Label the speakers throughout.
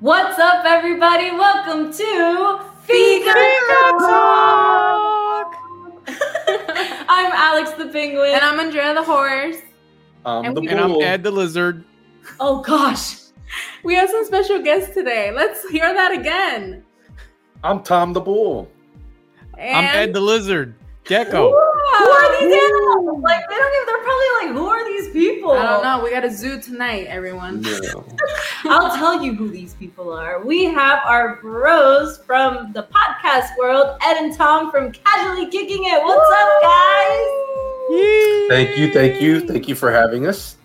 Speaker 1: What's up, everybody? Welcome to Fika
Speaker 2: Talk!
Speaker 1: I'm Alex the Penguin.
Speaker 3: And I'm Andrea the horse.
Speaker 2: Um,
Speaker 3: And
Speaker 2: the
Speaker 3: we-
Speaker 2: pool.
Speaker 4: And I'm Ed the Lizard.
Speaker 1: oh gosh,
Speaker 3: We have some special guests today. Let's hear that again.
Speaker 2: I'm Tom the Bull.
Speaker 3: And
Speaker 4: I'm Ed the Lizard.
Speaker 1: Woo!
Speaker 4: Gecko.
Speaker 1: who are these animals? Like they don't even. They're probably like, who are these people?
Speaker 3: I don't know. We got a zoo tonight, everyone.
Speaker 2: No.
Speaker 1: I'll tell you who these people are. We have our bros from the podcast world, Ed and Tom from Casually Kicking It. What's up, guys?
Speaker 2: thank you, thank you, thank you for having us.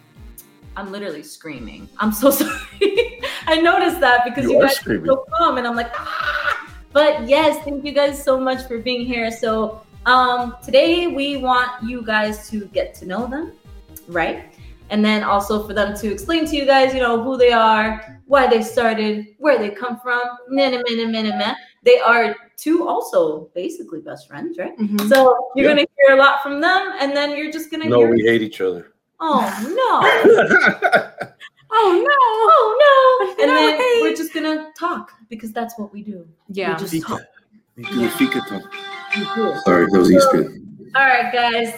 Speaker 1: I'm literally screaming. I'm so sorry. I noticed that because
Speaker 2: You
Speaker 1: you,
Speaker 2: are
Speaker 1: guys
Speaker 2: screaming.
Speaker 1: are so calm, and I'm like, ah! But yes, thank you guys so much for being here. So um, today we want you guys to get to know them, right? And then also for them to explain to you guys, you know, who they are, why they started, where they come from. Nah, nah, nah, nah, nah, nah. They are two also basically best friends, right?
Speaker 3: Mhm.
Speaker 1: So you're
Speaker 2: Yeah.
Speaker 1: gonna hear a lot from them, and then you're just gonna
Speaker 2: No,
Speaker 1: hear.
Speaker 2: we hate each other.
Speaker 1: oh no.
Speaker 3: Oh
Speaker 1: oh no
Speaker 3: I
Speaker 1: and
Speaker 3: know,
Speaker 1: then
Speaker 3: hey.
Speaker 1: we're just gonna talk because that's what we do
Speaker 3: no! Yeah.
Speaker 1: we just
Speaker 2: Fika.
Speaker 1: talk
Speaker 2: We do a Fika talk.
Speaker 1: We do it.
Speaker 2: Sorry, that was Eastern.
Speaker 1: all right guys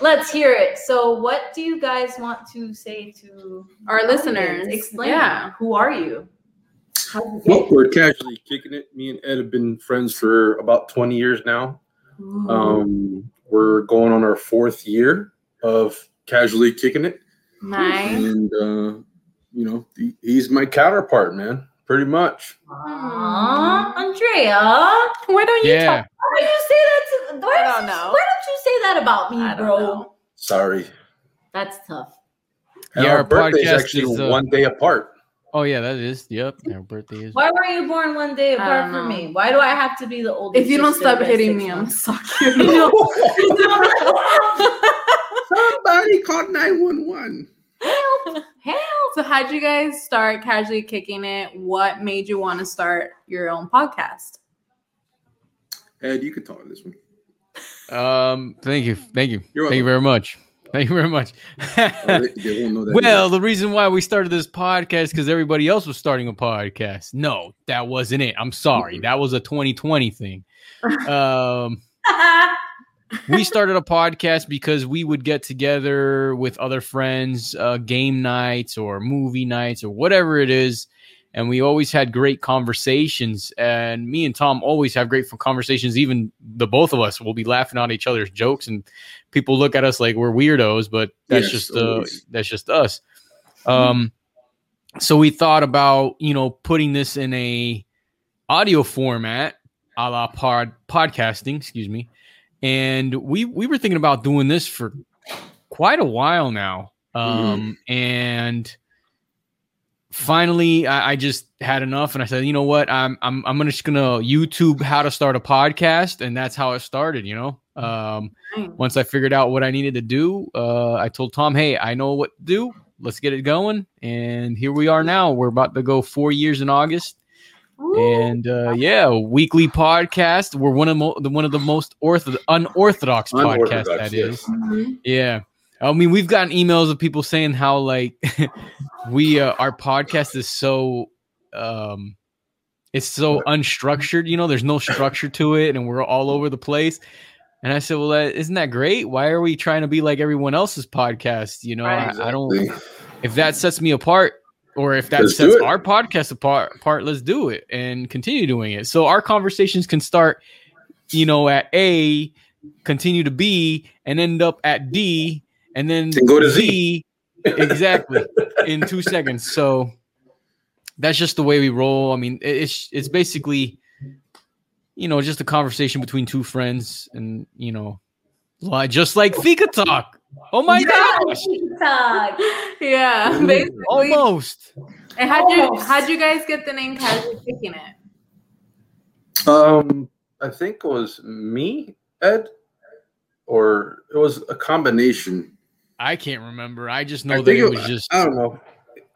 Speaker 1: let's hear it so what do you guys want to say to
Speaker 3: Our
Speaker 1: the
Speaker 3: listeners.
Speaker 1: audience? explain
Speaker 3: Yeah.
Speaker 1: who are you how did you
Speaker 2: Well, oh, we're casually kicking it. Me and Ed have been friends for about 20 years now.
Speaker 4: Mm-hmm.
Speaker 1: get
Speaker 2: Um, we're going on our fourth year of casually kicking it.
Speaker 3: Nice.
Speaker 2: And, uh, you know, he- he's my counterpart, man, pretty much.
Speaker 1: Aw, Hmm. andrea
Speaker 3: Why don't you
Speaker 4: Yeah.
Speaker 3: talk?
Speaker 1: why do you say that to, why
Speaker 3: I
Speaker 1: did
Speaker 3: don't
Speaker 1: you-
Speaker 3: know.
Speaker 1: why don't you say that about me
Speaker 3: I don't
Speaker 1: bro
Speaker 3: know.
Speaker 2: Sorry.
Speaker 1: that's tough
Speaker 2: And
Speaker 4: Yeah,
Speaker 2: our,
Speaker 4: our
Speaker 2: birthday's
Speaker 4: podcast
Speaker 2: actually
Speaker 4: is, uh,
Speaker 2: one day apart.
Speaker 4: Oh yeah, that is. Yep. Our birthday is.
Speaker 1: why were you born one day
Speaker 3: I
Speaker 1: apart
Speaker 3: don't
Speaker 1: from
Speaker 3: know.
Speaker 1: me why do i have to be the oldest
Speaker 3: If you don't
Speaker 1: sister
Speaker 3: stop
Speaker 1: by
Speaker 3: hitting
Speaker 1: six
Speaker 3: me, I'm
Speaker 1: months?
Speaker 3: sorry.
Speaker 2: Somebody called 911.
Speaker 1: help help
Speaker 3: so, how'd you guys start casually kicking it? What made you want to start your own podcast?
Speaker 2: Ed, you can talk to this one.
Speaker 4: Um. Thank you. Thank you.
Speaker 2: You're
Speaker 4: Thank
Speaker 2: welcome.
Speaker 4: you very much. Thank you very much.
Speaker 2: Oh, they, they won't know that.
Speaker 4: well, the reason why we started this podcast because everybody else was starting a podcast. No, that wasn't it. I'm sorry. That was a 2020 thing. Um. we started a podcast because we would get together with other friends, uh, game nights or movie nights or whatever it is. And we always had great conversations. And me and Tom always have great conversations. Even the both of us will be laughing at each other's jokes, and people look at us like we're weirdos, but
Speaker 2: Yes,
Speaker 4: that's just uh,
Speaker 2: always. Mm-hmm.
Speaker 4: that's just us. Um, so we thought about you know putting this in a audio format, a la pod podcasting. Excuse me and we we were thinking about doing this for quite a while now um and finally I, I just had enough and i said you know what i'm i'm i'm just gonna youtube how to start a podcast and that's how it started you know um
Speaker 3: Nice.
Speaker 4: once i figured out what i needed to do uh i told tom hey i know what to do let's get it going and here we are now we're about to go four years in august and uh, yeah, weekly podcast. We're one of mo- the one of the most ortho- unorthodox, podcasts.
Speaker 2: Unorthodox,
Speaker 4: That
Speaker 2: yes.
Speaker 4: is,
Speaker 3: Mhm.
Speaker 4: yeah. I mean, we've gotten emails of people saying how like we uh, our podcast is so um it's so unstructured. You know, there's no structure to it, and we're all over the place. And I said, well, that, isn't that great? Why are we trying to be like everyone else's podcast? You know,
Speaker 1: Right.
Speaker 4: I, I don't
Speaker 2: Exactly.
Speaker 4: if that sets me apart or if that
Speaker 2: Let's do
Speaker 4: sets
Speaker 2: it.
Speaker 4: our podcast apart, apart, let's do it and continue doing it. So our conversations can start, you know, at A, continue to B, and end up at D, and then
Speaker 2: And go to
Speaker 4: Z. Exactly in two seconds. So that's just the way we roll. I mean, it- it's it's basically, you know, just a conversation between two friends, and you know, li- just like Fika talk. Oh my gosh,
Speaker 1: TikTok.
Speaker 3: Yeah, basically.
Speaker 4: almost.
Speaker 3: And how'd you
Speaker 1: Almost.
Speaker 3: how'd you guys get the name Casually Kicking It?
Speaker 2: Um, I think it was me, Ed, or it was a combination.
Speaker 4: I can't remember. I just
Speaker 2: I
Speaker 4: know that
Speaker 2: think
Speaker 4: it
Speaker 2: it-
Speaker 4: was just
Speaker 2: I don't know.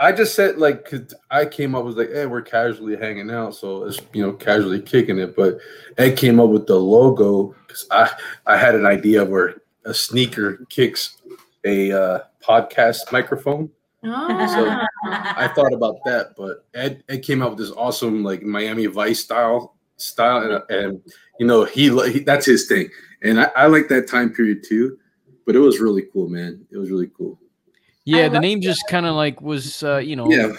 Speaker 2: I just said like 'cause I came up with like, hey, we're casually hanging out, so it's you know casually kicking it. But Ed came up with the logo because I I had an idea where a sneaker kicks a uh, podcast microphone,
Speaker 3: Oh.
Speaker 2: I thought about that, but Ed, Ed came out with this awesome like Miami Vice style style, and, and you know he, li- he that's his thing, and I, I like that time period too. But it was really cool, man. It was really cool.
Speaker 4: Yeah, the
Speaker 3: love
Speaker 4: name just kind of like was, uh, you know,
Speaker 2: Yeah,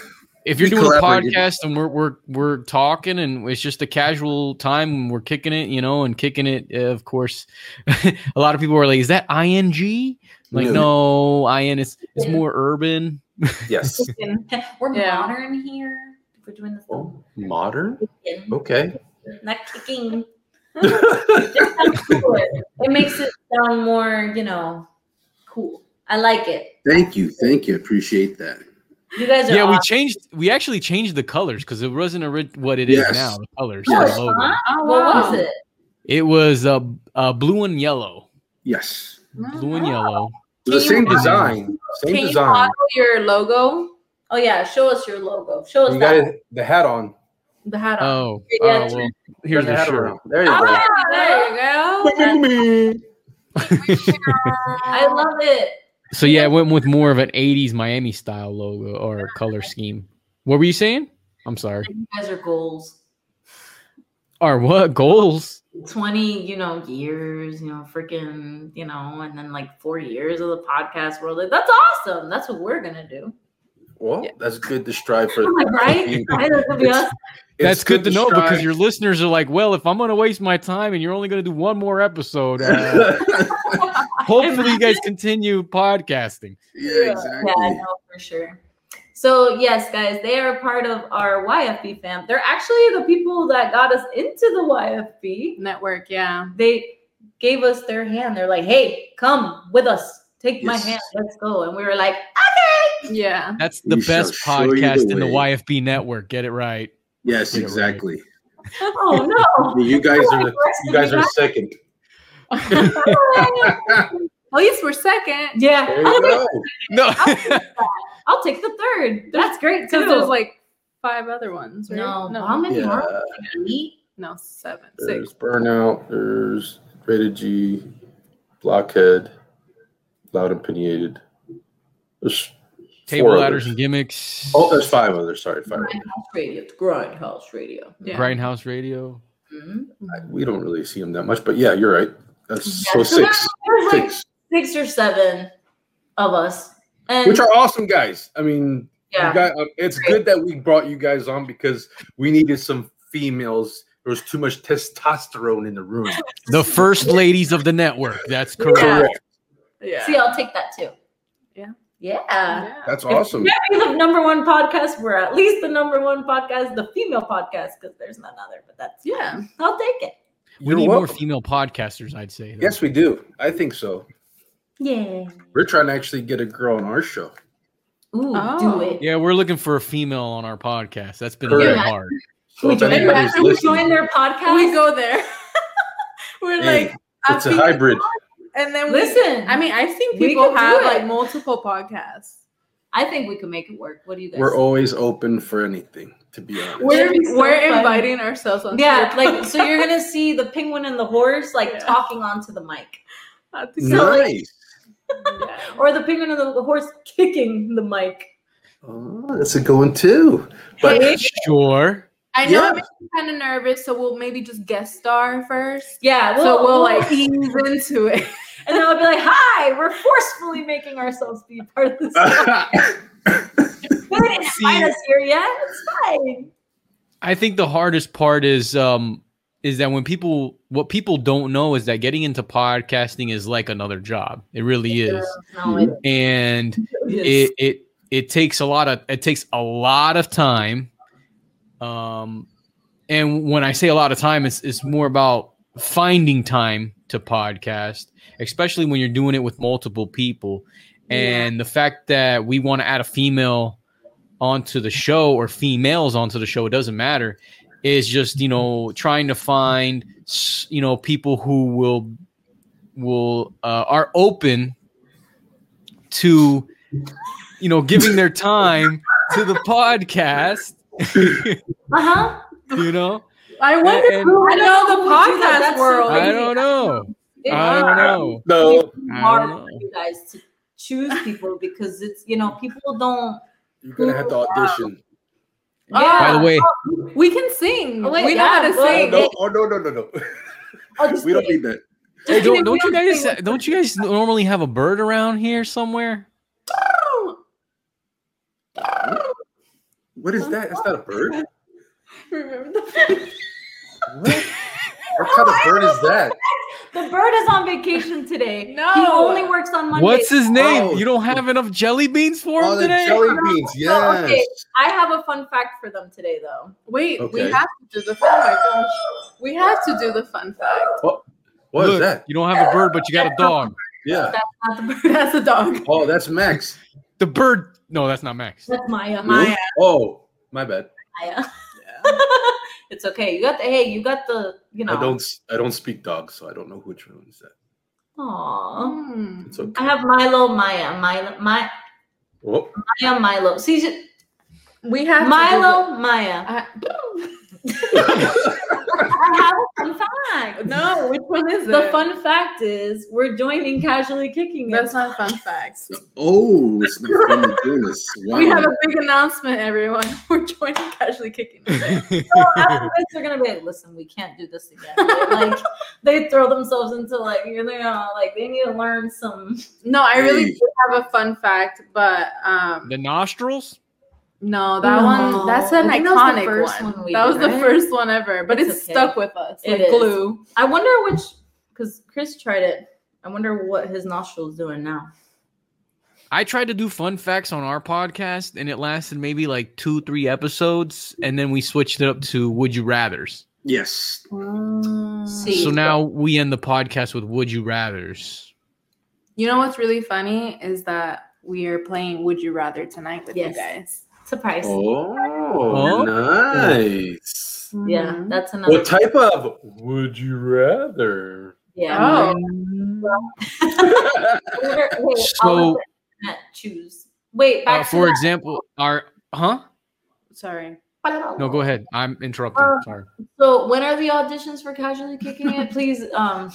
Speaker 4: if you're
Speaker 2: We
Speaker 4: doing a
Speaker 2: collaborated.
Speaker 4: podcast and we're we're we're talking and it's just a casual time and we're kicking it, you know, and kicking it. uh, Of course, a lot of people are like, "Is that ing?" Like,
Speaker 2: Yeah.
Speaker 4: no, in is it's more urban.
Speaker 2: Yes,
Speaker 1: We're
Speaker 3: Yeah.
Speaker 1: modern here. We're doing the
Speaker 2: Oh, modern.
Speaker 1: kicking,
Speaker 2: Okay.
Speaker 1: not kicking. Just sounds cooler. it makes it sound more, you know, cool. I like it.
Speaker 2: thank you, thank you. Appreciate that.
Speaker 1: You guys are
Speaker 4: Yeah, we
Speaker 1: awesome.
Speaker 4: changed. We actually changed the colors because it wasn't ori- what it is
Speaker 2: Yes.
Speaker 4: now. The colors.
Speaker 1: Oh,
Speaker 4: the
Speaker 1: it's
Speaker 4: logo.
Speaker 1: not?
Speaker 3: Oh,
Speaker 1: What
Speaker 3: wow.
Speaker 1: was it?
Speaker 4: It was uh, uh, blue and yellow.
Speaker 2: Yes,
Speaker 1: Uh-huh.
Speaker 4: Blue and yellow.
Speaker 2: the
Speaker 3: Can you
Speaker 2: same
Speaker 3: model-
Speaker 2: design. Same
Speaker 3: Can you
Speaker 2: design.
Speaker 3: model your logo?
Speaker 1: Oh yeah, show us your logo. Show us
Speaker 2: You
Speaker 1: that.
Speaker 2: got it- the hat on.
Speaker 3: The hat on.
Speaker 4: Oh,
Speaker 1: Yeah,
Speaker 4: oh
Speaker 1: it's-
Speaker 4: well, here's
Speaker 2: Turn
Speaker 4: the
Speaker 2: hat
Speaker 4: shirt.
Speaker 2: around. There you
Speaker 3: Oh,
Speaker 2: go.
Speaker 3: there you go.
Speaker 1: I love it.
Speaker 4: So yeah, I went with more of an '80s Miami style logo or color scheme. What were you saying? I'm sorry.
Speaker 1: You guys are goals.
Speaker 4: Or what goals?
Speaker 1: 20, you know, years, you know, freaking, you know, and then like four years of the podcast world. Like, that's awesome. That's what we're gonna do.
Speaker 2: Well, that's good to strive for.
Speaker 1: I'm like, right? Right? That's gonna be us.
Speaker 2: It's
Speaker 4: That's good, to know because
Speaker 2: strive-
Speaker 4: your listeners are like, well, if I'm going to waste my time and you're only going to do one more episode, uh, hopefully you guys continue podcasting.
Speaker 2: yeah, exactly.
Speaker 1: Yeah, I know for sure. So yes, guys, they are part of our YFB fam. They're actually the people that got us into the YFB.
Speaker 3: Network, yeah.
Speaker 1: They gave us their hand. They're like, "Hey, come with us. Take my
Speaker 2: Yes.
Speaker 1: hand. Let's go." And we were like,
Speaker 3: Yeah.
Speaker 4: That's the
Speaker 2: We shall
Speaker 4: best
Speaker 2: show you the
Speaker 4: podcast in the
Speaker 2: way.
Speaker 4: YFB network. Get it right.
Speaker 2: Yes,
Speaker 4: Yeah, right.
Speaker 2: exactly.
Speaker 1: "Oh no!"
Speaker 2: You guys are you guys are second.
Speaker 3: At least we're second.
Speaker 1: yeah.
Speaker 2: There
Speaker 1: I'll
Speaker 2: you
Speaker 1: take,
Speaker 2: go.
Speaker 4: No,
Speaker 1: I'll take the third. That's great too.
Speaker 3: Because there's like five other ones. Right?
Speaker 1: no, how
Speaker 3: no,
Speaker 1: many
Speaker 2: Yeah.
Speaker 1: are there? Eight?
Speaker 3: no, seven, six.
Speaker 2: There's burnout. There's rated G, blockhead, loud and pineated. There's
Speaker 4: table
Speaker 2: four
Speaker 4: ladders
Speaker 2: others.
Speaker 4: and gimmicks.
Speaker 2: Oh, there's five others. Sorry, five. others.
Speaker 1: Grindhouse Radio. Grindhouse Radio.
Speaker 3: Yeah.
Speaker 4: Grindhouse Radio.
Speaker 3: Mm-hmm.
Speaker 1: Mhm.
Speaker 2: I- We don't really see them that much, but yeah, you're right. That's so
Speaker 1: Yeah, so
Speaker 2: six,
Speaker 1: There's like
Speaker 2: six,
Speaker 1: six or seven of us, and
Speaker 2: which are awesome guys. I mean,
Speaker 1: yeah,
Speaker 2: You guys, um, it's good that we brought you guys on because we needed some females. There was too much testosterone in the room.
Speaker 4: The first ladies of the network. That's correct.
Speaker 3: Yeah.
Speaker 2: Correct.
Speaker 3: Yeah.
Speaker 1: See, I'll take that too.
Speaker 3: Yeah.
Speaker 1: Yeah.
Speaker 3: Yeah.
Speaker 2: That's awesome.
Speaker 1: We're the number one podcast. We're at least the number one podcast, the female podcast, because there's none other, but that's
Speaker 3: Yeah.
Speaker 1: I'll take it.
Speaker 4: We
Speaker 2: You're
Speaker 4: need more
Speaker 2: welcome.
Speaker 4: female podcasters, I'd say. though.
Speaker 2: Yes, we do. I think so.
Speaker 1: Yeah.
Speaker 2: We're trying to actually get a girl on our show.
Speaker 1: Ooh,
Speaker 3: Oh.
Speaker 1: do it.
Speaker 4: Yeah, we're looking for a female on our podcast. That's been
Speaker 2: Correct.
Speaker 4: very hard.
Speaker 2: So if
Speaker 1: Can you
Speaker 2: anybody's
Speaker 1: imagine we
Speaker 2: listening,
Speaker 1: join their podcast.
Speaker 3: We go there. we're
Speaker 2: hey,
Speaker 3: like, I
Speaker 2: it's a
Speaker 3: think-
Speaker 2: hybrid.
Speaker 3: and then we,
Speaker 1: Listen, I
Speaker 3: I
Speaker 1: mean,
Speaker 3: mean, I've seen
Speaker 1: We
Speaker 3: people
Speaker 1: could do
Speaker 3: have
Speaker 1: it.
Speaker 3: like multiple podcasts.
Speaker 1: I think we can make it work. What do you guys?
Speaker 2: We're
Speaker 1: think?
Speaker 2: always open for anything, to be honest.
Speaker 1: We're-
Speaker 3: We're,
Speaker 1: That'd be so
Speaker 3: we're
Speaker 1: funny.
Speaker 3: inviting ourselves on.
Speaker 1: yeah,
Speaker 3: Twitter.
Speaker 1: like so you're gonna see the penguin and the horse like
Speaker 3: Yeah.
Speaker 1: talking onto the mic,
Speaker 3: I think so.
Speaker 2: nice.
Speaker 3: Yeah.
Speaker 1: or the penguin and the, the horse kicking the mic.
Speaker 2: Oh, that's a going too. But
Speaker 3: Hey.
Speaker 4: Sure.
Speaker 3: I know
Speaker 2: Yeah.
Speaker 3: it makes me kind of nervous, so we'll maybe just guest star first.
Speaker 1: Yeah,
Speaker 3: so we'll,
Speaker 1: like,
Speaker 3: like ease into it.
Speaker 1: and then I'll be like, "Hi, we're forcefully making ourselves be part of this." they didn't invite
Speaker 4: See-
Speaker 1: us here yet. It's fine.
Speaker 4: I think the hardest part is um is that when people what people don't know is that getting into podcasting is like another job. It really is.
Speaker 1: No, it
Speaker 4: And
Speaker 1: is.
Speaker 4: it it it takes a lot of it takes a lot of time. Um and when I say a lot of time it's it's more about finding time to podcast, especially when you're doing it with multiple people. And the fact that we want to add a female onto the show or females onto the show, it doesn't matter. Is just you know trying to find s- you know people who will will uh, are open to you know giving their time to the podcast.
Speaker 1: Uh huh.
Speaker 4: You know,
Speaker 3: I wonder
Speaker 4: And-
Speaker 3: who I know
Speaker 1: Who would do that?
Speaker 3: the
Speaker 1: That's
Speaker 3: podcast
Speaker 1: so
Speaker 3: world.
Speaker 4: I don't know. I don't know.
Speaker 2: no,
Speaker 4: I
Speaker 1: hard
Speaker 4: don't
Speaker 1: for
Speaker 4: know.
Speaker 1: you guys to choose people because it's you know people don't.
Speaker 2: You're gonna have to audition.
Speaker 3: Oh,
Speaker 4: By the way,
Speaker 3: we can sing.
Speaker 1: Oh, wait,
Speaker 3: we know how
Speaker 1: yeah,
Speaker 3: to
Speaker 1: well,
Speaker 3: sing.
Speaker 2: Oh, no, oh, no, no, no, no.
Speaker 1: I'll Oh, just
Speaker 2: We don't
Speaker 1: say it.
Speaker 2: need that.
Speaker 4: hey,
Speaker 3: Just kidding,
Speaker 4: don't, don't
Speaker 3: we
Speaker 4: you
Speaker 3: don't
Speaker 4: guys
Speaker 3: sing.
Speaker 4: don't you guys normally have a bird around here somewhere?
Speaker 2: What is that? That's not a bird.
Speaker 3: Remember the
Speaker 2: What? what kind of bird is that?
Speaker 1: The bird is on vacation today.
Speaker 3: No.
Speaker 1: he only works on Monday.
Speaker 4: What's his name?
Speaker 2: Oh.
Speaker 4: You don't have enough jelly beans for him
Speaker 2: Oh, the
Speaker 4: today.
Speaker 2: jelly beans.
Speaker 1: No,
Speaker 2: Yes.
Speaker 1: okay. I have a fun fact for them today, though.
Speaker 3: Wait,
Speaker 2: Okay.
Speaker 3: we have to do the fun. Oh my gosh, we have to do the fun fact.
Speaker 2: What is
Speaker 4: Look,
Speaker 2: that?
Speaker 4: You don't have a bird, but you got a dog.
Speaker 2: Yeah.
Speaker 1: Not the bird.
Speaker 3: That's a dog.
Speaker 2: Oh, that's Max.
Speaker 4: The bird. No, that's not Max.
Speaker 1: That's Maya.
Speaker 3: Maya.
Speaker 1: Maya.
Speaker 2: Oh, my bad.
Speaker 1: Maya. it's okay. You got the hey. You got the you know.
Speaker 2: I don't. I don't speak dog, so I don't know which one is that.
Speaker 1: Aw.
Speaker 3: Hmm.
Speaker 2: It's okay.
Speaker 1: I have Milo, Maya, Milo, Maya,
Speaker 2: Oh,
Speaker 1: Maya, Milo. See, she-
Speaker 3: We have
Speaker 1: Milo, Maya.
Speaker 3: To do the-
Speaker 1: I have a fun fact.
Speaker 3: I- no, which one is
Speaker 1: The
Speaker 3: it?
Speaker 1: fun fact is we're joining casually kicking it.
Speaker 3: That's not fun facts.
Speaker 2: oh it's not funny goodness. Wow.
Speaker 3: We have a big announcement, everyone. We're joining casually kicking. It.
Speaker 1: So after this, they're gonna be like, listen, we can't do this again. like they throw themselves into like you know, like they need to learn some.
Speaker 3: no, I really
Speaker 2: Hey.
Speaker 3: do have a fun fact, but um,
Speaker 4: The nostrils.
Speaker 3: no, that
Speaker 1: No.
Speaker 3: one that's an
Speaker 1: I think that was the
Speaker 3: iconic
Speaker 1: first
Speaker 3: one.
Speaker 1: one we
Speaker 3: that
Speaker 1: did,
Speaker 3: was the
Speaker 1: right?
Speaker 3: first one ever, but it's,
Speaker 1: It's okay.
Speaker 3: stuck with us
Speaker 1: It
Speaker 3: like
Speaker 1: is.
Speaker 3: glue.
Speaker 1: I wonder which, because Chris tried it. I wonder what his nostrils doing now.
Speaker 4: I tried to do fun facts on our podcast, and it lasted maybe like two, three episodes, and then we switched it up to "Would you rather's."
Speaker 2: yes.
Speaker 3: Mm.
Speaker 1: See.
Speaker 4: So now we end the podcast with "Would you rather's."
Speaker 3: You know what's really funny is that we are playing Would You Rather tonight with
Speaker 1: Yes.
Speaker 3: you guys.
Speaker 1: Surprise.
Speaker 2: Oh,
Speaker 4: Oh.
Speaker 2: nice.
Speaker 1: Yeah,
Speaker 3: Mhm.
Speaker 1: that's another.
Speaker 2: What type of would you rather?
Speaker 1: yeah.
Speaker 3: Oh,
Speaker 1: Wait, I'll
Speaker 4: So-
Speaker 1: let the internet choose. Wait,
Speaker 4: Uh,
Speaker 1: back
Speaker 4: for
Speaker 1: to
Speaker 4: example, our huh?
Speaker 3: sorry.
Speaker 1: that.
Speaker 4: No, go ahead. I'm interrupting.
Speaker 1: Uh,
Speaker 4: Sorry.
Speaker 1: So when are the auditions for casually kicking it? Please um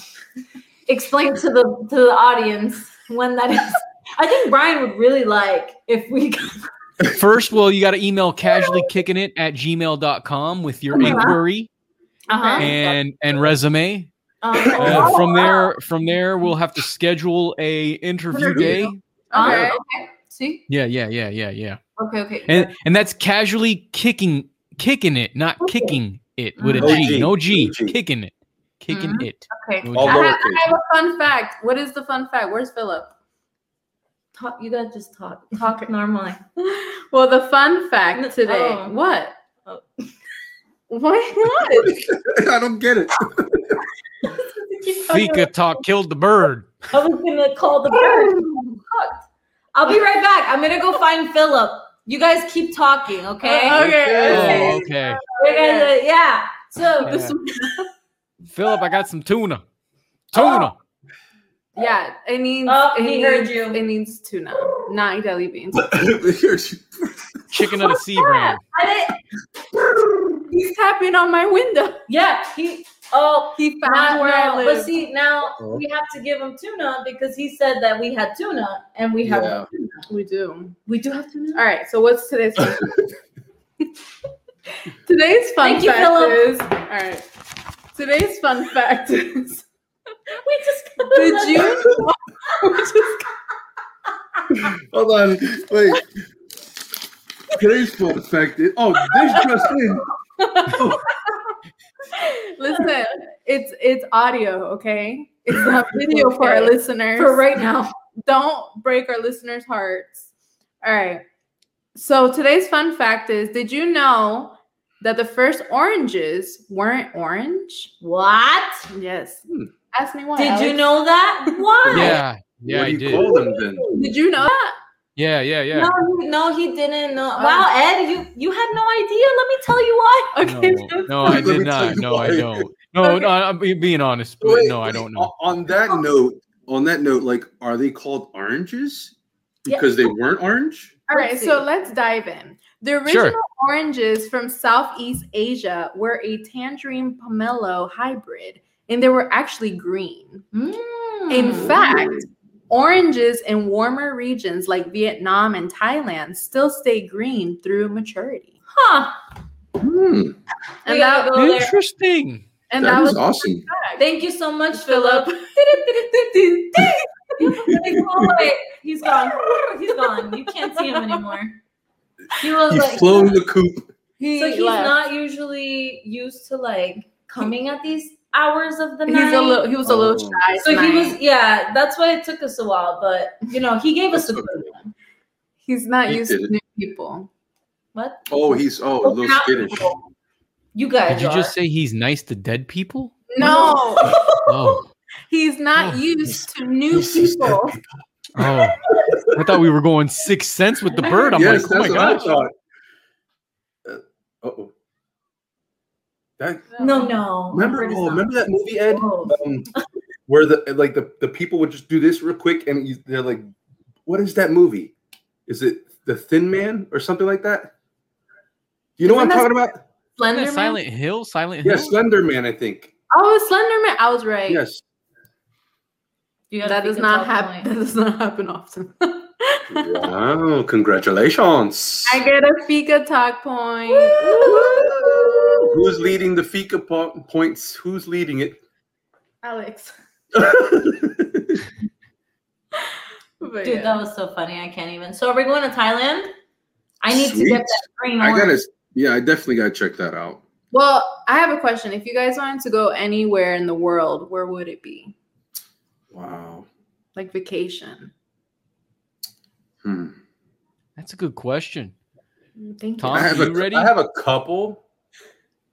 Speaker 1: explain to the to the audience when that is. I think Brian would really like if we
Speaker 4: First, well, you got to email casually kicking it at gmail.com with your
Speaker 1: Uh-huh.
Speaker 4: inquiry
Speaker 1: uh-huh.
Speaker 4: and and resume.
Speaker 1: Um,
Speaker 2: Oh,
Speaker 4: Uh, from there, from there, we'll have to schedule a interview day.
Speaker 1: um,
Speaker 3: Okay.
Speaker 1: okay. See?
Speaker 4: Yeah, yeah, yeah, yeah, yeah.
Speaker 1: Okay, okay.
Speaker 4: And and that's casually kicking, kicking it, not kicking it with a
Speaker 1: No
Speaker 4: G.
Speaker 2: G.
Speaker 4: No
Speaker 2: No
Speaker 4: G,
Speaker 2: G. Mm-hmm.
Speaker 4: kicking it, kicking
Speaker 3: Mhm.
Speaker 4: it.
Speaker 1: okay.
Speaker 4: No
Speaker 2: All
Speaker 4: G.
Speaker 3: I have,
Speaker 2: lowercase.
Speaker 3: I have a fun fact. What is the fun fact? Where's Philip?
Speaker 1: Talk, you guys just talk. Talk normally.
Speaker 3: Well, the fun fact today.
Speaker 1: Oh.
Speaker 3: What?
Speaker 1: Oh.
Speaker 3: What? What?
Speaker 2: I don't get it.
Speaker 4: Fika talk killed the bird.
Speaker 1: I was gonna call the bird. Fucked. I'll be right back. I'm gonna go find Philip. You guys keep talking, okay?
Speaker 3: Okay.
Speaker 2: Okay.
Speaker 3: okay.
Speaker 4: Oh, okay.
Speaker 1: You guys, uh, yeah. So
Speaker 4: Yeah. Philip, I got some tuna.
Speaker 2: Oh.
Speaker 4: Tuna.
Speaker 3: Yeah, it needs.
Speaker 1: Oh,
Speaker 3: it
Speaker 1: he
Speaker 3: needs,
Speaker 1: heard you.
Speaker 3: It needs tuna, not jelly beans.
Speaker 4: Chicken of the sea brand.
Speaker 1: I did,
Speaker 3: He's tapping on my window.
Speaker 1: yeah, he oh
Speaker 3: He
Speaker 1: Not
Speaker 3: found where
Speaker 1: now,
Speaker 3: I live.
Speaker 1: But see, now
Speaker 4: Uh-huh.
Speaker 2: Oh.
Speaker 1: we have to give him tuna because he said that we had tuna and we have
Speaker 2: Yeah.
Speaker 1: tuna.
Speaker 3: we do.
Speaker 1: We do have tuna.
Speaker 3: All right. So what's today's? Fun today's fun
Speaker 1: Thank you,
Speaker 3: fact
Speaker 1: Philip.
Speaker 3: is. All right. Today's fun fact is.
Speaker 1: We just
Speaker 3: Did you? we just-
Speaker 2: Hold on. Wait. Today's fun fact is oh, this just in.
Speaker 3: listen, it's it's audio, okay? It's not video for our
Speaker 1: Okay.
Speaker 3: listeners.
Speaker 1: for right now?
Speaker 3: don't break our listeners' hearts. All right. So today's fun fact is: Did you know that the first oranges weren't orange?
Speaker 1: What?
Speaker 3: Yes.
Speaker 2: Hmm.
Speaker 3: Ask me why.
Speaker 1: Did you
Speaker 3: Alex.
Speaker 1: know that? Why?
Speaker 4: Yeah, yeah,
Speaker 2: what do
Speaker 4: I
Speaker 2: you
Speaker 4: did.
Speaker 2: call them then?
Speaker 3: Did you know that?
Speaker 4: Yeah, yeah, yeah.
Speaker 1: No, he- no, he didn't know.
Speaker 3: Oh.
Speaker 1: Wow, Ed, you you had no idea. Let me tell you why.
Speaker 3: Okay.
Speaker 4: No, no, I
Speaker 2: Let me tell
Speaker 4: did not.
Speaker 2: you
Speaker 4: No, I
Speaker 2: why.
Speaker 4: don't. No,
Speaker 3: Okay.
Speaker 4: no, I'm be- being honest, but
Speaker 2: Wait,
Speaker 4: no, I
Speaker 2: wait, uh,
Speaker 4: don't know.
Speaker 2: On that note, on that note, like are they called oranges?
Speaker 1: Yeah.
Speaker 2: Because they weren't orange?
Speaker 3: All right.
Speaker 1: Let's
Speaker 3: so
Speaker 1: see.
Speaker 3: let's dive in. The
Speaker 4: Sure.
Speaker 3: original oranges from Southeast Asia were a tangerine pomelo hybrid, and they were actually green. In
Speaker 1: Mm.
Speaker 3: fact, Oranges in warmer regions like Vietnam and Thailand still stay green through maturity.
Speaker 1: Huh.
Speaker 2: Hmm,
Speaker 3: And
Speaker 1: we gotta
Speaker 3: that-
Speaker 1: go there.
Speaker 4: Interesting.
Speaker 3: And that,
Speaker 2: that
Speaker 3: was
Speaker 2: was awesome.
Speaker 1: Thank you so much,
Speaker 3: Philip.
Speaker 1: Philip. He's gone. He's gone. You can't see him anymore. He was
Speaker 2: He
Speaker 1: like,
Speaker 2: flown the coop.
Speaker 3: He
Speaker 1: so he's
Speaker 3: left.
Speaker 1: not usually used to like coming at these hours of the night.
Speaker 3: He's a little. He was a little
Speaker 2: Oh.
Speaker 3: shy.
Speaker 1: so he
Speaker 3: tonight.
Speaker 1: was, yeah. That's why it took us a while, but you know, he gave us a good one.
Speaker 3: He's not
Speaker 2: He
Speaker 3: used
Speaker 2: did
Speaker 3: to
Speaker 2: it.
Speaker 3: new people.
Speaker 1: What?
Speaker 2: Oh, he's oh a little
Speaker 1: Not-
Speaker 2: skittish.
Speaker 1: You guys
Speaker 4: Did you
Speaker 1: are.
Speaker 4: just say he's nice to dead people?
Speaker 3: No,
Speaker 4: Oh,
Speaker 3: he's not
Speaker 4: Oh,
Speaker 3: used to new
Speaker 2: he's just-
Speaker 3: people.
Speaker 4: oh. I thought we were going six cents with the bird. I'm
Speaker 2: yes,
Speaker 4: like, oh my
Speaker 2: that's what I
Speaker 4: gosh.
Speaker 2: thought. Uh oh. That
Speaker 1: no, no.
Speaker 2: remember?
Speaker 1: Bird is
Speaker 2: Oh,
Speaker 1: not.
Speaker 2: remember that movie, Ed?
Speaker 1: Oh.
Speaker 2: um, where the like the, the people would just do this real quick and you, they're like what is that movie is it the thin man or something like that you know
Speaker 3: Isn't
Speaker 2: what i'm
Speaker 3: that-
Speaker 2: talking about
Speaker 4: Isn't that
Speaker 3: Slender Man.
Speaker 4: Silent Hill? Silent Hill?
Speaker 2: yeah slender man i think
Speaker 3: Oh, Slenderman. I was right.
Speaker 2: yes
Speaker 1: You gotta
Speaker 3: That
Speaker 1: think
Speaker 3: does not
Speaker 1: about
Speaker 3: happen.
Speaker 1: point.
Speaker 3: That does not happen often.
Speaker 2: wow congratulations
Speaker 3: I get a Fika talk point.
Speaker 2: who's leading the fika po- points who's leading it
Speaker 3: Alex. But
Speaker 1: Dude,
Speaker 3: yeah.
Speaker 1: that was so funny. I can't even. So are we going to Thailand? I need to
Speaker 2: Sweet.
Speaker 1: get that green
Speaker 2: i
Speaker 1: orange.
Speaker 2: gotta yeah i definitely gotta check that out
Speaker 3: well, I have a question. If you guys wanted to go anywhere in the world, where would it be?
Speaker 2: wow
Speaker 3: Like vacation.
Speaker 2: hmm.
Speaker 4: That's a good question.
Speaker 3: Thank
Speaker 4: Tom?
Speaker 2: I, have a,
Speaker 4: you ready?
Speaker 2: I have a couple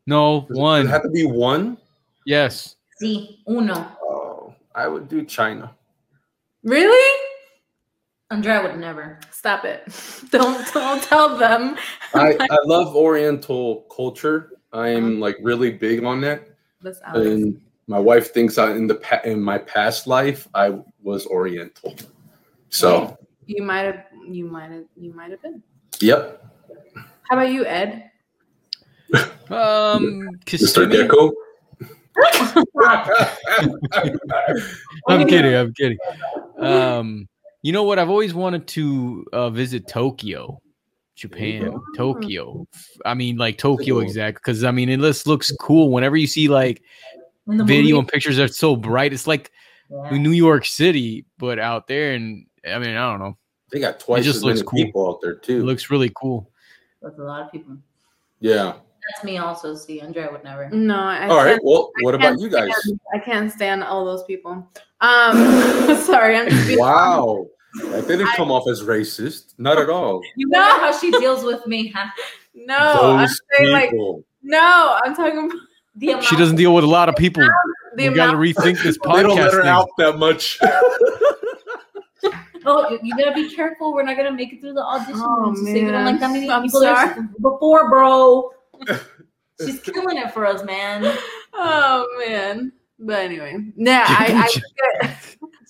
Speaker 4: No,
Speaker 2: Does it-
Speaker 4: one.
Speaker 2: does it have to be one
Speaker 4: yes.
Speaker 1: Sí, uno.
Speaker 2: Oh, I would do China.
Speaker 3: you. Really?
Speaker 1: Andrea would never.
Speaker 3: Stop it. Don't don't tell them.
Speaker 2: I, I love Oriental culture. I am like really big on that.
Speaker 3: That's Alex.
Speaker 2: And my wife thinks I, in the pa- in my past life I was Oriental. So
Speaker 3: you might have you might have you might have been.
Speaker 2: yep,
Speaker 3: How about you, Ed?
Speaker 4: Um,
Speaker 2: Mr.
Speaker 4: Kissimmee?
Speaker 2: Gecko.
Speaker 4: I'm kidding. I'm kidding. Um, you know what? I've always wanted to uh, visit Tokyo,
Speaker 2: There you
Speaker 4: Japan,
Speaker 2: go.
Speaker 4: Tokyo. I mean, like Tokyo,
Speaker 2: Cool.
Speaker 4: exactly. Because I mean, it just looks cool. Whenever you see like
Speaker 1: In the
Speaker 4: video and
Speaker 1: movie.
Speaker 4: pictures are so bright, it's like New York City, but out there. And I mean, I don't know.
Speaker 2: they got twice
Speaker 4: just
Speaker 2: as
Speaker 4: looks
Speaker 2: many
Speaker 4: cool.
Speaker 2: people out there
Speaker 4: It
Speaker 2: too.
Speaker 4: looks really cool.
Speaker 1: That's a lot of people.
Speaker 2: yeah.
Speaker 1: That's me also. See, Andrea would never.
Speaker 3: No, I
Speaker 2: All right.
Speaker 3: can't-
Speaker 2: Well,
Speaker 3: I
Speaker 2: what
Speaker 3: can't
Speaker 2: about you guys?
Speaker 3: stand- I can't stand all those people. Um sorry, I'm just being
Speaker 2: Wow, that didn't come off as racist. Not at all.
Speaker 1: You
Speaker 3: No.
Speaker 1: know how she deals with me. Huh?
Speaker 3: No,
Speaker 2: Those
Speaker 3: I'm saying like
Speaker 2: people.
Speaker 3: no, I'm talking about
Speaker 1: The amount
Speaker 4: She doesn't deal with a lot of people.
Speaker 3: the
Speaker 4: We got to
Speaker 3: amount
Speaker 4: rethink this
Speaker 2: they don't let
Speaker 4: podcast.
Speaker 2: her
Speaker 4: thing.
Speaker 2: out that much.
Speaker 1: Oh, you, you gotta be careful. We're not gonna make it through the audition.
Speaker 3: Oh,
Speaker 1: So you don't like that many
Speaker 3: man. I'm
Speaker 1: people there before, bro. She's killing it for us, man.
Speaker 3: Oh man. But anyway. Yeah, I, I get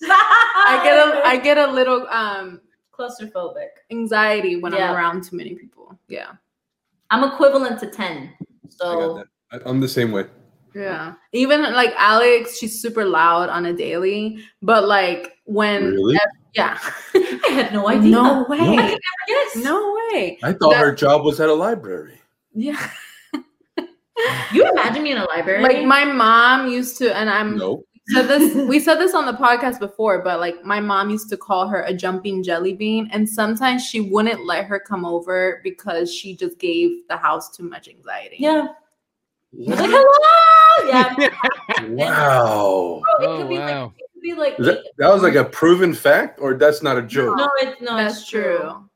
Speaker 3: I
Speaker 1: I
Speaker 3: get a I get a little um
Speaker 1: claustrophobic.
Speaker 3: anxiety when
Speaker 1: Yeah.
Speaker 3: I'm around too many people. Yeah.
Speaker 1: I'm equivalent to ten.
Speaker 2: I
Speaker 1: So
Speaker 2: am the same way.
Speaker 3: Yeah. Even like Alex, she's super loud on a daily, but like when
Speaker 2: Really?
Speaker 3: yeah.
Speaker 1: I had no idea.
Speaker 3: No
Speaker 1: I could
Speaker 3: way.
Speaker 1: never guess.
Speaker 3: No way.
Speaker 2: I thought
Speaker 3: That-
Speaker 2: her job was at a library.
Speaker 3: Yeah.
Speaker 1: You imagine me in a library?
Speaker 3: Like my mom used to and I'm
Speaker 2: No.
Speaker 3: said this we said this on the podcast before, but like my mom used to call her a jumping jelly bean and sometimes she wouldn't let her come over because she just gave the house too much anxiety.
Speaker 1: yeah. Like hello. Yeah. It
Speaker 2: Wow.
Speaker 4: Oh,
Speaker 1: could be like
Speaker 4: wow.
Speaker 1: it could be like
Speaker 2: Is That, that was like a proven fact, or that's not a joke.
Speaker 1: no, it, no,
Speaker 3: That's
Speaker 1: it's
Speaker 3: true.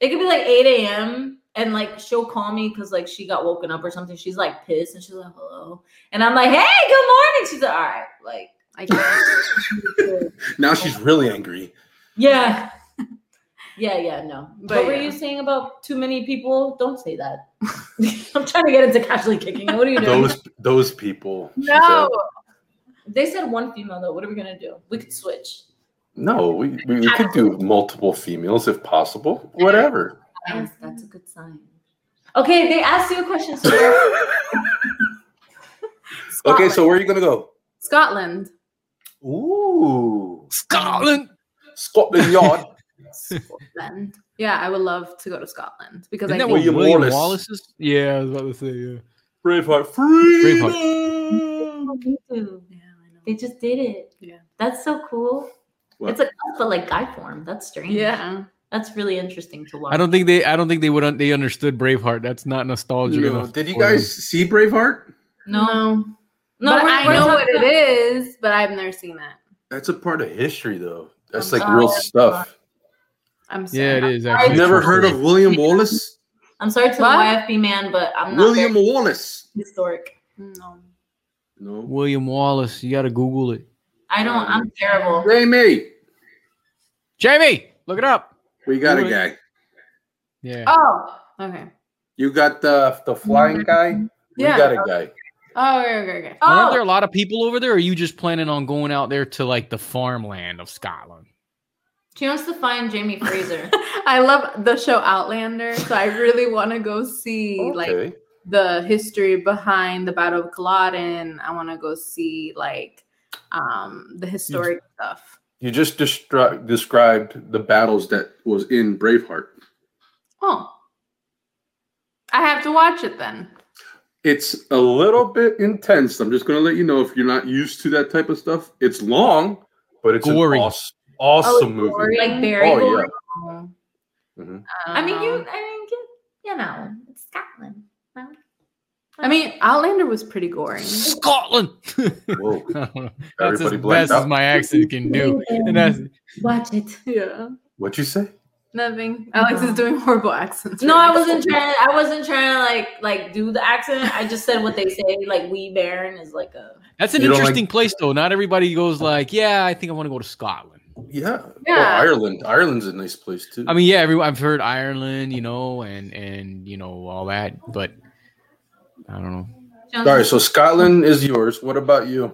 Speaker 1: It could be like 8 a.m. and like she'll call me because like she got woken up or something. She's like pissed and she's like, hello. And I'm like, hey, good morning. She's like, all right, like
Speaker 3: I can't.
Speaker 2: Now she's really angry.
Speaker 1: yeah. Yeah, yeah, no.
Speaker 3: But
Speaker 1: what were
Speaker 3: yeah.
Speaker 1: you saying about too many people? Don't say that. I'm trying to get into casually kicking. What are you doing?
Speaker 2: Those those people. she
Speaker 3: no.
Speaker 2: said.
Speaker 1: They said one female though. What are we gonna do? We could switch.
Speaker 2: No, we, we, we could do multiple females if possible. Whatever.
Speaker 1: Yes, that's a good sign. Okay, they asked you a question. So we're-
Speaker 2: okay, so where are you gonna go?
Speaker 3: Scotland.
Speaker 2: Ooh.
Speaker 4: Scotland.
Speaker 2: Scotland Yard.
Speaker 3: Scotland. Yeah, I would love to go to Scotland because
Speaker 4: Isn't
Speaker 3: I
Speaker 4: that
Speaker 3: think
Speaker 4: what
Speaker 2: William
Speaker 4: William Wallace.
Speaker 2: Wallace.
Speaker 4: is? Yeah, I was about to say. Yeah.
Speaker 2: Braveheart. Freedom.
Speaker 1: YouTube.
Speaker 3: Yeah, I know.
Speaker 1: They just did it.
Speaker 3: Yeah.
Speaker 1: That's so cool.
Speaker 2: What?
Speaker 1: It's like us, but like guy form. That's strange.
Speaker 3: Yeah.
Speaker 1: That's really interesting to watch.
Speaker 4: I don't think they. I don't think they would. Un- they understood Braveheart. That's not nostalgia.
Speaker 2: No,
Speaker 4: enough
Speaker 2: Did you
Speaker 4: for them.
Speaker 2: guys see Braveheart?
Speaker 1: no. No,
Speaker 3: but
Speaker 1: we're-
Speaker 3: I
Speaker 1: we're
Speaker 3: know
Speaker 1: talking
Speaker 3: what it
Speaker 1: about-
Speaker 3: is, but I've never seen that.
Speaker 2: That's a part of history, though. That's
Speaker 1: I'm
Speaker 2: like real
Speaker 1: sorry.
Speaker 2: stuff.
Speaker 3: I'm sorry.
Speaker 4: Yeah, it is.
Speaker 2: You
Speaker 4: Actually.
Speaker 2: never heard of William Wallace?
Speaker 1: I'm sorry to the
Speaker 3: What?
Speaker 1: YFB man, but I'm not
Speaker 2: William
Speaker 1: very
Speaker 2: Wallace.
Speaker 1: historic.
Speaker 3: No.
Speaker 2: No.
Speaker 4: William Wallace. You got to Google it.
Speaker 1: I don't. I'm terrible.
Speaker 2: Jamie,
Speaker 4: Jamie, look it up.
Speaker 2: we got a
Speaker 4: Really?
Speaker 2: guy.
Speaker 4: Yeah.
Speaker 3: Oh, okay.
Speaker 2: You got the the flying guy. We
Speaker 3: Mm-hmm. Yeah.
Speaker 2: got a guy.
Speaker 3: Oh, okay, okay, okay.
Speaker 4: Aren't
Speaker 1: Oh.
Speaker 4: there a lot of people over there? Or are you just planning on going out there to like the farmland of Scotland?
Speaker 1: She wants to find Jamie Fraser.
Speaker 3: I love the show Outlander, so I really want to go see like
Speaker 2: Okay.
Speaker 3: the history behind the Battle of Culloden. I want to go see like um the historic stuff.
Speaker 2: You just destri- described the battles that was in Braveheart.
Speaker 3: Oh, I have to watch it then.
Speaker 2: It's a little bit intense. I'm just going to let you know if you're not used to that type of stuff. It's long, but it's
Speaker 4: Gory.
Speaker 2: an awesome,
Speaker 3: Oh,
Speaker 2: awesome movie.
Speaker 3: gory.
Speaker 1: like Barry.
Speaker 2: Oh yeah.
Speaker 3: Oh.
Speaker 2: Mhm.
Speaker 1: I mean, you.
Speaker 3: Uh-huh.
Speaker 1: I mean, you, you know, it's Scotland.
Speaker 3: I mean, Outlander was pretty gory.
Speaker 4: Scotland. I
Speaker 2: Whoa.
Speaker 4: don't know. That's
Speaker 2: Everybody
Speaker 4: as
Speaker 2: blacked
Speaker 4: best as
Speaker 2: out.
Speaker 4: my accent can do. And that's
Speaker 1: Watch it.
Speaker 3: Yeah,
Speaker 2: What'd you say?
Speaker 3: nothing. Alex is doing horrible accents.
Speaker 1: Uh-huh. No, I
Speaker 3: right now.
Speaker 1: wasn't trying. I wasn't trying to like like do the accent. I just said what they say. Like we Baron is like a.
Speaker 4: that's an
Speaker 2: You don't like-
Speaker 4: interesting place though. Not everybody goes like, yeah, I think I want to go to Scotland.
Speaker 3: Yeah.
Speaker 2: Yeah. Well, Oh, Ireland. Ireland's a nice place too.
Speaker 4: I mean, yeah, everyone, I've heard Ireland, you know, and and you know all that, but I don't know.
Speaker 1: She
Speaker 2: all
Speaker 1: wants
Speaker 2: right. So Scotland is yours. What about you?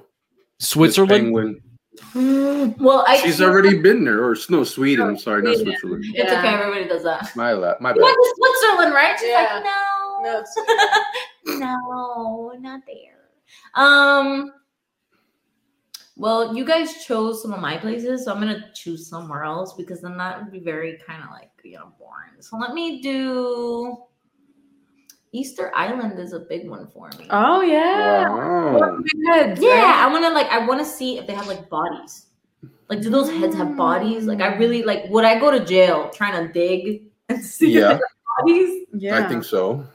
Speaker 2: Miss
Speaker 4: Switzerland.
Speaker 2: Penguin?
Speaker 1: to- well, I.
Speaker 2: She's already been there, or
Speaker 3: Oh,
Speaker 2: no, Sweden. I'm sorry, not Switzerland.
Speaker 1: It's
Speaker 3: Yeah.
Speaker 1: okay. Everybody does that.
Speaker 2: My lap. My
Speaker 1: You
Speaker 2: bad.
Speaker 1: went to Switzerland, right? She's
Speaker 3: Yeah.
Speaker 1: like, no,
Speaker 3: No,
Speaker 1: no, not there. Um. Well, you guys chose some of my places, so I'm gonna choose somewhere else because then that would be very kind of like you know boring. So let me do. Easter Island is a big one for me.
Speaker 3: Oh yeah.
Speaker 2: Wow.
Speaker 3: Heads, right?
Speaker 1: yeah, I want to like I want to see if they have like bodies. Like, do those heads have bodies? Like, I really like. Would I go to jail trying to dig and see if they
Speaker 2: Yeah,
Speaker 1: have bodies?
Speaker 3: yeah.
Speaker 2: I think so.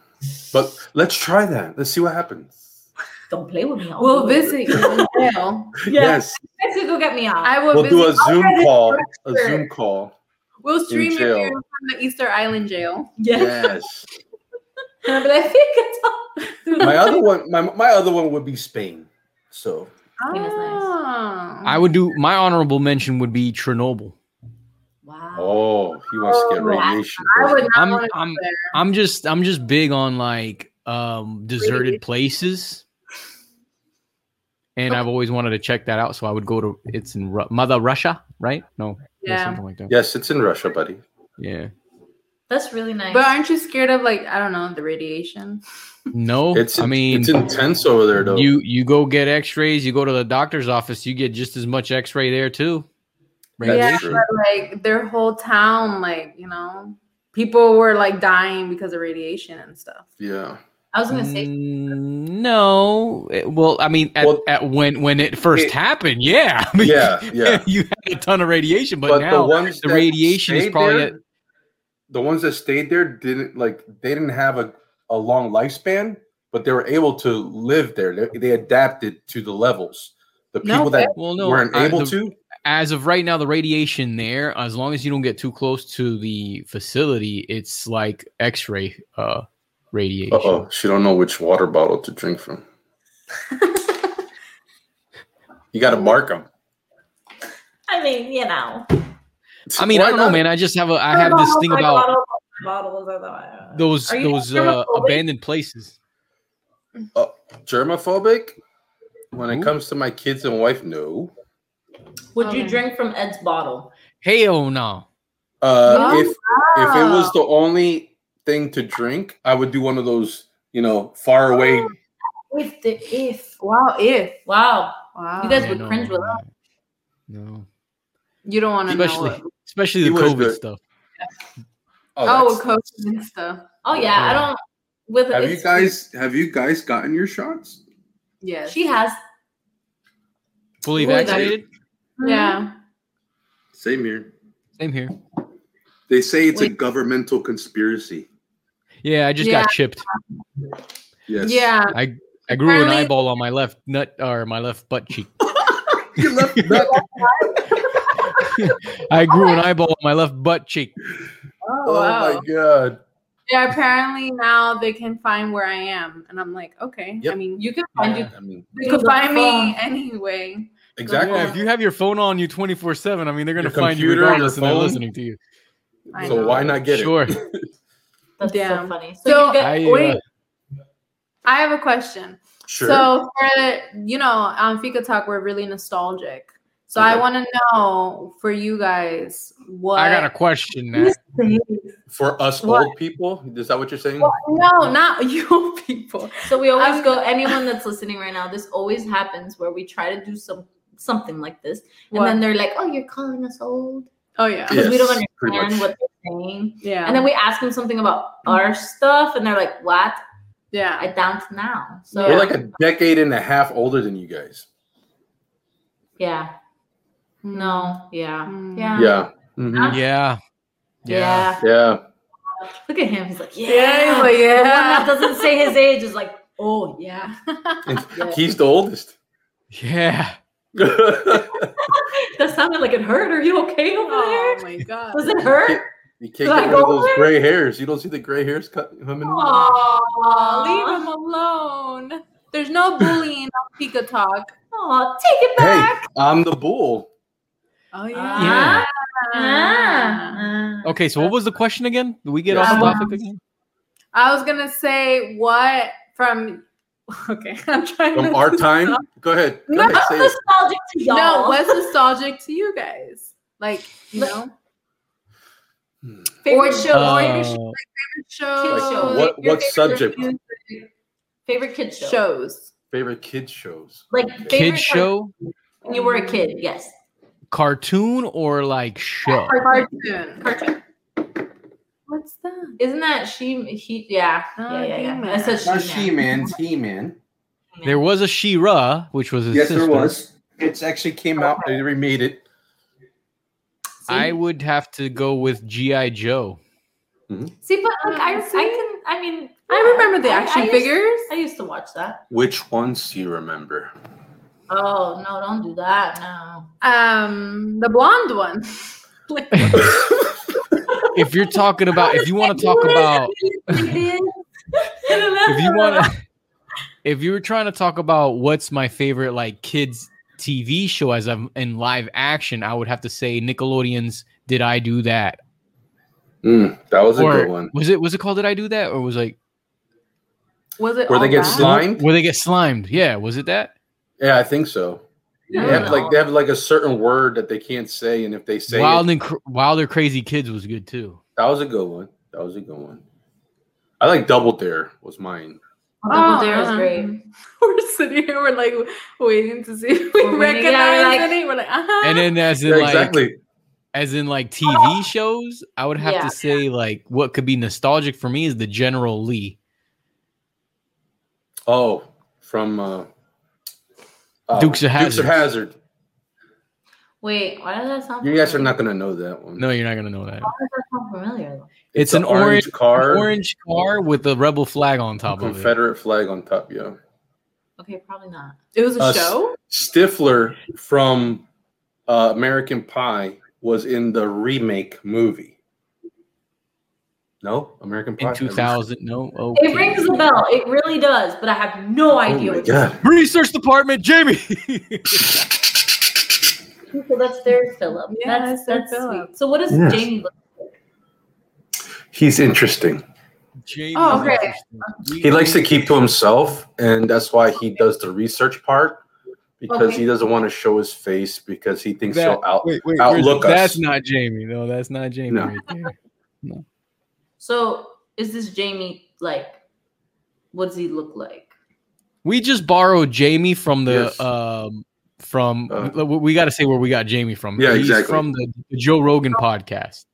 Speaker 2: But let's try that. Let's see what happens.
Speaker 1: Don't play with me. I'll
Speaker 3: We'll
Speaker 1: do it.
Speaker 3: visit you in jail.
Speaker 2: Yes,
Speaker 1: You guys could go get me out.
Speaker 3: I will
Speaker 2: we'll
Speaker 3: visit.
Speaker 2: do a Zoom
Speaker 3: Okay,
Speaker 2: call. A
Speaker 3: sure.
Speaker 2: Zoom call.
Speaker 3: we'll stream your
Speaker 2: jail.
Speaker 3: video from the Easter Island jail.
Speaker 1: yes.
Speaker 2: Yes.
Speaker 1: And I'll be like, "Think it's
Speaker 2: My
Speaker 1: all-"
Speaker 2: other one. My my other one would be Spain. So
Speaker 1: Spain is nice.
Speaker 3: Ah.
Speaker 4: I would do my honorable mention would be Chernobyl.
Speaker 1: Wow.
Speaker 2: oh, he wants to get
Speaker 3: Oh,
Speaker 2: radiation.
Speaker 3: I would not
Speaker 4: I'm
Speaker 3: want to
Speaker 4: I'm
Speaker 3: there.
Speaker 4: I'm just I'm just big on like um deserted places. And I've always wanted to check that out, so I would go to it's in Ru- Mother Russia, right? No, yeah,
Speaker 3: Yeah.
Speaker 4: something like that.
Speaker 2: Yes, it's in Russia, buddy.
Speaker 4: Yeah,
Speaker 1: That's really nice.
Speaker 3: But aren't you scared of like I don't know the radiation?
Speaker 4: no,
Speaker 2: It's
Speaker 4: I mean,
Speaker 2: it's intense over there, though.
Speaker 4: you you go get X-rays, you go to the doctor's office, you get just as much X-ray there too.
Speaker 2: That's
Speaker 3: yeah,
Speaker 2: true.
Speaker 3: but like their whole town, like you know, people were like dying because of radiation and stuff.
Speaker 2: yeah.
Speaker 1: I was gonna say
Speaker 4: Mm, no, It- well, I mean, at,
Speaker 2: Well-
Speaker 4: at when when it first
Speaker 2: It-
Speaker 4: happened, yeah, I mean,
Speaker 2: Yeah, yeah.
Speaker 4: you had a ton of radiation, but,
Speaker 2: But
Speaker 4: now
Speaker 2: the ones
Speaker 4: the
Speaker 2: that
Speaker 4: radiation is
Speaker 2: stayed
Speaker 4: probably
Speaker 2: there,
Speaker 4: at-
Speaker 2: the ones that stayed there didn't like they didn't have a, a long lifespan, but they were able to live there. They, they adapted to the levels. The
Speaker 3: No,
Speaker 2: people that
Speaker 4: well, no,
Speaker 2: weren't
Speaker 4: I-
Speaker 2: able
Speaker 4: the-
Speaker 2: to,
Speaker 4: as of right now, the radiation there, as long as you don't get too close to the facility, it's like X-ray uh, radiation.
Speaker 2: uh oh, she don't know which water bottle to drink from. you got to mark them.
Speaker 1: I mean, you know.
Speaker 4: I mean, I don't know, man. I just have a I have this thing
Speaker 1: Like,
Speaker 4: about
Speaker 1: bottle- bottles. I thought-
Speaker 4: those
Speaker 1: Are you
Speaker 4: those uh,
Speaker 1: germophobic?
Speaker 4: abandoned places.
Speaker 2: Germophobic. When it
Speaker 4: Ooh.
Speaker 2: comes to my kids and wife, no.
Speaker 1: Would you
Speaker 3: Okay.
Speaker 1: drink from Ed's bottle?
Speaker 4: Hell no.
Speaker 2: Uh,
Speaker 3: No?
Speaker 2: If if it was the only thing to drink, I would do one of those, you know, far away.
Speaker 1: If the if.
Speaker 3: wow, if
Speaker 1: Wow.
Speaker 3: wow,
Speaker 1: You guys
Speaker 4: Yeah,
Speaker 1: would cringe with
Speaker 4: no. No.
Speaker 3: You don't want to know.
Speaker 4: especially
Speaker 3: What.
Speaker 4: especially
Speaker 2: He
Speaker 4: the
Speaker 2: wears
Speaker 4: COVID
Speaker 2: the-
Speaker 4: stuff.
Speaker 3: Oh,
Speaker 2: that's-
Speaker 3: coach and stuff.
Speaker 1: Oh yeah, I don't. With
Speaker 2: have you
Speaker 1: it's-
Speaker 2: guys have you guys gotten your shots?
Speaker 3: Yes.
Speaker 1: She has.
Speaker 4: Fully
Speaker 1: Fully
Speaker 4: vaccinated.
Speaker 3: yeah.
Speaker 2: Same here.
Speaker 4: Same here.
Speaker 2: They say it's a
Speaker 1: Wait.
Speaker 2: governmental conspiracy.
Speaker 4: Yeah, I just
Speaker 3: Yeah.
Speaker 4: got chipped.
Speaker 2: Yes.
Speaker 3: Yeah.
Speaker 4: I I grew an
Speaker 3: Apparently-
Speaker 4: eyeball on my left nut or my left butt cheek.
Speaker 2: You left nut.
Speaker 4: I grew an eyeball on my left butt cheek.
Speaker 3: Oh,
Speaker 2: Oh
Speaker 3: wow.
Speaker 2: my god.
Speaker 3: Yeah. Apparently now they can find where I am, and I'm like, okay.
Speaker 2: Yep.
Speaker 3: I mean,
Speaker 1: You can find you.
Speaker 2: I mean,
Speaker 3: they could
Speaker 1: Look,
Speaker 3: find me
Speaker 1: um,
Speaker 3: anyway.
Speaker 2: exactly.
Speaker 4: Yeah, if you have your phone on you 24 7, I mean, they're going to
Speaker 2: Your
Speaker 4: find you
Speaker 2: computer, your
Speaker 4: regardless and they're
Speaker 2: phone.
Speaker 4: listening to you.
Speaker 3: I
Speaker 2: so
Speaker 3: know.
Speaker 2: why not get
Speaker 4: sure.
Speaker 2: it?
Speaker 1: That's
Speaker 3: Damn.
Speaker 1: so funny. So,
Speaker 3: So-
Speaker 1: you get,
Speaker 4: I, uh,
Speaker 3: Wait. I have a question.
Speaker 2: Sure.
Speaker 3: So, for, you know, on Fika Talk, we're really nostalgic. So, I
Speaker 2: Okay.
Speaker 3: want to know for you guys what.
Speaker 4: I got a question now.
Speaker 2: For us
Speaker 3: What?
Speaker 2: old people, is that what you're saying?
Speaker 3: No, not you people.
Speaker 1: so we always
Speaker 3: I'm-
Speaker 1: go. Anyone that's listening right now, this always happens where we try to do some something like this, and then they're like, "Oh, you're calling us old."
Speaker 3: oh, yeah.
Speaker 1: because we don't
Speaker 2: Yes, pretty
Speaker 1: understand
Speaker 2: much.
Speaker 1: what they're saying.
Speaker 3: Yeah. Mm-hmm.
Speaker 1: And then we ask them something about our stuff, and they're like, "What?
Speaker 3: yeah.
Speaker 1: I don't now." So
Speaker 2: We're like a decade and a half older than you guys.
Speaker 1: yeah, no, yeah,
Speaker 3: Mm.
Speaker 1: yeah,
Speaker 2: Yeah. Mhm.
Speaker 4: Yeah. Yeah.
Speaker 1: yeah.
Speaker 2: Yeah.
Speaker 1: Look at him; he's like, "Yeah."
Speaker 3: Yeah. he's like,
Speaker 1: The one that
Speaker 3: yeah.
Speaker 1: doesn't say his age is like, "Oh yeah."
Speaker 2: And
Speaker 1: Yeah.
Speaker 2: He's the oldest.
Speaker 4: Yeah.
Speaker 2: you
Speaker 1: That sounded like it hurt. Are you okay over
Speaker 3: Oh,
Speaker 1: there?
Speaker 3: my God.
Speaker 1: Does it hurt?
Speaker 2: can't
Speaker 1: Do I
Speaker 2: get rid
Speaker 1: go
Speaker 2: of those
Speaker 1: there?
Speaker 2: gray hairs. You don't see the gray hairs cut- coming in?
Speaker 3: Leave
Speaker 1: Oh,
Speaker 3: him alone. There's no bullying on Fika Talk.
Speaker 1: take it
Speaker 2: Hey,
Speaker 1: back. Uh-huh.
Speaker 2: I'm the bull.
Speaker 3: Oh,
Speaker 4: Yeah.
Speaker 1: Ah.
Speaker 4: Okay, so what was the question again? Did we get
Speaker 2: Yeah.
Speaker 4: off
Speaker 1: Um,
Speaker 4: topic again?
Speaker 3: I was going to say what from. Okay. I'm trying
Speaker 2: From
Speaker 3: to.
Speaker 2: our time. Go ahead. Go
Speaker 1: No,
Speaker 2: ahead. Say it.
Speaker 1: nostalgic to y'all.
Speaker 3: No, what's nostalgic to you guys? Like, you
Speaker 1: Like,
Speaker 3: know,
Speaker 1: favorite
Speaker 3: or-
Speaker 1: show?
Speaker 3: Uh,
Speaker 4: Uh,
Speaker 3: shows.
Speaker 1: shows.
Speaker 2: What-
Speaker 3: your favorite
Speaker 2: what subject?
Speaker 3: music
Speaker 1: favorite kid show.
Speaker 3: Shows.
Speaker 2: Favorite kids shows.
Speaker 1: Like favorite
Speaker 4: kid show,
Speaker 1: when you were a kid. Yes,
Speaker 4: cartoon, or like show?
Speaker 3: Cartoon.
Speaker 1: cartoon.
Speaker 3: What's that?
Speaker 1: Isn't that she? He? Yeah.
Speaker 3: Oh,
Speaker 1: yeah, yeah, yeah.
Speaker 3: He-Man.
Speaker 1: I said she.
Speaker 2: Man, He Man.
Speaker 4: There was a She-Ra, which was his sister.
Speaker 2: It's actually came out. They remade it.
Speaker 4: I would have to go with G.I. Joe.
Speaker 1: see, but like, I, I
Speaker 3: See?
Speaker 1: can. I mean,
Speaker 3: I remember the
Speaker 1: I- I
Speaker 3: action
Speaker 1: used-
Speaker 3: figures.
Speaker 1: I used to watch that.
Speaker 2: Which ones do you remember?
Speaker 1: Oh no! Don't do that. No.
Speaker 3: Um, the blonde one. Like,
Speaker 4: If you're talking about, if you want to talk about, if
Speaker 1: if
Speaker 4: you want to, if you were trying to talk about what's my favorite like kids TV show as I'm in live action, I would have to say Nickelodeon's "Did I Do That?"
Speaker 2: Hmm, that was a
Speaker 4: or
Speaker 2: good one.
Speaker 4: was it was it called "Did I Do That?" or was like
Speaker 3: was it?
Speaker 2: Where they
Speaker 3: all
Speaker 2: get
Speaker 3: that?
Speaker 2: slung? Slimed?
Speaker 4: Where they get slimed? Yeah, was it that?
Speaker 2: Yeah, I think so.
Speaker 1: I
Speaker 2: They
Speaker 1: don't
Speaker 2: have like
Speaker 1: know.
Speaker 2: they have like a certain word that they can't say, and if they say it,
Speaker 4: Wild and Cr- Wild or Crazy Kids was good too.
Speaker 2: That was a good one. That was a good one. I like Double Dare was mine.
Speaker 1: Double Dare is Oh, great.
Speaker 3: um, We're sitting here, we're like waiting to see if we
Speaker 1: We're waiting,
Speaker 3: recognize
Speaker 1: yeah, we're like-
Speaker 3: any. We're like, uh-huh.
Speaker 4: And then as in
Speaker 2: Yeah,
Speaker 4: like
Speaker 2: exactly.
Speaker 4: as in like TV shows, I would have
Speaker 1: Yeah.
Speaker 4: to say like what could be nostalgic for me is the General Lee.
Speaker 2: Oh, from uh, uh,
Speaker 4: Dukes of
Speaker 2: Dukes of Hazard.
Speaker 1: Wait, why does that sound?
Speaker 2: You guys are
Speaker 1: familiar?
Speaker 2: not gonna know that one.
Speaker 4: No, you're not gonna know that.
Speaker 1: Why does that sound familiar? though?
Speaker 4: It's,
Speaker 2: a
Speaker 4: an orange,
Speaker 2: car,
Speaker 4: orange car with a rebel flag on top of it.
Speaker 2: Confederate flag on top. Yeah,
Speaker 1: Okay, probably not.
Speaker 3: it was a
Speaker 2: Us.
Speaker 3: show.
Speaker 2: Stifler from uh, American Pie was in the remake movie. No, American Pie
Speaker 4: In 2000, no, okay.
Speaker 1: It rings a bell. It really does, but I have no
Speaker 2: Oh
Speaker 1: idea.
Speaker 2: my
Speaker 1: what you're
Speaker 2: god!
Speaker 4: Research department, Jamie.
Speaker 1: talking- So that's their Philip.
Speaker 3: Yeah,
Speaker 1: that's
Speaker 3: that's their
Speaker 1: that's
Speaker 3: Philip.
Speaker 1: sweet. So what does
Speaker 2: Yes.
Speaker 1: Jamie look?
Speaker 2: He's interesting.
Speaker 4: Jamie
Speaker 3: Oh, okay.
Speaker 2: He likes to keep to himself, and that's why he does the research part because
Speaker 1: Okay.
Speaker 2: he doesn't want to show his face because he thinks
Speaker 4: That-
Speaker 2: he'll out.
Speaker 4: Wait, wait,
Speaker 2: Outlook
Speaker 4: where's-
Speaker 2: us.
Speaker 4: That's not Jamie. No, that's not Jamie.
Speaker 2: No.
Speaker 4: Right there.
Speaker 1: So is this Jamie like? What does he look like?
Speaker 4: We just borrowed Jamie from the
Speaker 2: Yes.
Speaker 4: um from
Speaker 2: Uh.
Speaker 4: we- we got to say where we got Jamie from.
Speaker 2: Yeah,
Speaker 4: He's
Speaker 2: exactly.
Speaker 4: from the, the Joe Rogan podcast.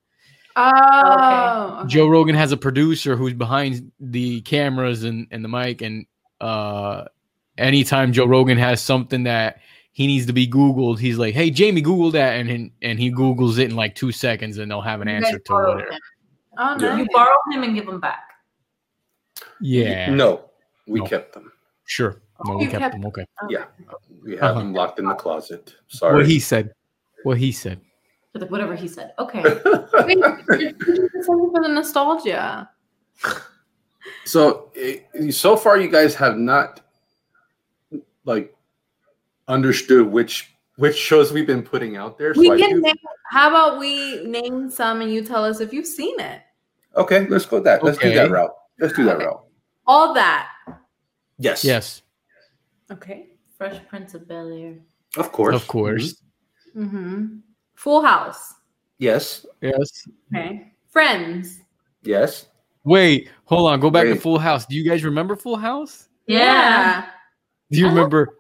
Speaker 3: Oh, okay.
Speaker 4: Joe Rogan has a producer who's behind the cameras and, and the mic. And uh, anytime Joe Rogan has something that he needs to be Googled, he's like, hey, Jamie, Google that. And, and, and he Googles it in like two seconds and they'll have an
Speaker 1: You
Speaker 4: answer
Speaker 1: guys
Speaker 4: to
Speaker 1: borrow
Speaker 4: whatever.
Speaker 1: him.
Speaker 3: Oh,
Speaker 2: Yeah.
Speaker 1: You
Speaker 3: nice.
Speaker 1: borrow him and give him back.
Speaker 4: Yeah,
Speaker 2: No, we
Speaker 4: No.
Speaker 2: kept them.
Speaker 4: sure.
Speaker 1: Oh,
Speaker 4: No, we
Speaker 3: You
Speaker 4: kept,
Speaker 3: kept-
Speaker 4: him. Okay.
Speaker 2: We have
Speaker 4: Uh-huh.
Speaker 2: them locked in the closet.
Speaker 4: What
Speaker 2: Sorry.
Speaker 4: he said. What he said.
Speaker 1: For the, whatever he said. Okay.
Speaker 3: Wait, thank you for the nostalgia.
Speaker 2: so eh, so far, you guys have not like understood which which shows we've been putting out there. So
Speaker 3: We
Speaker 2: I
Speaker 3: can
Speaker 2: do-
Speaker 3: name, how about we name some and you tell us if you've seen it?
Speaker 2: okay, let's go that. Let's do
Speaker 4: Okay.
Speaker 2: that route. Let's do that
Speaker 3: Okay.
Speaker 2: route.
Speaker 3: All that.
Speaker 2: Yes.
Speaker 4: Yes,
Speaker 3: Okay.
Speaker 1: Fresh Prince of Bel Air.
Speaker 2: Of course.
Speaker 4: of course.
Speaker 2: Mhm.
Speaker 3: Mm-hmm. Full House.
Speaker 2: Mm-hmm. Yes.
Speaker 4: Yes.
Speaker 3: Okay. Friends.
Speaker 2: Yes.
Speaker 4: Wait, hold on. Go back to
Speaker 2: Wait.
Speaker 4: Full House. Do you guys remember Full House?
Speaker 1: Yeah.
Speaker 4: Do you
Speaker 1: I love-
Speaker 4: remember?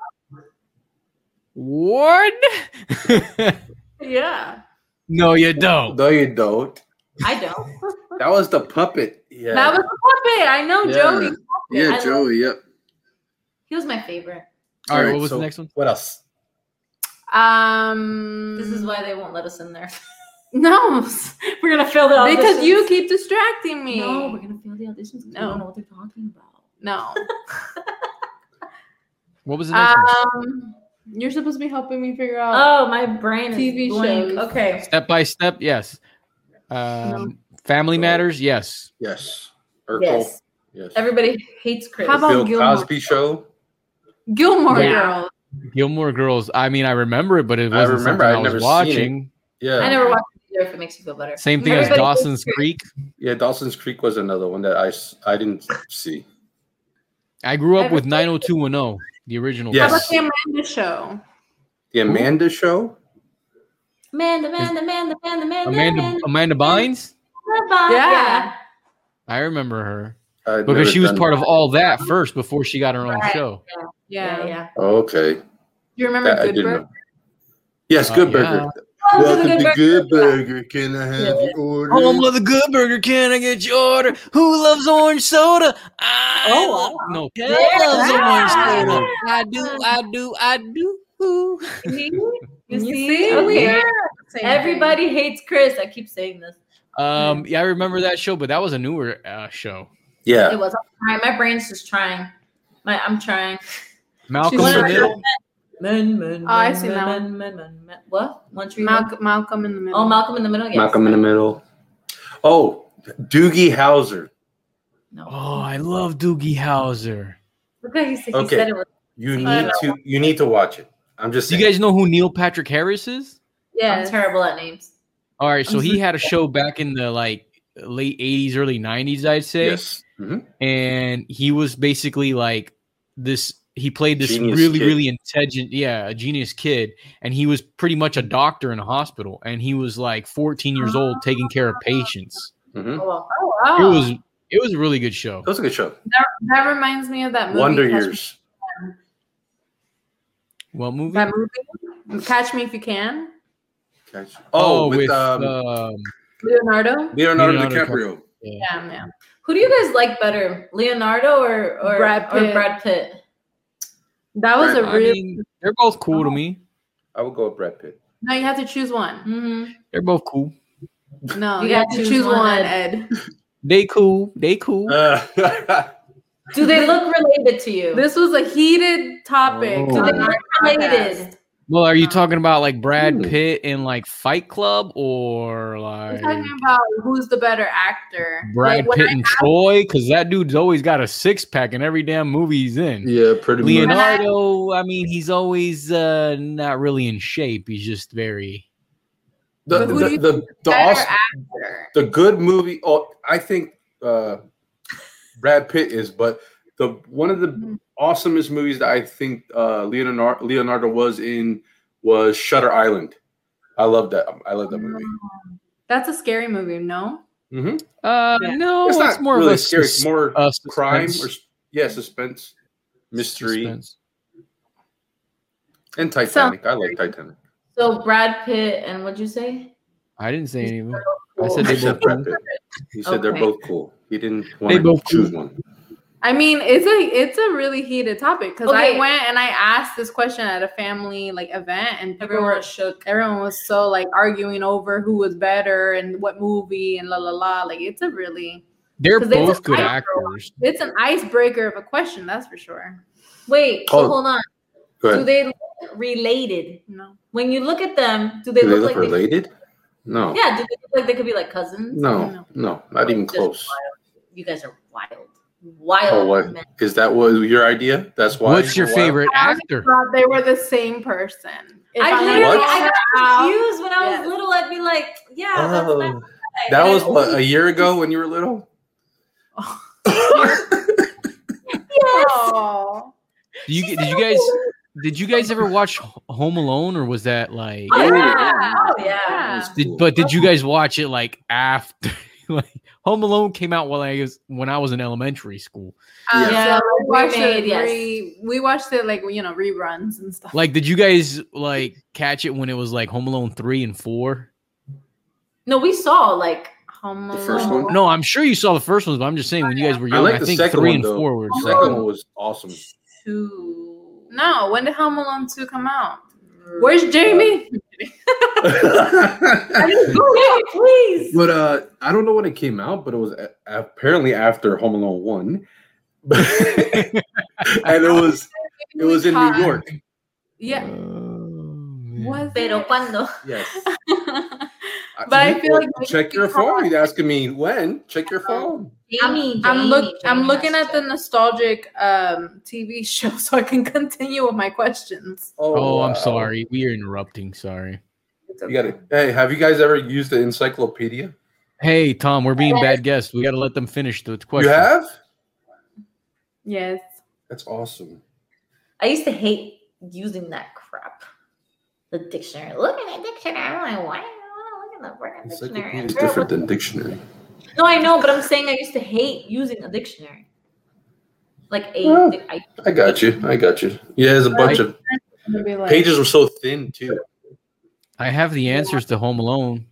Speaker 4: What?
Speaker 3: Yeah. Yeah.
Speaker 4: no, you don't.
Speaker 2: No, you don't.
Speaker 1: I don't.
Speaker 2: That was the puppet. Yeah.
Speaker 3: That was the puppet. I know,
Speaker 2: Yeah.
Speaker 3: Joey.
Speaker 1: I
Speaker 2: yeah,
Speaker 1: love-
Speaker 2: Joey. Yep.
Speaker 1: He was my favorite.
Speaker 4: All right,
Speaker 2: Alright,
Speaker 4: what was the
Speaker 2: so
Speaker 4: next one?
Speaker 2: What else?
Speaker 3: Um,
Speaker 1: This is why they won't let us in there.
Speaker 3: no,
Speaker 1: We're gonna fail the auditions.
Speaker 3: because you keep distracting me.
Speaker 1: No, we're gonna fail the auditions. 'cause We
Speaker 3: No.
Speaker 1: don't know what they're talking about.
Speaker 3: No.
Speaker 4: What was the next one?
Speaker 3: Um, you're supposed to be helping me figure out.
Speaker 1: Oh, my brain is
Speaker 3: TV
Speaker 1: blank.
Speaker 3: shows.
Speaker 1: Okay.
Speaker 4: Step by step, yes. Um, Family
Speaker 2: No.
Speaker 4: Matters, yes.
Speaker 2: Yes. Urkel.
Speaker 1: Yes.
Speaker 2: Yes.
Speaker 1: Everybody hates Chris.
Speaker 3: How about
Speaker 2: Bill
Speaker 3: Gilmore?
Speaker 2: Cosby show.
Speaker 3: Gilmore
Speaker 4: Yeah.
Speaker 3: Girls.
Speaker 4: Gilmore Girls. I mean, I remember it, but it
Speaker 2: I
Speaker 4: wasn't
Speaker 2: remember,
Speaker 4: something
Speaker 2: I'd
Speaker 4: I was
Speaker 2: never seen
Speaker 4: watching.
Speaker 2: Yeah.
Speaker 1: I never watched it either. If it makes you feel better.
Speaker 4: Same thing as
Speaker 1: Everybody hates
Speaker 4: Dawson's
Speaker 1: Chris.
Speaker 4: Creek.
Speaker 2: Yeah, Dawson's Creek was another one that I s- I didn't see.
Speaker 4: I grew up with
Speaker 3: Everybody-
Speaker 4: 90210, the original.
Speaker 2: Yes.
Speaker 3: How about the Amanda Show?
Speaker 2: The Amanda show.
Speaker 1: Amanda, Amanda, Amanda, Amanda, Amanda,
Speaker 4: Amanda
Speaker 2: um,
Speaker 4: Amanda Bynes.
Speaker 1: Amanda.
Speaker 3: Yeah.
Speaker 1: Yeah.
Speaker 4: I remember her
Speaker 2: I'd
Speaker 4: because
Speaker 2: never
Speaker 4: she was
Speaker 2: done
Speaker 4: part of all that first before she got her own
Speaker 1: Right.
Speaker 4: show.
Speaker 3: Yeah.
Speaker 1: Yeah. Yeah.
Speaker 2: that. Oh, Okay.
Speaker 3: Do you remember
Speaker 2: That I
Speaker 3: Good
Speaker 2: didn't
Speaker 3: Bird?
Speaker 2: know. Yes,
Speaker 4: Uh,
Speaker 2: Good
Speaker 4: yeah.
Speaker 2: Burger.
Speaker 1: Oh,
Speaker 2: Welcome
Speaker 1: the
Speaker 2: to
Speaker 1: Good
Speaker 2: Good Burger. Can I have your order?
Speaker 3: Oh,
Speaker 4: Home of the Oh, good burger. Can I get your order? Who loves orange soda? I
Speaker 1: Oh,
Speaker 4: love-
Speaker 1: wow.
Speaker 4: no. Cat
Speaker 1: Yeah.
Speaker 4: loves
Speaker 1: Yeah.
Speaker 4: orange soda. I do. I do. I do.
Speaker 1: See?
Speaker 3: You
Speaker 1: You
Speaker 3: see?
Speaker 1: see? Okay.
Speaker 3: Same thing.
Speaker 1: Everybody hates Chris. I keep saying this.
Speaker 4: Um. Yeah, I remember that show, but that was a newer uh, show.
Speaker 1: It
Speaker 2: Yeah.
Speaker 1: was. I'm trying. My brain's just trying. My, I'm trying.
Speaker 4: Malcolm
Speaker 1: She's
Speaker 4: in the
Speaker 1: like-
Speaker 4: Middle.
Speaker 1: Men, men,
Speaker 3: Oh, I've seen that
Speaker 1: men, men, men, men. What? One tree. Hill?
Speaker 3: Malcolm, Malcolm in the Middle.
Speaker 1: Oh, Malcolm in the Middle. Yes.
Speaker 2: Malcolm in the Middle. Oh, Doogie Howser.
Speaker 1: No.
Speaker 4: Oh, I love Doogie Howser.
Speaker 1: Look at he said. He
Speaker 2: Okay.
Speaker 1: said it was.
Speaker 2: You
Speaker 1: I
Speaker 2: need
Speaker 1: don't
Speaker 2: to you need to watch it. I'm just
Speaker 4: Do
Speaker 2: saying.
Speaker 4: you guys know who Neil Patrick Harris is?
Speaker 3: Yes.
Speaker 1: I'm terrible at names.
Speaker 4: All right, so
Speaker 3: I'm
Speaker 4: he had a show back in the like late '80s, early '90s, I'd say.
Speaker 2: yes. Mhm.
Speaker 4: and he was basically like this he played this
Speaker 2: Genius
Speaker 4: really
Speaker 2: kid.
Speaker 4: really intelligent yeah a genius kid and he was pretty much a doctor in a hospital and he was like 14 years old taking care of patients
Speaker 2: Mhm.
Speaker 1: Oh, well.
Speaker 3: Oh,
Speaker 4: it
Speaker 3: wow.
Speaker 4: was it was a really good show
Speaker 2: That was a good show.
Speaker 3: that reminds me of Oh. that movie.
Speaker 2: Wonder
Speaker 3: Catch Me-
Speaker 2: Years.
Speaker 4: what movie
Speaker 3: That movie, Catch Me If You Can.
Speaker 2: Catch- Oh, with, um,
Speaker 4: um,
Speaker 3: Leonardo.
Speaker 2: Leonardo,
Speaker 4: Leonardo
Speaker 2: DiCaprio.
Speaker 3: Yeah, man.
Speaker 1: Who do you guys like better, Leonardo or or
Speaker 3: Brad
Speaker 1: or
Speaker 3: Pitt.
Speaker 1: Brad Pitt?
Speaker 3: That was
Speaker 2: Brad
Speaker 3: a
Speaker 4: I
Speaker 3: real. Oh.
Speaker 4: mean, they're both cool to me
Speaker 2: I would go with Brad Pitt.
Speaker 3: no, you have to choose one.
Speaker 1: Mm-hmm.
Speaker 4: they're both cool
Speaker 3: No,
Speaker 1: You
Speaker 3: you, have
Speaker 1: gotta
Speaker 3: to choose,
Speaker 1: choose
Speaker 3: one,
Speaker 1: one,
Speaker 3: Ed.
Speaker 4: they cool they cool
Speaker 2: Uh,
Speaker 1: Do they look related to you?
Speaker 3: This was a heated topic.
Speaker 4: Oh.
Speaker 3: to the
Speaker 1: related.
Speaker 4: well are you talking about like brad
Speaker 2: Ooh.
Speaker 4: pitt in like fight club or
Speaker 3: We're
Speaker 4: like
Speaker 3: talking about who's the better actor.
Speaker 4: Brad
Speaker 3: Like, when
Speaker 4: Pitt and Troy, because that dude's always got a six pack in every damn movie he's in.
Speaker 2: yeah, pretty much.
Speaker 4: Leonardo, I mean, he's always uh, not really in shape. He's just very.
Speaker 2: The,
Speaker 3: But
Speaker 2: the,
Speaker 3: who do you
Speaker 2: the,
Speaker 3: I-
Speaker 2: the,
Speaker 3: better
Speaker 2: awesome-
Speaker 3: actor.
Speaker 2: the good movie. Oh, I think uh, Brad Pitt is, but the one of the
Speaker 3: Mhm.
Speaker 1: Mm-hmm.
Speaker 2: awesomest movies that I think uh, Leonardo Leonardo was in was Shutter Island. I love that. I love that movie.
Speaker 3: That's a scary movie, no?
Speaker 1: Oh.
Speaker 2: hmm
Speaker 4: Uh,
Speaker 3: Yeah.
Speaker 4: No,
Speaker 2: it's
Speaker 4: it's,
Speaker 2: not
Speaker 4: more
Speaker 2: really
Speaker 4: of a
Speaker 2: scary.
Speaker 4: sus-
Speaker 2: It's more
Speaker 4: uh,
Speaker 2: crime or
Speaker 4: suspense-
Speaker 2: s- yeah, suspense, mystery.
Speaker 4: suspense.
Speaker 2: And Titanic. I like Titanic.
Speaker 1: So Brad Pitt and what'd you say?
Speaker 4: I didn't say any of them. I
Speaker 1: Cool.
Speaker 4: said they both.
Speaker 2: Except Brad Pitt. He said they're
Speaker 1: Okay.
Speaker 2: both cool. He didn't
Speaker 4: They
Speaker 2: want to
Speaker 4: both
Speaker 2: choose one.
Speaker 3: I mean, it's a it's a really heated topic because
Speaker 1: Okay.
Speaker 3: I went and I asked this question at a family like event, and people
Speaker 1: Everyone
Speaker 3: were
Speaker 1: was shook.
Speaker 3: everyone was so like arguing over who was better and what movie and la la la. Like it's a really
Speaker 4: They're
Speaker 3: 'Cause they
Speaker 4: both
Speaker 3: took
Speaker 4: good
Speaker 3: my girl.
Speaker 4: actors.
Speaker 3: it's an icebreaker of a question, that's for sure.
Speaker 1: Wait, so
Speaker 2: Oh,
Speaker 1: hold on.
Speaker 2: Go
Speaker 1: Do
Speaker 2: ahead.
Speaker 1: they look related?
Speaker 3: No,
Speaker 1: When you look at them, do they
Speaker 2: Do they
Speaker 1: look like
Speaker 2: look
Speaker 1: they-
Speaker 2: related? No.
Speaker 1: Yeah, do they look like they could be like cousins?
Speaker 2: No. No. Not even close.
Speaker 1: You guys are wild. Wild
Speaker 2: Oh, what?
Speaker 1: men.
Speaker 2: Is that what your idea? That's why.
Speaker 4: What's your
Speaker 2: Why-
Speaker 4: favorite
Speaker 3: I was-
Speaker 4: actor?
Speaker 3: thought they were the same person. If
Speaker 1: I
Speaker 3: I'm
Speaker 1: literally
Speaker 2: What?
Speaker 1: I got
Speaker 3: out-
Speaker 1: confused when I was
Speaker 3: Yes.
Speaker 1: little. I'd be like, yeah, that's
Speaker 2: Oh,
Speaker 1: that guy.
Speaker 2: that
Speaker 1: And
Speaker 2: was
Speaker 1: I
Speaker 2: what
Speaker 1: always-
Speaker 2: a year ago when you were little.
Speaker 1: yes.
Speaker 3: Oh.
Speaker 4: Do you did you guys did you guys ever watch H- Home Alone or was that like?
Speaker 1: Oh,
Speaker 2: Ooh.
Speaker 1: yeah. Oh, yeah.
Speaker 3: Yeah.
Speaker 4: Did, but did you guys watch it like after? like Home Alone came out while I was when I was in elementary school.
Speaker 3: Um,
Speaker 1: Yeah.
Speaker 3: so we watched
Speaker 1: Remade,
Speaker 3: it.
Speaker 1: yes.
Speaker 3: Re, we watched it like you know reruns and stuff.
Speaker 4: Like, did you guys like catch it when it was like Home Alone three and four?
Speaker 1: No, we saw like
Speaker 3: Home
Speaker 2: The first
Speaker 3: Alone.
Speaker 2: one?
Speaker 4: No, I'm sure you saw the first ones, but I'm just saying when you guys were
Speaker 2: I
Speaker 4: young, I,
Speaker 2: like the
Speaker 4: think
Speaker 2: second
Speaker 4: three
Speaker 2: one
Speaker 4: and
Speaker 2: though.
Speaker 4: four were.
Speaker 2: The second one was awesome.
Speaker 1: two.
Speaker 3: No, when did Home Alone two come out? Where's Jamie?
Speaker 1: Google, please.
Speaker 2: but uh, I don't know when it came out, but it was a- apparently after Home Alone one, and it was it was in New York.
Speaker 4: Oh,
Speaker 3: Yeah. Was
Speaker 1: Pero
Speaker 3: it?
Speaker 1: cuando.
Speaker 2: Yes,
Speaker 3: But I feel like we
Speaker 2: check your
Speaker 3: should call
Speaker 2: phone.
Speaker 3: it-
Speaker 2: You're asking me when? Check your phone.
Speaker 1: Jamie,
Speaker 3: I'm look.
Speaker 1: Jamie,
Speaker 3: I'm
Speaker 1: Jamie
Speaker 3: looking
Speaker 1: has
Speaker 3: at
Speaker 1: to-
Speaker 3: the nostalgic um, TV show, so I can continue with my questions.
Speaker 4: Oh,
Speaker 2: wow.
Speaker 4: I'm sorry. We are interrupting. Sorry.
Speaker 2: You got it. Hey, have you guys ever used the encyclopedia?
Speaker 4: Hey, Tom, we're being bad guests. We got to let them finish the question.
Speaker 2: You have?
Speaker 3: Yes.
Speaker 2: That's awesome.
Speaker 1: I used to hate using that crap. The dictionary. Look at the dictionary. I'm like, why do I want to look at the freaking dictionary?
Speaker 2: Encyclopedia is
Speaker 1: Girl,
Speaker 2: different
Speaker 1: what-
Speaker 2: than dictionary.
Speaker 1: No, I know, but I'm saying I used to hate using a dictionary. Like a
Speaker 2: Yeah.
Speaker 1: dic- I-
Speaker 2: I got you. I got you. Yeah, there's a bunch of
Speaker 3: I'm gonna be like-
Speaker 2: pages were so thin too.
Speaker 4: I have the answers to Home Alone.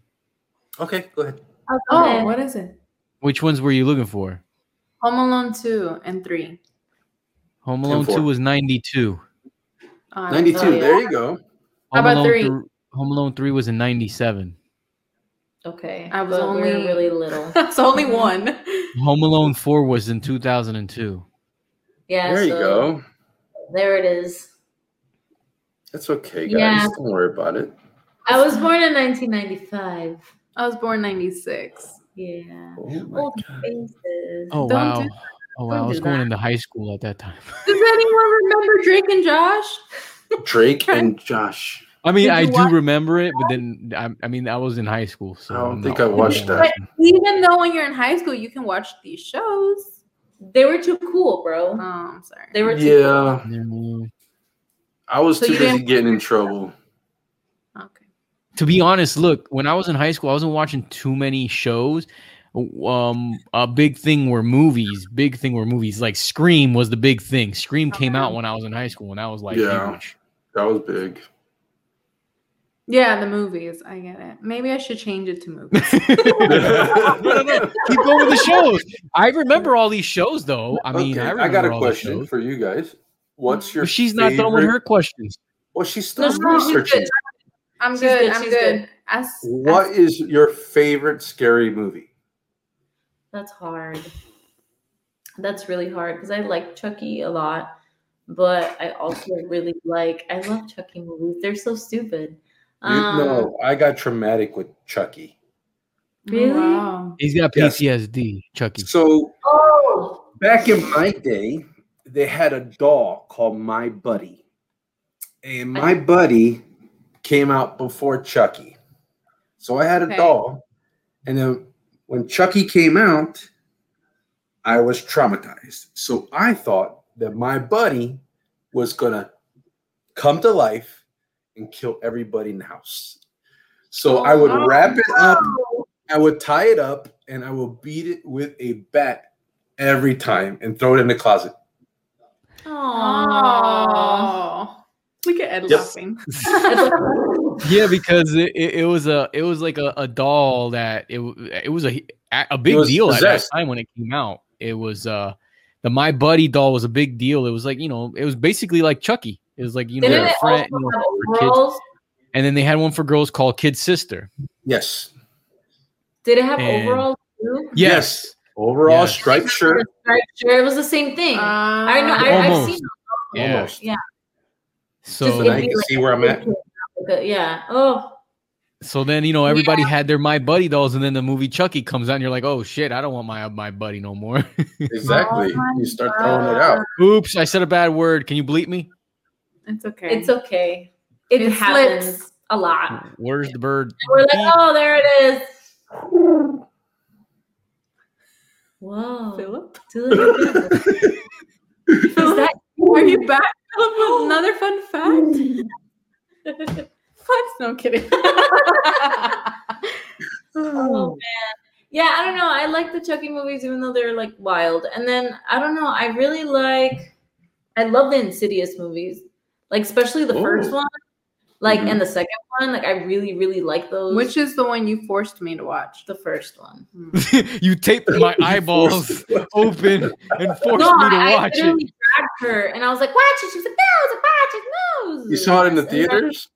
Speaker 2: Okay, go ahead.
Speaker 3: Oh, what is it?
Speaker 4: Which ones were you looking for?
Speaker 3: Home Alone two and three.
Speaker 4: Home Alone
Speaker 2: four.
Speaker 4: two was 92.
Speaker 3: Uh,
Speaker 2: Ninety-two.
Speaker 1: Oh, yeah.
Speaker 2: There you go.
Speaker 3: How
Speaker 4: Home
Speaker 3: about
Speaker 4: Alone
Speaker 3: three?
Speaker 4: thr- Home Alone three was in 97.
Speaker 1: Okay.
Speaker 3: I was
Speaker 1: But we were
Speaker 3: only-
Speaker 1: really little.
Speaker 3: That's only one.
Speaker 4: Home Alone four was in 2002.
Speaker 1: Yeah.
Speaker 2: there you
Speaker 1: so
Speaker 2: go.
Speaker 1: There it is.
Speaker 2: That's okay, guys.
Speaker 1: Yeah.
Speaker 2: Don't worry about it.
Speaker 1: I was born in 1995.
Speaker 3: I was born ninety six.
Speaker 1: Yeah.
Speaker 2: Oh my
Speaker 1: Old
Speaker 2: God.
Speaker 1: faces.
Speaker 3: Don't
Speaker 4: Oh
Speaker 3: do
Speaker 4: wow.
Speaker 3: that.
Speaker 4: Oh wow.
Speaker 1: Don't
Speaker 4: I was
Speaker 1: do
Speaker 4: going
Speaker 1: that.
Speaker 4: into high school at that time.
Speaker 3: Does anyone remember Drake and Josh?
Speaker 2: Drake and Josh.
Speaker 4: I mean,
Speaker 3: Did
Speaker 4: I
Speaker 3: you
Speaker 4: do
Speaker 3: watch-
Speaker 4: remember it, but then I, I mean, I was in high school, so
Speaker 2: I don't
Speaker 4: no.
Speaker 2: think I watched
Speaker 4: No.
Speaker 2: that.
Speaker 3: Even though when you're in high school, you can watch these shows.
Speaker 1: They were too cool, bro.
Speaker 3: Oh, I'm sorry.
Speaker 1: They were too
Speaker 2: Yeah,
Speaker 4: No.
Speaker 2: I was
Speaker 3: So
Speaker 2: too
Speaker 3: you
Speaker 2: busy
Speaker 3: didn't-
Speaker 2: getting in trouble.
Speaker 3: okay.
Speaker 4: To be honest, look, when I was in high school, I wasn't watching too many shows. Um, a big thing were movies. Big thing were movies. Like Scream was the big thing. Scream
Speaker 3: Oh,
Speaker 4: came out when I was in high school, and I was like,
Speaker 2: Yeah.
Speaker 4: huge.
Speaker 2: That was big.
Speaker 3: Yeah, the movies. I get it. Maybe I should change it to movies.
Speaker 4: no, no, no. Keep going with the shows. I remember all these shows, though. I mean,
Speaker 2: Okay,
Speaker 4: I,
Speaker 2: I, got
Speaker 4: remember
Speaker 2: a
Speaker 4: all these
Speaker 2: question
Speaker 4: shows.
Speaker 2: for you guys. What's your
Speaker 4: But she's not done with
Speaker 2: favorite-
Speaker 4: her questions.
Speaker 2: Well, she's still
Speaker 1: No, no, she's
Speaker 2: researching.
Speaker 1: good.
Speaker 3: I'm
Speaker 1: She's
Speaker 3: good.
Speaker 1: good,
Speaker 3: I'm
Speaker 1: she's
Speaker 3: good.
Speaker 1: good.
Speaker 3: As,
Speaker 2: What
Speaker 3: as-
Speaker 2: is your favorite scary movie?
Speaker 1: That's hard. That's really hard because I like Chucky a lot, but I also really like I love Chucky movies. They're so stupid.
Speaker 2: You-
Speaker 1: Um,
Speaker 2: no, I got traumatic with Chucky.
Speaker 1: Really?
Speaker 3: Wow.
Speaker 4: He's got
Speaker 2: Yes.
Speaker 4: PTSD, Chucky.
Speaker 2: So
Speaker 1: Oh,
Speaker 2: back in my day, they had a doll called My Buddy, and My Buddy came out before Chucky. So I had a
Speaker 3: Okay.
Speaker 2: doll, and then when Chucky came out, I was traumatized. So I thought that My Buddy was gonna come to life and kill everybody in the house. So I would
Speaker 3: Oh,
Speaker 2: wrap it up I would tie it up and I will beat it with a bat every time and throw it in the closet.
Speaker 1: Aww.
Speaker 3: Oh. Look at Ed
Speaker 2: Yep.
Speaker 3: laughing.
Speaker 4: Yeah, because it, it, it was a it was like a, a doll that it w- it was a a big
Speaker 2: It was
Speaker 4: deal at that
Speaker 2: possessed.
Speaker 4: time when it came out. It was uh the My Buddy doll was a big deal. It was like you know it was basically like Chucky. It was like you know,
Speaker 1: Didn't
Speaker 4: a
Speaker 1: it
Speaker 4: friend, you
Speaker 1: also
Speaker 4: know,
Speaker 1: have
Speaker 4: for kids.
Speaker 1: overalls?
Speaker 4: and then they had one for girls called Kid Sister.
Speaker 2: Yes.
Speaker 1: Did it have
Speaker 4: And-
Speaker 1: overalls too?
Speaker 4: Yes,
Speaker 2: Overall
Speaker 4: Yes.
Speaker 2: striped shirt.
Speaker 1: Striped shirt. It was the same
Speaker 3: Uh,
Speaker 1: thing. I know.
Speaker 3: I,
Speaker 1: I, I've
Speaker 4: Almost.
Speaker 1: seen.
Speaker 4: yeah.
Speaker 2: Almost.
Speaker 1: Yeah.
Speaker 4: So
Speaker 2: So now you can see where I'm
Speaker 3: Oh
Speaker 2: at.
Speaker 1: Okay, Yeah. Oh,
Speaker 4: so then you know everybody had their My Buddy dolls, and then the movie Chucky comes out, and you're like, oh shit, I don't want my My Buddy no more.
Speaker 2: Exactly.
Speaker 3: Oh my
Speaker 2: you start throwing it out.
Speaker 4: Oops, I said a bad word. Can you bleep me?
Speaker 3: it's okay.
Speaker 1: it's okay. It,
Speaker 3: It
Speaker 1: happens
Speaker 3: slips.
Speaker 1: a lot.
Speaker 4: Where's the bird?
Speaker 1: We're like, oh, there it is. Whoa.
Speaker 3: Philip.
Speaker 1: Dude, is
Speaker 3: Philip,
Speaker 1: that
Speaker 3: are you back? Philip with another fun fact. What? No I'm kidding.
Speaker 1: Oh man. Yeah, I don't know. I like the Chucky movies even though they're like wild. And then I don't know, I really like I love the Insidious movies. Like especially the first
Speaker 2: Ooh.
Speaker 1: one. Like
Speaker 2: Mhm.
Speaker 1: and the second one. Like I really, really like those.
Speaker 3: Which is the one you forced me to watch?
Speaker 1: the first one.
Speaker 4: you taped my eyeballs open and forced me to
Speaker 1: I,
Speaker 4: watch
Speaker 1: I
Speaker 4: it.
Speaker 1: literally grabbed her and I was like, watch it. She was like, no, watch it, no.
Speaker 2: You saw it in the
Speaker 1: And then
Speaker 2: theaters?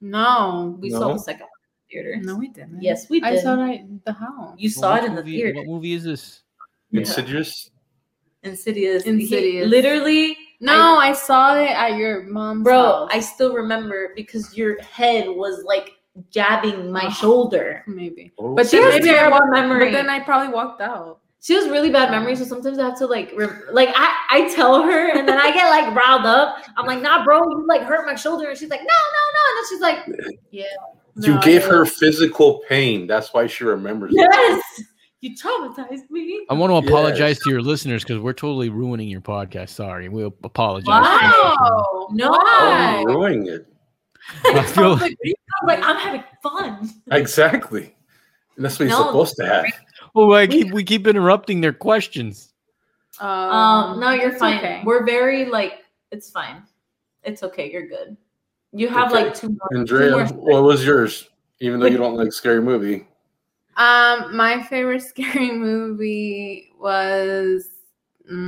Speaker 3: No.
Speaker 1: We
Speaker 2: No.
Speaker 1: saw the second one in the theater.
Speaker 3: No, we didn't.
Speaker 1: Yes, we did.
Speaker 3: I saw it at the house.
Speaker 1: you saw
Speaker 4: What
Speaker 1: it in the
Speaker 4: movie-
Speaker 1: theater.
Speaker 4: What movie is this?
Speaker 1: Yeah.
Speaker 2: Insidious.
Speaker 1: Insidious. He
Speaker 3: Insidious.
Speaker 1: literally
Speaker 3: No, I, saw it at your mom's
Speaker 1: Bro,
Speaker 3: house.
Speaker 1: I still remember because your head was like jabbing my shoulder.
Speaker 3: maybe.
Speaker 2: Oh.
Speaker 3: But
Speaker 1: She
Speaker 3: then
Speaker 1: has
Speaker 3: maybe I
Speaker 1: terrible
Speaker 3: walked,
Speaker 1: memory.
Speaker 3: But then I probably walked out.
Speaker 1: She has really bad memory, so sometimes I have to like, rem- like I, I tell her, and then I get like riled up. I'm like, nah, bro, you like hurt my shoulder, and she's like, no, no, no, and then she's like,
Speaker 2: you
Speaker 3: No, I
Speaker 2: gave her
Speaker 3: didn't.
Speaker 2: physical pain. That's why she remembers it.
Speaker 1: yes, you traumatized me.
Speaker 4: I want to
Speaker 2: Yes.
Speaker 4: apologize to your listeners because we're totally ruining your podcast. Sorry, we apologize.
Speaker 3: Wow.
Speaker 1: No,
Speaker 2: Oh,
Speaker 3: Why?
Speaker 2: you're ruining it.
Speaker 4: I feel
Speaker 3: Sounds like-
Speaker 1: I'm like I'm having fun.
Speaker 2: Exactly. And that's what you're
Speaker 1: No.
Speaker 2: supposed to have.
Speaker 4: well, I keep we keep interrupting their questions.
Speaker 1: Um, no, you're
Speaker 3: it's
Speaker 1: fine.
Speaker 3: okay.
Speaker 1: We're very like, it's fine. It's okay. You're good. You have
Speaker 2: Okay.
Speaker 1: like two more. two
Speaker 2: Andrea,
Speaker 1: more-
Speaker 2: what was yours? Even though you don't like scary movie.
Speaker 3: Um, my favorite scary movie was.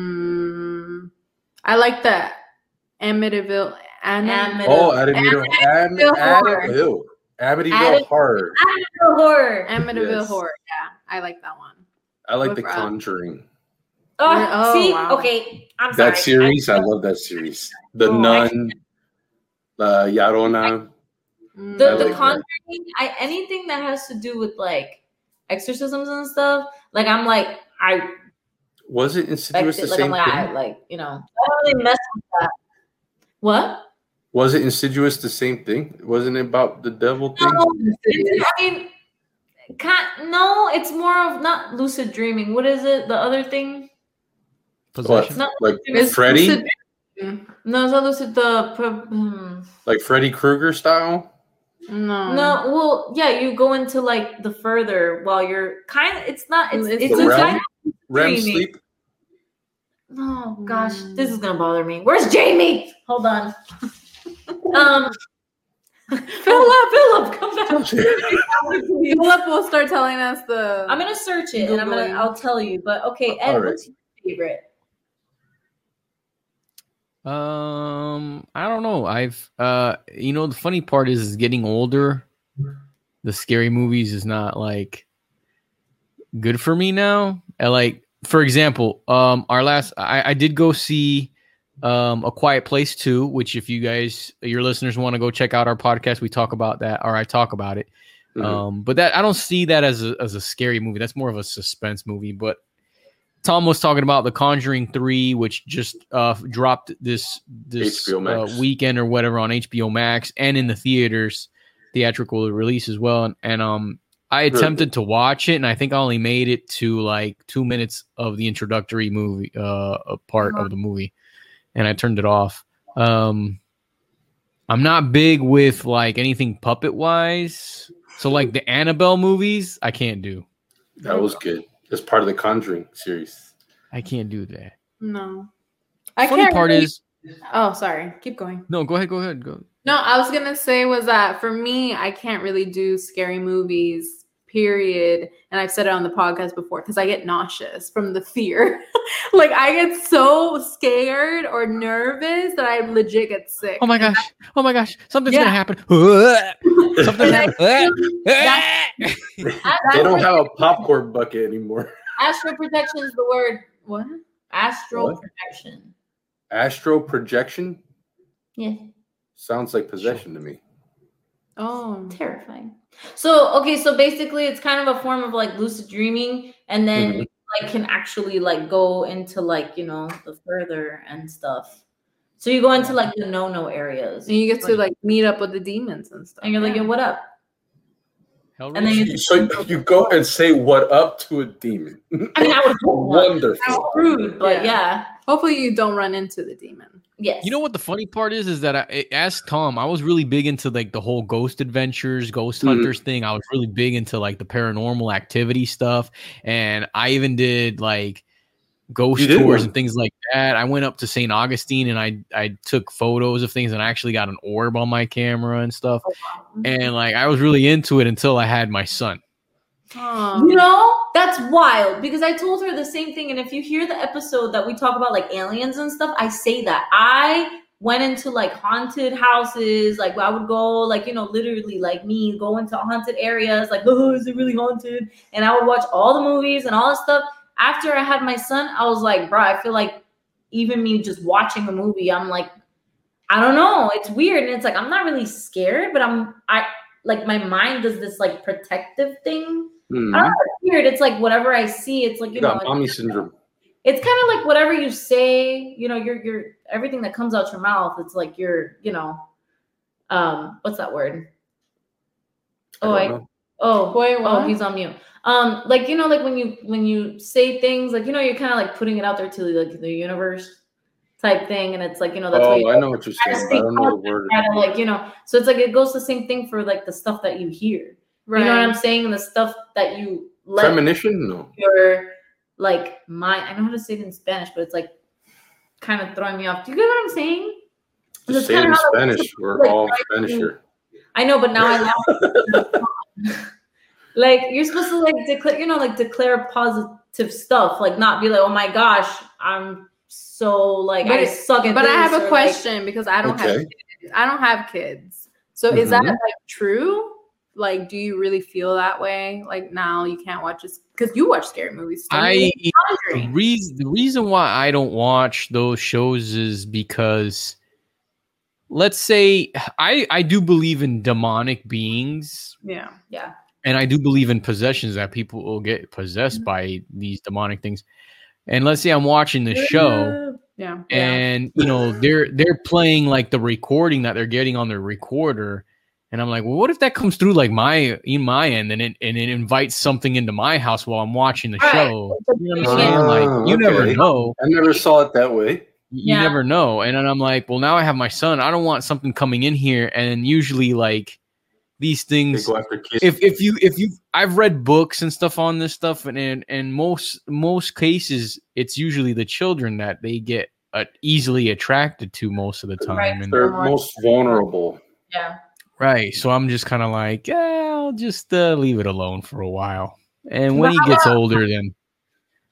Speaker 3: Mm, I like the Amityville. Anim-
Speaker 1: Amityville.
Speaker 2: Oh, Amityville. Am-
Speaker 3: Amityville Horror.
Speaker 2: Amityville. Amityville
Speaker 1: Amityville-
Speaker 2: Horror.
Speaker 1: horror.
Speaker 3: Amityville
Speaker 2: Yes.
Speaker 3: Horror. Yeah, I like that one.
Speaker 2: I like The
Speaker 3: With Rob.
Speaker 2: Conjuring.
Speaker 1: Oh,
Speaker 3: Oh,
Speaker 1: see,
Speaker 3: wow.
Speaker 1: okay, I'm sorry.
Speaker 2: That series, I love that series. The
Speaker 1: Oh, I
Speaker 2: Nun, uh, Yarona.
Speaker 3: Mm.
Speaker 1: the
Speaker 2: I
Speaker 1: the
Speaker 2: like that.
Speaker 1: Conjuring, I anything that has to do with like exorcisms and stuff, like I'm like I
Speaker 2: Was it Insidious
Speaker 1: respect
Speaker 2: the
Speaker 1: it, like I'm
Speaker 2: same
Speaker 1: like I,
Speaker 2: thing?
Speaker 1: like you know I don't really mess with that. What?
Speaker 2: Was it Insidious the same thing? Wasn't it about the devil thing?
Speaker 1: No, it's- I mean, can no, it's more of not lucid dreaming. What is it? The other thing?
Speaker 4: Possession.
Speaker 1: Not
Speaker 2: Like
Speaker 1: It's
Speaker 2: Freddy?
Speaker 1: lucid- No, it's not lucid. The pro- hmm.
Speaker 2: Like Freddy Krueger style?
Speaker 3: No.
Speaker 1: no, well, yeah, you go into like the further while you're kind of. It's not. It's
Speaker 3: It's
Speaker 1: it's,
Speaker 2: the
Speaker 1: a
Speaker 2: realm?
Speaker 1: kind of-
Speaker 2: REM
Speaker 1: Dreaming.
Speaker 2: sleep?
Speaker 1: Oh gosh, this is gonna bother me. Where's Jamie? Hold on. um, Philip, Philip, come back.
Speaker 3: Philip will start telling us the.
Speaker 1: I'm gonna search it and I'm gonna
Speaker 3: Googling.
Speaker 1: I'll tell you. But okay, Ed,
Speaker 2: Alright.
Speaker 1: what's your favorite?
Speaker 4: Um, I don't know. I've uh, you know, the funny part is, is getting older. The scary movies is not like good for me now. I like, for example, um, our last I, I did go see um a quiet place 2 which if you guys your listeners want to go check out our podcast we talk about that or i talk about it
Speaker 2: Mhm.
Speaker 4: um, but that I don't see that as a, as a scary movie. That's more of a suspense movie. But Tom was talking about The Conjuring Three, which just uh, dropped this this
Speaker 2: HBO Max.
Speaker 4: Uh, weekend or whatever on HBO Max and in the theaters, theatrical release as well. And, and um, I
Speaker 2: Really?
Speaker 4: attempted to watch it, and I think I only made it to like two minutes of the introductory movie uh, a part
Speaker 3: Uh-huh.
Speaker 4: of the movie, and I turned it off. Um, I'm not big with like anything puppet wise. So like the Annabelle movies, I can't do.
Speaker 2: That was good. It's part of the Conjuring series.
Speaker 4: I can't do that.
Speaker 3: No. I
Speaker 4: Funny
Speaker 3: can't
Speaker 4: part
Speaker 3: really
Speaker 4: is
Speaker 3: Oh, sorry. Keep going.
Speaker 4: No, go ahead. Go ahead. Go.
Speaker 3: No, I was gonna say was that for me, I can't really do scary movies, period. And I've said it on the podcast before because I get nauseous from the fear. like I get so scared or nervous that I legit get sick.
Speaker 4: Oh my gosh. Oh my gosh. Something's
Speaker 3: Yeah.
Speaker 4: gonna happen. Something's
Speaker 3: And I
Speaker 4: happening.
Speaker 3: That's-
Speaker 2: They don't have a popcorn bucket anymore.
Speaker 3: astral projection is the word. What?
Speaker 1: Astral
Speaker 2: What?
Speaker 1: projection.
Speaker 2: Astral projection
Speaker 1: Yeah,
Speaker 2: sounds like possession to me.
Speaker 3: Oh.
Speaker 1: terrifying. So okay, so basically, it's kind of a form of like lucid dreaming, and then you, like can actually like go into like you know the further and stuff. So you go into like the no no areas,
Speaker 3: And you get to like meet up with the demons and stuff.
Speaker 1: and you're like, "Yo, what up?
Speaker 4: Hellraiser.
Speaker 1: And then you,
Speaker 2: So you go and say what up to a demon.
Speaker 1: I mean, I would hope not. That's
Speaker 2: Wonderful.
Speaker 1: rude, but yeah,
Speaker 3: Hopefully you don't run into the demon.
Speaker 1: yes.
Speaker 4: You know what the funny part is is that I- I asked Tom. I was really big into like the whole ghost adventures, ghost
Speaker 2: Mhm.
Speaker 4: hunters thing. I was really big into like the paranormal activity stuff, and I even did like ghost
Speaker 2: You did
Speaker 4: tours
Speaker 2: one.
Speaker 4: and things like that. I went up to St. Augustine and I I took photos of things, and I actually got an orb on my camera and stuff.
Speaker 2: Oh, Mm-hmm.
Speaker 4: And like I was really into it until I had my son.
Speaker 3: Oh.
Speaker 1: You know, Um, that's wild because I told her the same thing. And if you hear the episode that we talk about like aliens and stuff, I say that. I went into like haunted houses. Like I would go, like, you know, literally like me, go into haunted areas, like, oh, is it really haunted? And I would watch all the movies and all that stuff. After I had my son, I was like, bro, I feel like even me just watching a movie, I'm like, I don't know. It's weird. And it's like, I'm not really scared, but I'm, I, like my mind does this like protective thing
Speaker 2: Mhm.
Speaker 1: weird. It's like whatever I see, it's like you
Speaker 2: You
Speaker 1: know,
Speaker 2: got mommy syndrome.
Speaker 1: it's kind of like whatever you say, you know, your your everything that comes out your mouth, it's like your, you know, um, what's that word? Oh,
Speaker 2: I
Speaker 1: I,
Speaker 2: don't know.
Speaker 1: oh,
Speaker 3: Boy,
Speaker 1: oh,
Speaker 3: what?
Speaker 1: he's on mute. Um, like you know, like when you when you say things, like you know, you're kind of like putting it out there to like the universe type thing, and it's like you know, that's why
Speaker 2: oh
Speaker 1: you
Speaker 2: I know what you're
Speaker 1: I
Speaker 2: saying. but I don't know the word.
Speaker 1: try to like you know, so it's like it goes the same thing for like the stuff that you hear.
Speaker 3: right.
Speaker 1: You know what I'm saying? And the stuff that you let
Speaker 2: Premonition? No.
Speaker 1: your like my I know how to say it in Spanish, but it's like kind of throwing me off. Do you get what I'm saying?
Speaker 2: Just
Speaker 1: It's
Speaker 2: say it in
Speaker 1: kinda how-
Speaker 2: Spanish. We're all Spanish here.
Speaker 1: I know, but now I laugh. like you're supposed to like declare, you know, like declare positive stuff, like not be like, oh my gosh, I'm so like
Speaker 3: But
Speaker 1: I
Speaker 3: it-
Speaker 1: suck at.
Speaker 3: But I
Speaker 1: this,"
Speaker 3: have
Speaker 1: or,
Speaker 3: a
Speaker 1: like-
Speaker 3: question because I don't have
Speaker 2: Okay. Mm-hmm.
Speaker 3: kids. I don't have kids. So is that like true? Like, do you really feel that way? Like now you can't watch this because you watch scary movies. so
Speaker 4: I
Speaker 3: I'm
Speaker 4: the
Speaker 3: wondering.
Speaker 4: reason the reason why I don't watch those shows is because let's say I I do believe in demonic beings
Speaker 3: yeah.
Speaker 4: and I do believe in possessions that people will get possessed by these demonic things. And let's say I'm watching the show
Speaker 3: Yeah.
Speaker 4: and you know they're they're playing like the recording that they're getting on their recorder and I'm like, well, what if that comes through like my in my end and it and it invites something into my house while I'm watching the
Speaker 1: Right.
Speaker 4: show? You know what I'm saying?
Speaker 2: Ah,
Speaker 4: like you never
Speaker 2: okay.
Speaker 4: know
Speaker 2: I never saw it that way.
Speaker 4: you
Speaker 1: Yeah.
Speaker 4: never know. And then I'm like, well, now I have my son. I don't want something coming in here. And usually, like these
Speaker 2: They
Speaker 4: things,
Speaker 2: go after kids.
Speaker 4: if if you if you, I've read books and stuff on this stuff, and and, and most most cases, it's usually the children that they get uh, easily attracted to most of the time.
Speaker 1: Right.
Speaker 4: And,
Speaker 2: They're most vulnerable.
Speaker 1: Yeah.
Speaker 4: right. So I'm just kind of like, yeah, I'll just uh, leave it alone for a while. And when
Speaker 3: But
Speaker 4: he
Speaker 3: how
Speaker 4: gets older, then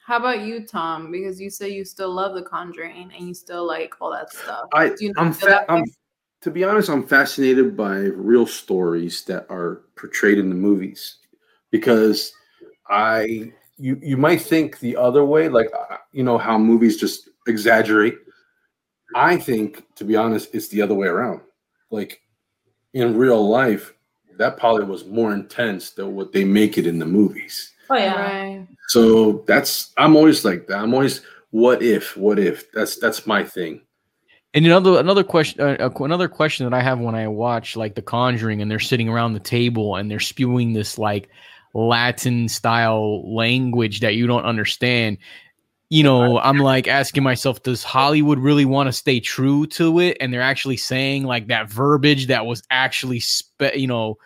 Speaker 3: How about you, Tom? Because you say you still love the conjuring and you still like all that stuff.
Speaker 2: I,
Speaker 3: Do you
Speaker 2: I'm,
Speaker 3: feel
Speaker 2: fa-
Speaker 3: that
Speaker 2: I'm
Speaker 3: way?
Speaker 2: to be honest, I'm fascinated by real stories that are portrayed in the movies because I you you might think the other way, like uh, you know how movies just exaggerate. I think, to be honest, it's the other way around. Like in real life, that probably was more intense than what they make it in the movies.
Speaker 1: Oh yeah.
Speaker 3: Right.
Speaker 2: So that's I'm always like that. I'm always what if, what if? That's that's my thing.
Speaker 4: And another another question uh, a qu- another question that I have when I watch like The Conjuring and they're sitting around the table and they're spewing this like Latin style language that you don't understand. You know, I'm like asking myself, does Hollywood really want to stay true to it? And they're actually saying like that verbiage that was actually, spe- you know,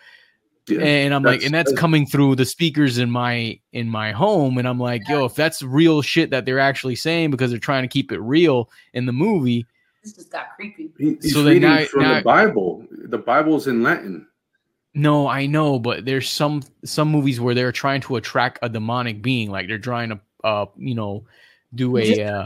Speaker 2: Yeah.
Speaker 4: and I'm like,
Speaker 2: That's-
Speaker 4: and that's
Speaker 2: that's-
Speaker 4: coming through the speakers in my in my home, and I'm like, yo, if that's real shit that they're actually saying because they're trying to keep it real in the movie,
Speaker 1: This just got creepy.
Speaker 2: He- he's
Speaker 4: So then
Speaker 2: reading
Speaker 4: now-
Speaker 2: from
Speaker 4: now-
Speaker 2: the Bible. The Bible's in Latin.
Speaker 4: No, I know, but there's some some movies where they're trying to attract a demonic being, like they're trying to, uh, you know, do a uh,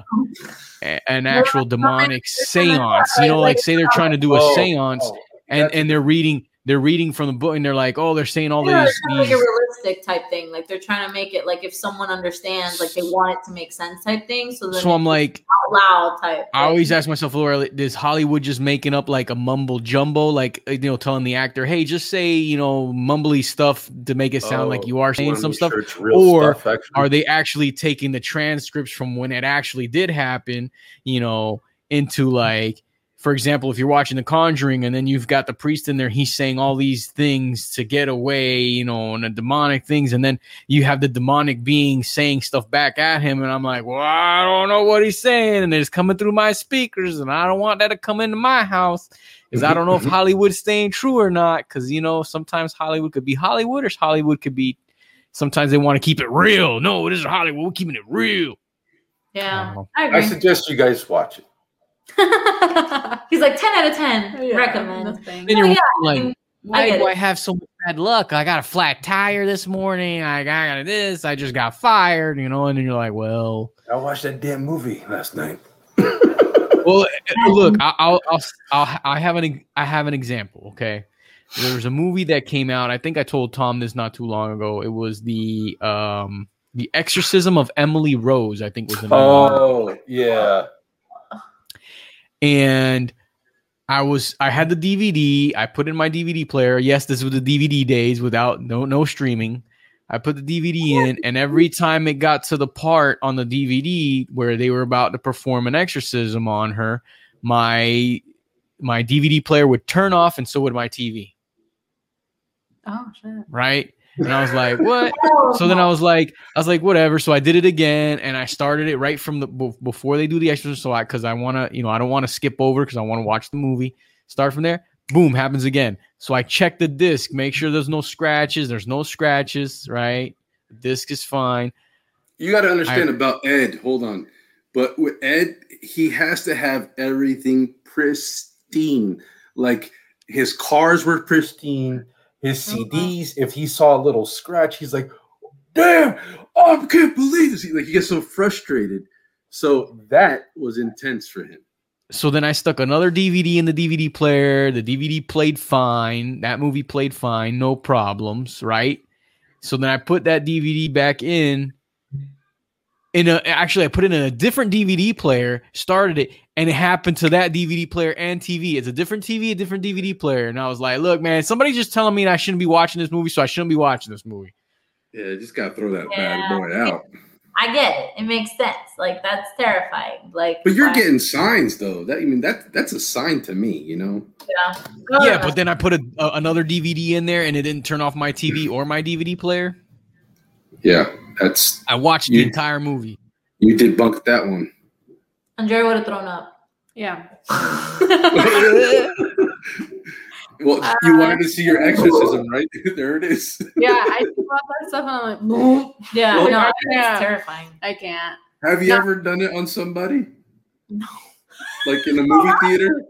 Speaker 4: a- an actual demonic séance. You know, like say they're trying to do a
Speaker 2: Oh,
Speaker 4: séance,
Speaker 2: oh,
Speaker 4: and
Speaker 2: that's-
Speaker 4: and they're reading they're reading from the book, and they're like, oh, they're saying all
Speaker 1: Yeah,
Speaker 4: these
Speaker 1: it's kinda like
Speaker 4: these.
Speaker 1: a realistic type thing. Like they're trying to make it like if someone understands, like they want it to make sense type thing. So then
Speaker 4: So I'm
Speaker 1: it's
Speaker 4: like,
Speaker 1: out loud type.
Speaker 4: I always ask myself, Laura, is Hollywood just making up like a mumble jumbo, like uh, you know, telling the actor, "Hey, just say you know mumbly stuff to make it sound like
Speaker 2: Oh,
Speaker 4: you are
Speaker 2: wanna
Speaker 4: saying some
Speaker 2: make
Speaker 4: stuff,"
Speaker 2: sure it's real
Speaker 4: or
Speaker 2: stuff, actually.
Speaker 4: are they actually taking the transcripts from when it actually did happen, you know, into like, for example, if you're watching The Conjuring and then you've got the priest in there, he's saying all these things to get away, you know, and the demonic things, and then you have the demonic being saying stuff back at him, and I'm like, well, I don't know what he's saying, and it's coming through my speakers, and I don't want that to come into my house. Because I don't know if Hollywood's staying true or not. Because you know, sometimes Hollywood could be Hollywood, or Hollywood could be sometimes they want to keep it real. No, this is Hollywood. We're keeping it real. I don't
Speaker 1: yeah,
Speaker 4: know.
Speaker 1: I
Speaker 2: I
Speaker 1: agree.
Speaker 2: suggest you guys watch it.
Speaker 1: He's like ten out of ten.
Speaker 3: Oh, Yeah,
Speaker 1: Recommend.
Speaker 3: nothing.
Speaker 4: Then you're
Speaker 1: yeah,
Speaker 4: wondering,
Speaker 1: I
Speaker 4: like, why
Speaker 1: get
Speaker 4: do
Speaker 1: it.
Speaker 4: I have so much bad luck? I got a flat tire this morning. I got, I got this. I just got fired. You know, and then you're like, well,
Speaker 2: I watched that damn movie last night.
Speaker 4: well, uh, look, I- I'll, I'll, I'll, I have an, I have an example. Okay, there was a movie that came out. I think I told Tom this not too long ago. It was the, um, the Exorcism of Emily Rose. I think was the name. of it.
Speaker 2: Oh yeah,
Speaker 4: and I was I had the DVD. I put in my DVD player. Yes, this was the DVD days without no no streaming. I put the DVD in, and every time it got to the part on the DVD where they were about to perform an exorcism on her, my my DVD player would turn off, and so would my TV.
Speaker 3: Oh shit.
Speaker 4: Right, and I was like, "What?"
Speaker 1: Oh,
Speaker 4: so then I was like, I was like, whatever. So I did it again, and I started it right from the b- before they do the extras. So I, because I want to, you know, I don't want to skip over because I want to watch the movie. Start from there. Boom, happens again. So I check the disc, make sure there's no scratches. There's no scratches, right? The disc is fine.
Speaker 2: you got to understand about Ed. Hold on, but with Ed, he has to have everything pristine. Like his cars were pristine. His
Speaker 1: Mhm.
Speaker 2: CDs. If he saw a little scratch, he's like, "Damn, oh, I can't believe this!" He, like he gets so frustrated. So that was intense for him.
Speaker 4: So then I stuck another DVD in the DVD player. The DVD played fine. That movie played fine, no problems, right? So then I put that DVD back in. In a, actually, I put it in a different DVD player, started it, and it happened to that DVD player and TV. It's a different TV, a different DVD player. And I was like, look, man, somebody's just telling me that I shouldn't be watching this movie, so I shouldn't be watching this movie.
Speaker 2: Yeah, just gotta throw that
Speaker 1: Yeah.
Speaker 2: bad boy out.
Speaker 1: I get it. It makes sense. Like that's terrifying. Like,
Speaker 2: But you're
Speaker 1: why-
Speaker 2: getting signs though. That I mean, that that's a sign to me. You know.
Speaker 3: Uh,
Speaker 4: Yeah, but then I put a, a, another DVD in there, and it didn't turn off my TV or my DVD player.
Speaker 2: Yeah, that's
Speaker 4: I watched
Speaker 2: You-
Speaker 4: the entire movie.
Speaker 2: you debunked that one.
Speaker 1: Andrea would have thrown up.
Speaker 3: Yeah.
Speaker 2: Well,
Speaker 3: Uh,
Speaker 2: you wanted to see your exorcism, right? there it is.
Speaker 3: Yeah. I see all that stuff and I'm like,
Speaker 1: yeah,
Speaker 2: Well,
Speaker 1: no,
Speaker 3: yeah.
Speaker 1: that's terrifying.
Speaker 3: I can't.
Speaker 2: Have you
Speaker 3: No.
Speaker 2: ever done it on somebody?
Speaker 3: No.
Speaker 2: Like in a movie theater,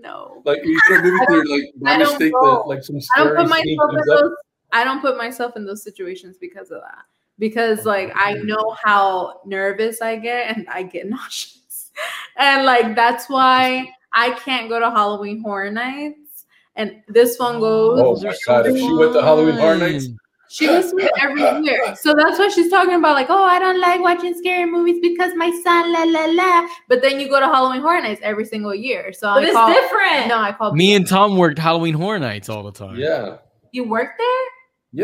Speaker 3: No.
Speaker 2: like you go to a movie theater, like by
Speaker 3: I don't
Speaker 2: mistake,
Speaker 3: know.
Speaker 2: the, like some
Speaker 3: I don't put
Speaker 2: scary scene
Speaker 3: myself in
Speaker 2: comes up.
Speaker 3: those. I don't put myself in those situations because of that. Because like I know how nervous I get and I get nauseous, and like that's why I can't go to Halloween Horror Nights. And this one goes.
Speaker 2: Oh my God, if she went to Halloween Horror Nights-
Speaker 3: She goes to it every year. So that's why she's talking about, like, oh, I don't like watching scary movies because my son, la la la. But then you go to Halloween Horror Nights every single year. So
Speaker 1: But
Speaker 3: I
Speaker 1: it's
Speaker 3: call,
Speaker 1: different.
Speaker 3: No, I call
Speaker 4: Me and Tom worked Halloween Horror Nights all the time.
Speaker 2: Yeah,
Speaker 1: You work there,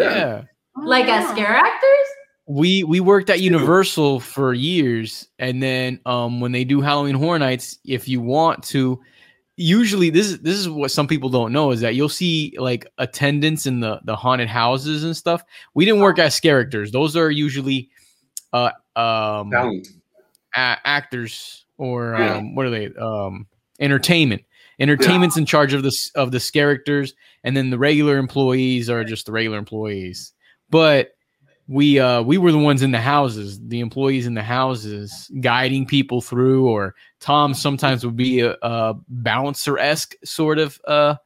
Speaker 4: yeah.
Speaker 2: yeah.
Speaker 3: Oh,
Speaker 1: like as scare actors?
Speaker 4: We we worked at Universal for years, and then um, when they do Halloween Horror Nights, if you want to, usually this is this is what some people don't know is that you'll see like attendants in the the haunted houses and stuff. We didn't
Speaker 2: Oh.
Speaker 4: work as characters; those are usually uh, um,
Speaker 2: Talent.
Speaker 4: a- actors or
Speaker 2: Yeah.
Speaker 4: um, what are they? Um, entertainment. Entertainment's in charge of this of this characters, and then the regular employees are just the regular employees. But we uh we were the ones in the houses the employees in the houses guiding people through or tom sometimes would be a, a bouncer-esque sort of uh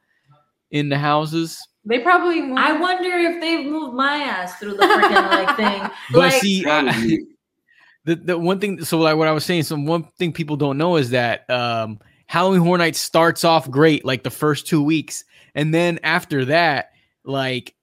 Speaker 4: in the houses
Speaker 3: They probably moved.
Speaker 1: I wonder if they've moved my ass through the freaking like thing.
Speaker 4: but
Speaker 1: Like-
Speaker 4: see I,
Speaker 2: Probably.
Speaker 4: the, the one thing so like what i was saying some one thing people don't know is that um halloween horror night starts off great like the first two weeks and then after that like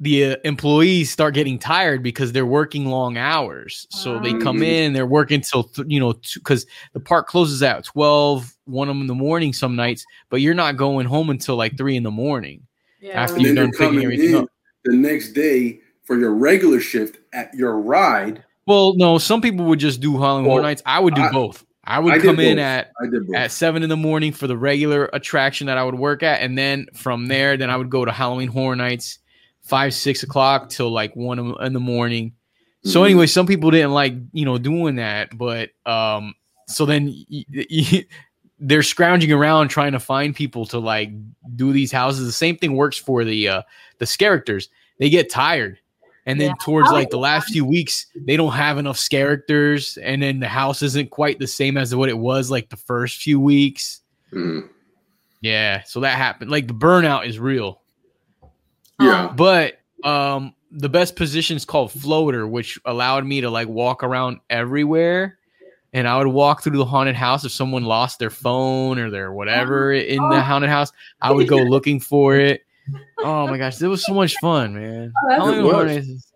Speaker 4: the uh, employees start getting tired because they're working long hours so they come
Speaker 2: Mhm.
Speaker 4: in they're working till th- you know because the park closes at 12 1 in the morning some nights but you're not going home until like 3 in the morning
Speaker 3: yeah.
Speaker 4: after
Speaker 2: And
Speaker 4: you
Speaker 2: then
Speaker 4: done
Speaker 2: you're
Speaker 4: picking
Speaker 2: coming
Speaker 4: everything
Speaker 2: in
Speaker 4: up.
Speaker 2: the next day for your regular shift at your ride.
Speaker 4: well no some people would just do halloween horror
Speaker 2: Well,
Speaker 4: nights i would do
Speaker 2: I-
Speaker 4: both i would
Speaker 2: I did
Speaker 4: come in
Speaker 2: both.
Speaker 4: at
Speaker 2: I did both.
Speaker 4: at seven in the morning for the regular attraction that I would work at, and then from there, then I would go to Halloween Horror Nights, five six o'clock till like one in- in the morning. So
Speaker 2: Mhm.
Speaker 4: anyway, some people didn't like you know doing that, but um, so then y- y- y- they're scrounging around trying to find people to like do these houses. The same thing works for the uh the characters. They get tired. And then towards like the last few weeks, they don't have enough characters, and then the house isn't quite the same as what it was like the first few weeks.
Speaker 2: Mhm.
Speaker 4: Yeah, so that happened. Like the burnout is real.
Speaker 3: Oh.
Speaker 2: Yeah.
Speaker 4: But um the best position is called floater, which allowed me to like walk around everywhere. And I would walk through the haunted house if someone lost their phone or their whatever in the haunted house. I would go looking for it. Oh my gosh, it was so much fun, man.
Speaker 3: Oh, that's
Speaker 4: Halloween
Speaker 2: cool.
Speaker 4: Horror Nights is-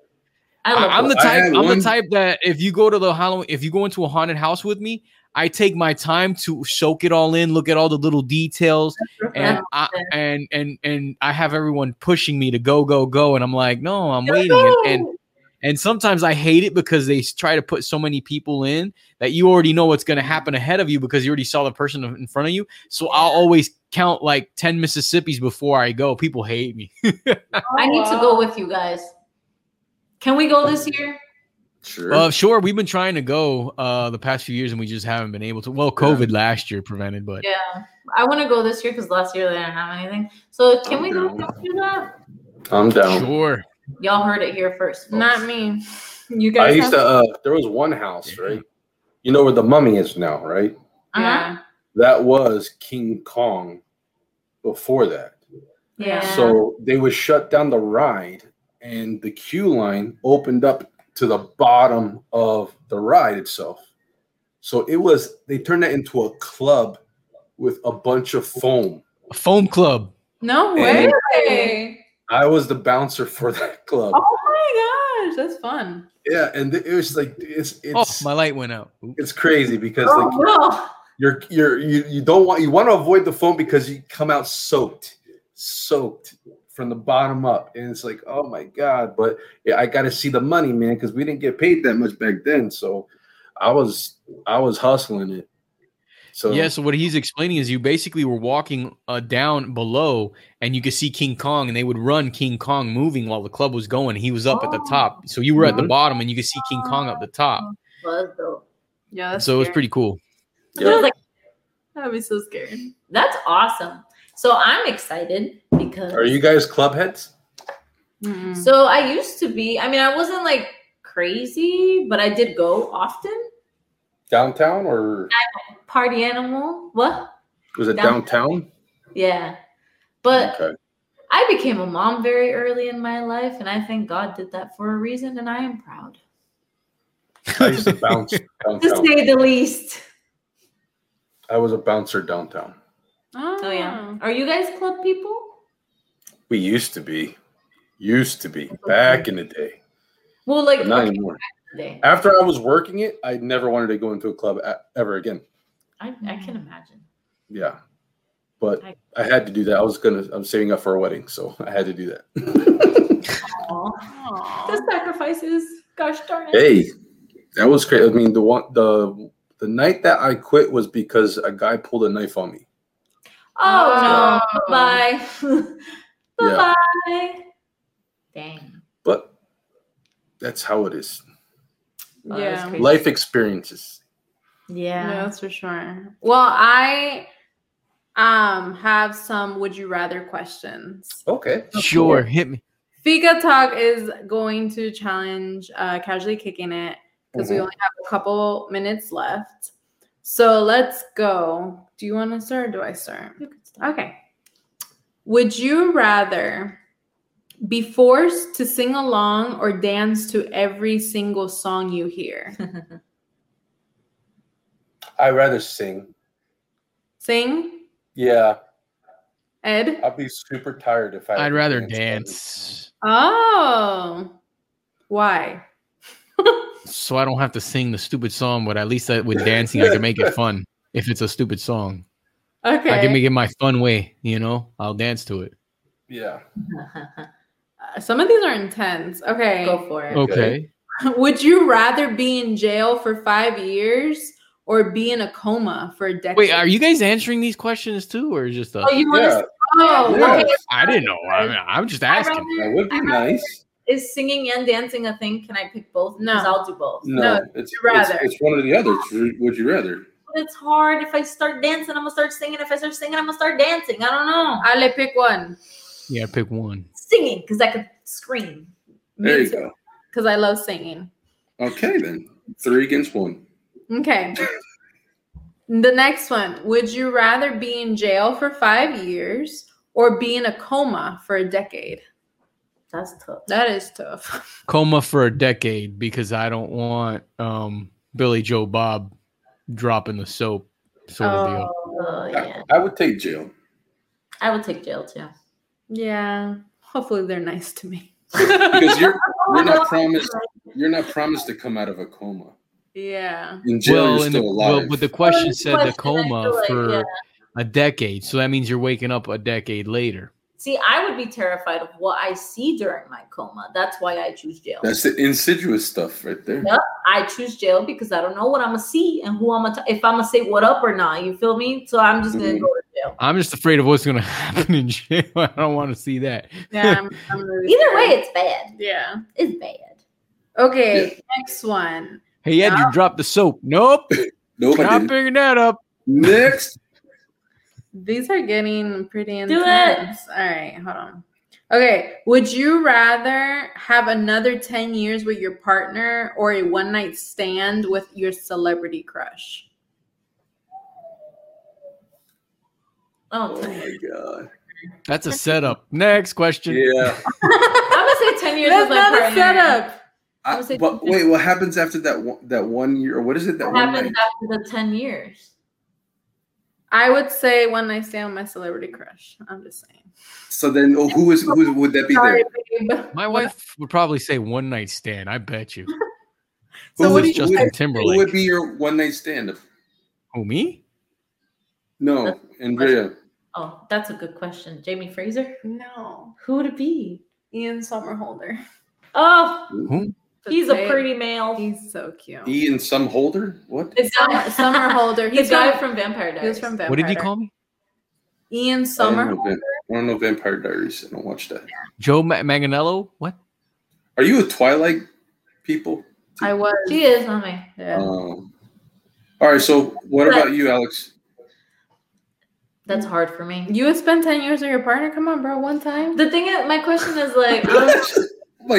Speaker 1: I love
Speaker 4: I, am
Speaker 1: it.
Speaker 4: the
Speaker 2: I
Speaker 4: type.
Speaker 2: had
Speaker 4: I'm
Speaker 2: one-
Speaker 4: the type that if you go to the Halloween, if you go into a haunted house with me, I take my time to soak it all in, look at all the little details,
Speaker 2: Oh,
Speaker 4: and I, and and and I have everyone pushing me to go go go, and I'm like, no, I'm waiting, and, and and sometimes I hate it because they s- try to put so many people in that you already know what's going to happen ahead of you because you already saw the person in front of you. So I'll always count like ten Mississippi's before I go. People hate me.
Speaker 1: I need to
Speaker 4: Oh,
Speaker 3: Oh.
Speaker 1: go with you guys. Can we go this year?
Speaker 2: Sure.
Speaker 4: Uh, sure. We've been trying to go uh, the past few years, and we just haven't been able to. Well, COVID last year prevented, but
Speaker 1: Yeah. I want to go this year because last year they didn't have anything. So can we go
Speaker 2: Okay.
Speaker 1: do that?
Speaker 2: I'm down.
Speaker 4: sure.
Speaker 1: Y'all heard it here first. folks.
Speaker 3: Not me. You
Speaker 2: I
Speaker 3: guys.
Speaker 2: used
Speaker 3: have-
Speaker 2: to. Uh, there was one house, right? You know where the mummy is now, right?
Speaker 1: Uh-huh.
Speaker 3: Yeah.
Speaker 2: That was King Kong. Before that,
Speaker 1: Yeah.
Speaker 2: so they would shut down the ride, and the queue line opened up to the bottom of the ride itself. So it was. They turned that into a club with a bunch of foam.
Speaker 4: Foam Club.
Speaker 3: No
Speaker 2: And-
Speaker 3: way.
Speaker 2: I was the bouncer for that club.
Speaker 3: Oh my gosh, that's fun.
Speaker 2: Yeah, and it was like it's it's
Speaker 4: oh, my light went out. Oop.
Speaker 2: it's crazy because
Speaker 1: oh,
Speaker 2: like
Speaker 1: no.
Speaker 2: you're you're you, you don't want you want to avoid the foam because you come out soaked soaked from the bottom up and it's like oh my god but yeah, i gotta see the money man because we didn't get paid that much back then so i was i was hustling it so
Speaker 4: yeah. So what he's explaining is you basically were walking uh, down below, and you could see King Kong, and they would run King Kong moving while the club was going. He was up at the
Speaker 1: Oh.
Speaker 4: top, so you were at the
Speaker 2: Mhm.
Speaker 4: bottom, and you could see King Kong up the top.
Speaker 1: Was dope.
Speaker 3: Yeah. That's
Speaker 4: so it was
Speaker 3: scary.
Speaker 4: pretty cool.
Speaker 1: I was
Speaker 2: yeah.
Speaker 1: like,
Speaker 3: That'd be so scary.
Speaker 1: that's awesome. So I'm excited because
Speaker 2: are you guys club heads
Speaker 3: Mm-mm.
Speaker 1: So I used to be. I mean, I wasn't like crazy, but I did go often.
Speaker 2: downtown or
Speaker 1: Party animal. What?
Speaker 2: was it
Speaker 1: Downtown.
Speaker 2: downtown,
Speaker 1: Yeah. But
Speaker 2: okay
Speaker 1: I became a mom very early in my life, and I think God did that for a reason, and I am proud,
Speaker 2: i used to bounce
Speaker 1: to
Speaker 2: downtown
Speaker 1: say the least.
Speaker 2: i was a bouncer downtown
Speaker 1: Oh yeah. Are you guys club people?
Speaker 2: we used to be used to be back in the day
Speaker 1: Well, like
Speaker 2: but not
Speaker 1: okay,
Speaker 2: anymore
Speaker 1: they-
Speaker 2: After I was working it, I never wanted to go into a club a- ever again.
Speaker 1: I, I can imagine.
Speaker 2: Yeah, but I had to do that. I was gonna. I'm saving up for a wedding, so I had to do that.
Speaker 1: Aw.
Speaker 3: Aw.
Speaker 1: The sacrifices. Gosh darn it.
Speaker 2: hey, that was crazy. I mean, the one the the night that I quit was because a guy pulled a knife on me.
Speaker 1: Oh no.
Speaker 3: Oh.
Speaker 1: Bye.
Speaker 2: Yeah.
Speaker 1: Bye. Bye. Dang.
Speaker 2: But that's how it is.
Speaker 1: Oh, that was
Speaker 3: Yeah.
Speaker 1: crazy.
Speaker 2: Life experiences.
Speaker 1: Yeah.
Speaker 3: Yeah. that's for sure. Well, I um have some would you rather questions.
Speaker 2: Okay.
Speaker 4: Sure, hit me.
Speaker 3: Fika Talk is going to challenge uh, casually kicking it because we
Speaker 2: Mhm.
Speaker 3: only have a couple minutes left. So let's go. Do you want to start? Or do I start? Okay. Would you rather be forced to sing along or dance to every single song you hear?
Speaker 2: I'd rather sing.
Speaker 3: Sing,
Speaker 2: Yeah,
Speaker 3: Ed.
Speaker 2: I'd be super tired if I. had
Speaker 4: I'd
Speaker 2: to
Speaker 4: rather
Speaker 2: dance.
Speaker 4: dance
Speaker 3: Oh, why?
Speaker 4: so I don't have to sing the stupid song, but at least I, with dancing, I can make it fun. If it's a stupid song,
Speaker 3: Okay.
Speaker 4: I can make it my fun way. You know, I'll dance to it.
Speaker 2: Yeah.
Speaker 3: Uh, Some of these are intense. Okay.
Speaker 1: Go for it.
Speaker 2: Okay.
Speaker 4: Okay,
Speaker 3: Would you rather be in jail for five years or be in a coma for a decade?
Speaker 4: wait, are you guys answering these questions too, or is just
Speaker 3: Oh,
Speaker 4: us?
Speaker 3: you want
Speaker 2: Yeah,
Speaker 3: to? Oh,
Speaker 2: Yeah.
Speaker 3: okay.
Speaker 4: I didn't know. I mean, I'm just asking.
Speaker 2: that would be
Speaker 1: I'd rather-
Speaker 2: nice.
Speaker 1: Is singing and dancing a thing? Can I pick both?
Speaker 3: No.
Speaker 1: 'Cause I'll do both.
Speaker 2: No,
Speaker 3: No,
Speaker 2: it's,
Speaker 3: you'd rather.
Speaker 2: it's it's one or the other. It's- Would you rather?
Speaker 1: But it's hard. If I start dancing, I'm gonna start singing. If I start singing, I'm gonna start dancing. I don't know.
Speaker 3: Ale, pick one.
Speaker 4: Yeah, pick one.
Speaker 1: Singing because I could scream.
Speaker 2: There you go.
Speaker 3: Because I love singing.
Speaker 2: Okay, then three against one.
Speaker 3: Okay. the next one. Would you rather be in jail for five years or be in a coma for a decade?
Speaker 1: That's tough.
Speaker 3: That is tough.
Speaker 4: Coma for a decade because I don't want um Billy Joe Bob dropping the soap sort of deal.
Speaker 1: Oh yeah,
Speaker 2: I, I would take jail.
Speaker 1: I would take jail too.
Speaker 3: yeah. Hopefully they're nice to me.
Speaker 2: because you're you're not promised you're not promised to come out of a coma.
Speaker 3: Yeah.
Speaker 2: In jail,
Speaker 4: well,
Speaker 2: you're
Speaker 4: and
Speaker 2: still
Speaker 4: the,
Speaker 2: alive.
Speaker 4: well, but the question
Speaker 1: the
Speaker 4: said
Speaker 1: question, I
Speaker 4: the coma
Speaker 1: feel like,
Speaker 4: for
Speaker 1: yeah.
Speaker 4: a decade, so that means you're waking up a decade later.
Speaker 1: See, I would be terrified of what I see during my coma. That's why I choose jail.
Speaker 2: That's the insidious stuff right there.
Speaker 1: Yep. I choose jail because I don't know what I'm gonna see and who I'm gonna if I'm gonna say what up or not. You feel me? So I'm just gonna
Speaker 3: Mm-hmm.
Speaker 2: Mhm.
Speaker 1: go to jail.
Speaker 4: I'm just afraid of what's going to happen in jail. I don't want to see that.
Speaker 3: Yeah. I'm, I'm really
Speaker 1: Either way,
Speaker 3: scared.
Speaker 1: it's bad.
Speaker 3: Yeah.
Speaker 1: It's bad.
Speaker 3: Okay, next one.
Speaker 4: Hey Ed, you dropped the soap. Nope,
Speaker 2: Nope, I
Speaker 4: not
Speaker 2: didn't.
Speaker 4: picking that up.
Speaker 2: Next,
Speaker 3: These are getting pretty
Speaker 1: Do
Speaker 3: intense. All right, hold on. Okay, would you rather have another 10 years with your partner or a one night stand with your celebrity crush?
Speaker 1: Oh,
Speaker 2: oh my god,
Speaker 4: That's a setup. Next question.
Speaker 2: yeah.
Speaker 1: I'm gonna say ten years with
Speaker 3: That's
Speaker 1: my
Speaker 3: not
Speaker 1: partner.
Speaker 3: a setup.
Speaker 1: I
Speaker 2: I,
Speaker 1: would say-
Speaker 2: but wait, what happens after that one, that one year? Or what is it? That
Speaker 1: What
Speaker 2: one
Speaker 1: happens
Speaker 2: night?
Speaker 1: after the ten years?
Speaker 3: I would say one night stand with my celebrity crush. I'm just saying.
Speaker 2: So then, oh, who is who would that be
Speaker 3: Sorry,
Speaker 2: there?
Speaker 3: babe.
Speaker 4: My wife would probably say one night stand. I bet you.
Speaker 3: So what
Speaker 2: who, would,
Speaker 3: do
Speaker 4: Who's
Speaker 3: you-
Speaker 2: who, would,
Speaker 4: Justin
Speaker 2: who
Speaker 4: Timberlake?
Speaker 2: would be your one night stand?
Speaker 4: Who me?
Speaker 2: No, Andrea.
Speaker 1: Oh, that's a good question. Jamie Fraser?
Speaker 3: No,
Speaker 1: Who would it be?
Speaker 3: Ian Somerhalder.
Speaker 1: Oh,
Speaker 4: Who?
Speaker 1: he's a pretty male.
Speaker 3: He's so cute.
Speaker 2: Ian, E some holder. What?
Speaker 1: It's
Speaker 3: Summer, Somerhalder.
Speaker 1: the
Speaker 3: He's
Speaker 1: guy
Speaker 3: from,
Speaker 1: from Vampire
Speaker 3: he was
Speaker 1: Diaries.
Speaker 3: from
Speaker 4: What did he
Speaker 3: Vampire
Speaker 4: call me?
Speaker 3: Ian
Speaker 2: I don't
Speaker 3: Somerhalder.
Speaker 2: know Vamp- I don't know Vampire Diaries. I don't watch that.
Speaker 4: Joe Ma- Manganello? What?
Speaker 2: Are you a Twilight people?
Speaker 3: I was.
Speaker 1: She is, not me.
Speaker 3: Yeah.
Speaker 2: Um, all right. So, what about you, Alex?
Speaker 1: That's hard for me.
Speaker 3: You would spend 10 years with your partner? Come on, bro, one time.
Speaker 1: The thing is, my question is like, um,
Speaker 2: oh my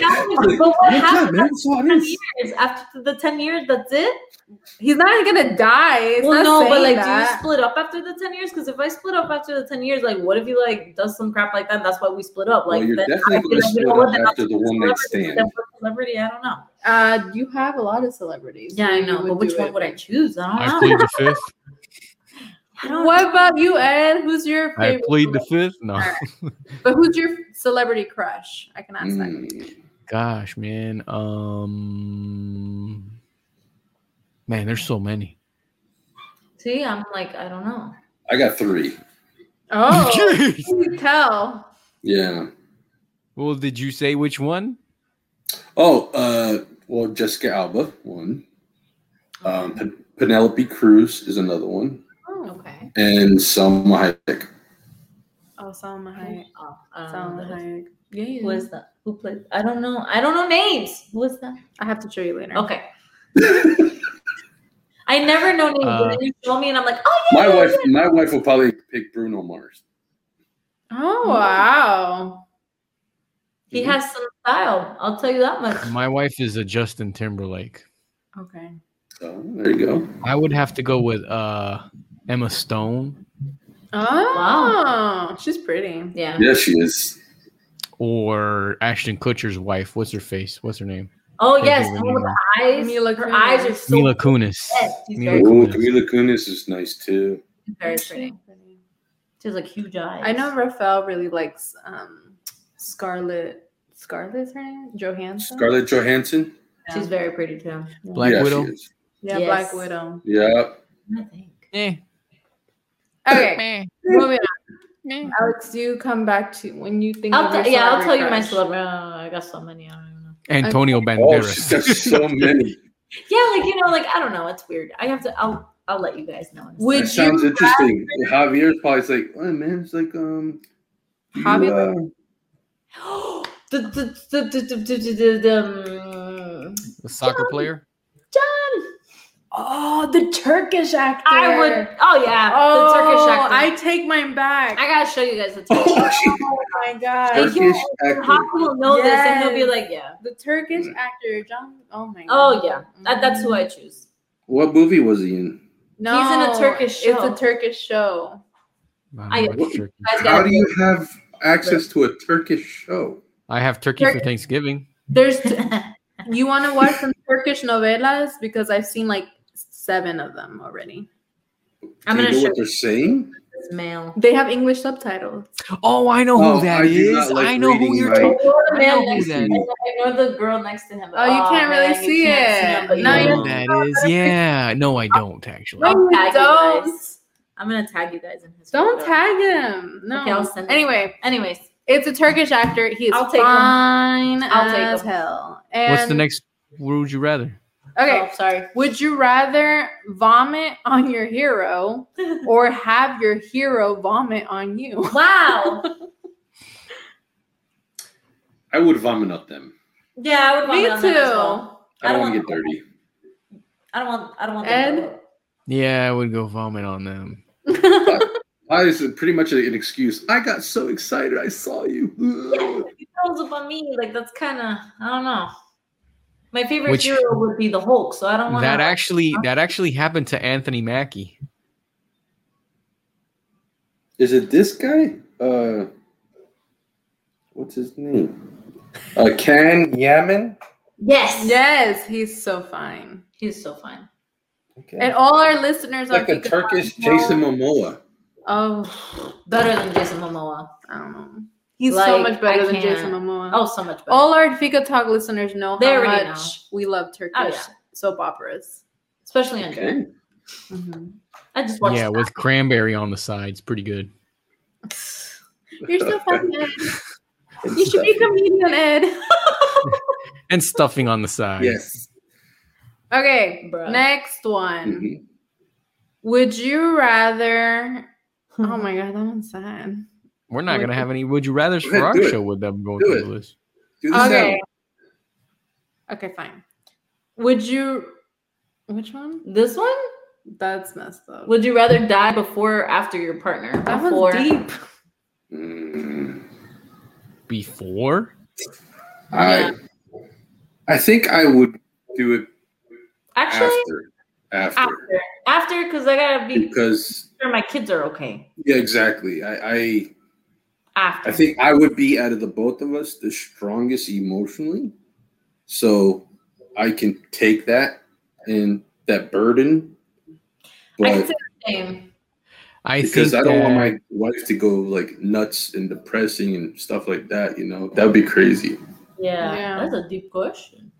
Speaker 1: what happens, but what
Speaker 2: What's up,
Speaker 1: happens
Speaker 2: man? What's all
Speaker 1: after 10
Speaker 2: this?
Speaker 1: years? After the 10 years, that's it?
Speaker 3: He's not gonna die. It's
Speaker 1: well,
Speaker 3: not
Speaker 1: no, but
Speaker 3: saying
Speaker 1: like, do you
Speaker 3: that.
Speaker 1: split up after the 10 years? Because if I split up after the 10 years, like, what if he like does some crap like that? That's why we split up. Like,
Speaker 2: well, you're
Speaker 1: then
Speaker 2: definitely
Speaker 1: I feel
Speaker 2: going to
Speaker 1: like, you
Speaker 2: split
Speaker 1: know what,
Speaker 2: up
Speaker 1: then I'll
Speaker 2: after the one night
Speaker 1: celebrity,
Speaker 2: stand.
Speaker 1: then what celebrity, I don't know.
Speaker 3: Uh, you have a lot of celebrities.
Speaker 1: Yeah, I
Speaker 3: who
Speaker 1: know,
Speaker 3: would
Speaker 1: but which
Speaker 3: do
Speaker 1: one
Speaker 3: it
Speaker 1: would I choose? I don't
Speaker 4: I
Speaker 1: know.
Speaker 4: plead the fifth.
Speaker 1: I don't
Speaker 3: What about you, Ed? Who's your
Speaker 4: I
Speaker 3: favorite?
Speaker 4: plead the fifth. No.
Speaker 3: But who's your celebrity crush? I can ask that.
Speaker 2: Mm.
Speaker 4: Gosh, man. Um Man, there's so many.
Speaker 1: See, I'm like, I don't know.
Speaker 2: I got three.
Speaker 3: Oh,
Speaker 4: Jeez.
Speaker 3: you tell.
Speaker 2: Yeah.
Speaker 4: Well, did you say which one?
Speaker 2: Oh, uh, well, Jessica Alba one. Um, Pen- Penelope Cruz is another one,
Speaker 3: Oh,
Speaker 1: Okay.
Speaker 2: and Salma Hayek.
Speaker 3: oh Salma Hayek.
Speaker 1: Oh, I don't know
Speaker 3: Salma
Speaker 1: who that is.
Speaker 3: Hayek. Um, Yeah, yeah.
Speaker 1: Who is that? Who plays? I don't know. I don't know names. Who is that?
Speaker 3: I have to show you later.
Speaker 1: Okay. I never know names. and then you show me, and I'm like, oh yeah.
Speaker 2: My
Speaker 1: yeah,
Speaker 2: wife,
Speaker 1: yeah.
Speaker 2: my wife will
Speaker 3: Mm-hmm.
Speaker 2: probably pick Bruno Mars.
Speaker 3: Oh wow.
Speaker 1: He has some style. I'll tell you that much.
Speaker 4: My wife is a Justin Timberlake.
Speaker 3: Okay.
Speaker 2: Oh, there you go.
Speaker 4: I would have to go with uh Emma Stone
Speaker 3: Oh, she's pretty.
Speaker 1: Yeah.
Speaker 2: Yeah, she is.
Speaker 4: or Ashton Kutcher's wife. What's her face? What's her name?
Speaker 1: Oh
Speaker 4: Can't
Speaker 1: yes,
Speaker 4: think
Speaker 1: the
Speaker 4: of
Speaker 1: one with
Speaker 4: her
Speaker 1: the eyes.
Speaker 3: Mila
Speaker 1: her
Speaker 3: Kunis.
Speaker 1: eyes are so
Speaker 4: name. Mila Kunis.
Speaker 1: Yes, she's
Speaker 4: Mila
Speaker 1: very
Speaker 2: Oh,
Speaker 4: Kunis.
Speaker 2: Camila Kunis is nice too.
Speaker 1: very
Speaker 3: She's
Speaker 1: pretty. She has like huge eyes.
Speaker 3: I know Rafael really likes um Scarlett. Scarlett's her name? Johansson?
Speaker 2: Scarlett Johansson.
Speaker 1: she's very pretty too.
Speaker 4: Black
Speaker 2: yeah, she
Speaker 4: Widow.
Speaker 2: is.
Speaker 3: Yeah,
Speaker 1: Yes.
Speaker 3: Black Widow.
Speaker 2: Yeah.
Speaker 1: I think.
Speaker 4: Eh,
Speaker 3: Okay,
Speaker 4: meh,
Speaker 3: moving on.
Speaker 4: meh.
Speaker 3: Alex, you come back to when you think
Speaker 1: I'll
Speaker 3: of your
Speaker 1: tell yeah, I'll tell
Speaker 3: celebrity
Speaker 1: you my
Speaker 3: crush.
Speaker 1: celebrity. Oh, I got so many. I don't even know.
Speaker 4: Antonio
Speaker 2: Oh, she's got
Speaker 4: Banderas.
Speaker 2: so many.
Speaker 1: Yeah, like you know, like I don't know. It's weird. I have to. I'll. I'll let you guys know.
Speaker 3: Would
Speaker 2: That sounds
Speaker 3: you
Speaker 2: interesting. Javier's probably is like, oh, man, it's like um. you,
Speaker 3: Javier-
Speaker 2: uh,
Speaker 1: the the the the the the, the, the, the um,
Speaker 4: The soccer player.
Speaker 1: John.
Speaker 3: Oh, the Turkish actor.
Speaker 1: I would. Oh yeah,
Speaker 3: Oh,
Speaker 1: the Turkish actor.
Speaker 3: I take mine back.
Speaker 1: I gotta show you guys the Turkish.
Speaker 2: oh, she,
Speaker 3: oh my god.
Speaker 1: Turk-
Speaker 2: Turkish actor.
Speaker 1: Haku will know this, and he'll be like, yeah.
Speaker 3: The Turkish actor, John. Oh my god.
Speaker 1: Oh yeah, that, that's who I choose.
Speaker 2: What movie was he in?
Speaker 3: No,
Speaker 1: He's in a Turkish show.
Speaker 3: It's a Turkish show.
Speaker 4: I don't
Speaker 2: I-
Speaker 4: know what turkey-
Speaker 1: You guys
Speaker 2: How
Speaker 1: gotta,
Speaker 2: do you have access to a Turkish show?
Speaker 4: I have turkey for Thanksgiving.
Speaker 3: There's you want to watch some Turkish novelas because I've seen like seven of them already.
Speaker 1: I'm
Speaker 2: do you
Speaker 1: gonna
Speaker 2: know
Speaker 1: show
Speaker 2: what they're saying.
Speaker 1: this male.
Speaker 3: They have English subtitles.
Speaker 4: Oh, I know who
Speaker 2: Oh,
Speaker 4: that
Speaker 2: I do
Speaker 4: is.
Speaker 2: not like
Speaker 4: I know who
Speaker 2: reading
Speaker 4: you're
Speaker 2: my-
Speaker 4: talking.
Speaker 1: Ignore the
Speaker 4: I
Speaker 1: man
Speaker 4: know who
Speaker 1: next to
Speaker 4: that
Speaker 1: him.
Speaker 4: is.
Speaker 1: Ignore the girl next to him.
Speaker 3: Oh, you can't really
Speaker 1: man, you
Speaker 3: see
Speaker 1: can't
Speaker 3: it.
Speaker 1: him, but you
Speaker 3: No,
Speaker 1: know
Speaker 3: you're-
Speaker 4: Who that is? Yeah. No, I don't actually.
Speaker 3: No, you
Speaker 1: Tag you
Speaker 3: don't.
Speaker 1: guys. I'm gonna tag you guys in his.
Speaker 3: Don't
Speaker 1: photo.
Speaker 3: tag him. No.
Speaker 1: Okay, I'll send it.
Speaker 3: anyway,
Speaker 1: Anyways,
Speaker 3: it's a Turkish actor. He's
Speaker 1: I'll take him.
Speaker 3: fine
Speaker 1: I'll take
Speaker 3: as
Speaker 1: him.
Speaker 3: hell.
Speaker 4: What's the
Speaker 3: And-
Speaker 4: next? Would you rather?
Speaker 3: Okay,
Speaker 1: Oh, sorry.
Speaker 3: Would you rather vomit on your hero or have your hero vomit on you?
Speaker 1: Wow.
Speaker 2: I would vomit up them.
Speaker 1: Yeah, I would want
Speaker 3: Me
Speaker 1: that on that as well.
Speaker 3: too.
Speaker 2: I don't want to
Speaker 1: want-
Speaker 2: get dirty.
Speaker 1: I don't want. I don't want.
Speaker 3: Ed?
Speaker 1: That
Speaker 4: Yeah, I would go vomit on them.
Speaker 2: I is pretty much an excuse. I got so excited. I saw you.
Speaker 1: yeah, he rolls up on me. Like that's kind of. I don't know. My favorite
Speaker 4: Which-
Speaker 1: hero would be the Hulk, so I don't want
Speaker 4: That actually, that actually happened to Anthony Mackie.
Speaker 2: Is it this guy? Uh, what's his name? Uh, Can Yaman.
Speaker 1: Yes.
Speaker 3: yes, he's so fine.
Speaker 1: He's so fine.
Speaker 2: Okay.
Speaker 3: And all our listeners
Speaker 2: like
Speaker 3: are
Speaker 2: a Turkish Jason Momoa.
Speaker 3: Oh,
Speaker 1: Better than Jason Momoa.
Speaker 3: I don't know. He's so
Speaker 1: Like,
Speaker 3: much better
Speaker 1: I
Speaker 3: than
Speaker 1: can't-
Speaker 3: Jason Momoa.
Speaker 1: Oh, so much better.
Speaker 3: all our Fika Talk listeners know
Speaker 1: They
Speaker 3: how much
Speaker 1: already
Speaker 3: we love Turkish
Speaker 1: Oh, yeah.
Speaker 3: soap operas.
Speaker 1: Especially on
Speaker 2: Okay.
Speaker 1: Mm-hmm. I just watched.
Speaker 4: Yeah, with cranberry on the sides, pretty good.
Speaker 3: You're so funny. Ed. You should be a comedian, Ed.
Speaker 4: And stuffing on the side.
Speaker 2: Yes.
Speaker 3: Okay,
Speaker 1: Bruh.
Speaker 3: next one.
Speaker 2: Mhm.
Speaker 3: Would you rather? Oh
Speaker 1: Oh my.
Speaker 3: my god, that one's sad.
Speaker 4: We're not
Speaker 3: Would
Speaker 4: gonna
Speaker 3: you-
Speaker 4: have any. Would you rather
Speaker 2: Go
Speaker 4: for
Speaker 2: ahead,
Speaker 4: our
Speaker 2: do it.
Speaker 4: show with them going
Speaker 2: Do
Speaker 4: through
Speaker 2: it.
Speaker 4: the list?
Speaker 2: Do this
Speaker 3: Okay.
Speaker 2: now.
Speaker 3: Okay, fine. Would you? Which one?
Speaker 1: This one?
Speaker 3: That's messed up.
Speaker 1: Would you rather die before or after your partner?
Speaker 3: that
Speaker 1: before.
Speaker 3: was deep.
Speaker 2: Mm,
Speaker 4: Before?
Speaker 2: I, I think I would do it
Speaker 1: Actually,
Speaker 2: after. After.
Speaker 1: after. After, because I gotta be
Speaker 2: Because,
Speaker 1: sure my kids are okay.
Speaker 2: yeah, exactly. I, I,
Speaker 1: After.
Speaker 2: I think I would be out of the both of us the strongest emotionally. So I can take that and that burden.
Speaker 1: I
Speaker 2: But
Speaker 1: can say the same.
Speaker 4: I
Speaker 2: because I
Speaker 4: think
Speaker 2: don't want
Speaker 4: that-
Speaker 2: my wife to go like nuts and depressing and stuff like that, you know. That would be crazy.
Speaker 1: Yeah.
Speaker 3: Yeah.
Speaker 1: That's a deep question.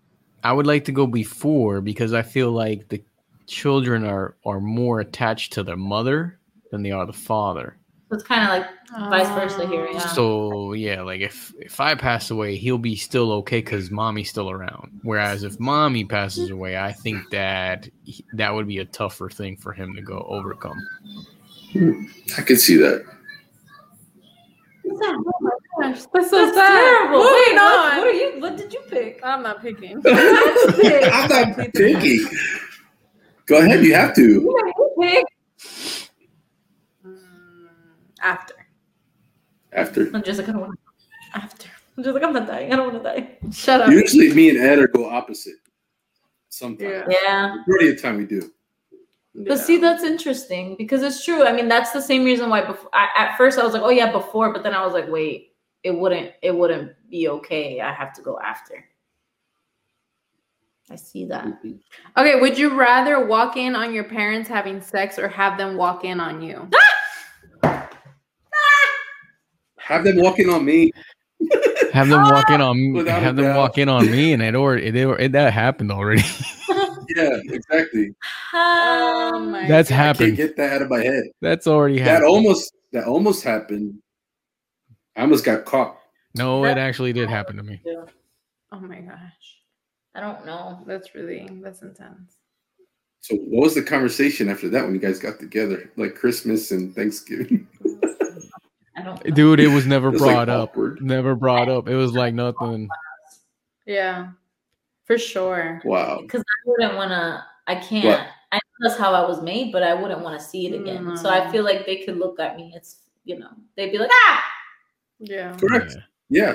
Speaker 4: I would like to go before because I feel like the children are are more attached to their mother than they are the father.
Speaker 1: So it's kind of like Vice versa here, yeah.
Speaker 4: So yeah, like if if I pass away, he'll be still okay because mommy's still around. Whereas if mommy passes away, I think that he- that would be a tougher thing for him to go overcome.
Speaker 2: I could see that.
Speaker 1: What's that?
Speaker 3: Oh Gosh, that's so
Speaker 1: That's
Speaker 3: sad.
Speaker 1: terrible.
Speaker 3: Moving
Speaker 1: Wait, what,
Speaker 3: on.
Speaker 1: what are you? What did you pick?
Speaker 3: I'm not picking. Mm,
Speaker 2: I'm not picky. Go ahead, you have to.
Speaker 1: What did you pick?
Speaker 3: Mm, After.
Speaker 2: After
Speaker 1: No, Jessica, I don't want-
Speaker 3: After.
Speaker 1: I'm just like, I'm not dying. I don't want to die.
Speaker 3: Shut up.
Speaker 2: Usually, me and Ed are go opposite. Sometimes,
Speaker 1: Yeah.
Speaker 2: majority of the time we do.
Speaker 1: But see, that's interesting because it's true. I mean, that's the same reason why. Before, I, at first, I was like, "Oh yeah, before," but then I was like, "Wait, it wouldn't. It wouldn't be okay. I have to go after." I see that.
Speaker 3: Okay, would you rather walk in on your parents having sex or have them walk in on you?
Speaker 2: Have them walking on me.
Speaker 4: Have them walk in on
Speaker 2: Without a
Speaker 4: have them
Speaker 2: doubt.
Speaker 4: walk in on me, and it already they were it, that happened already.
Speaker 2: Yeah, exactly.
Speaker 3: Oh
Speaker 1: Um,
Speaker 3: my-
Speaker 4: That's
Speaker 2: I can't
Speaker 4: happened.
Speaker 2: get that out of my head.
Speaker 4: That's already
Speaker 2: That
Speaker 4: happened.
Speaker 2: almost that almost happened. I almost got caught.
Speaker 4: No, it actually did happen to me.
Speaker 3: Oh my gosh.
Speaker 1: I don't know.
Speaker 3: That's really that's intense.
Speaker 2: So what was the conversation after that when you guys got together, like Christmas and Thanksgiving?
Speaker 1: I don't. know.
Speaker 4: Dude, it was never
Speaker 2: It was, like,
Speaker 4: brought up.
Speaker 2: awkward.
Speaker 4: Never brought up. It was like nothing.
Speaker 3: Yeah. For sure.
Speaker 2: Wow.
Speaker 1: because I wouldn't want to. I can't.
Speaker 2: What?
Speaker 1: I know that's how I was made, but I wouldn't want to see it again. So I
Speaker 3: Mm.
Speaker 1: feel like they could look at me. It's you know, they'd be like, "Ah,
Speaker 3: Yeah.
Speaker 2: Correct.
Speaker 4: Yeah.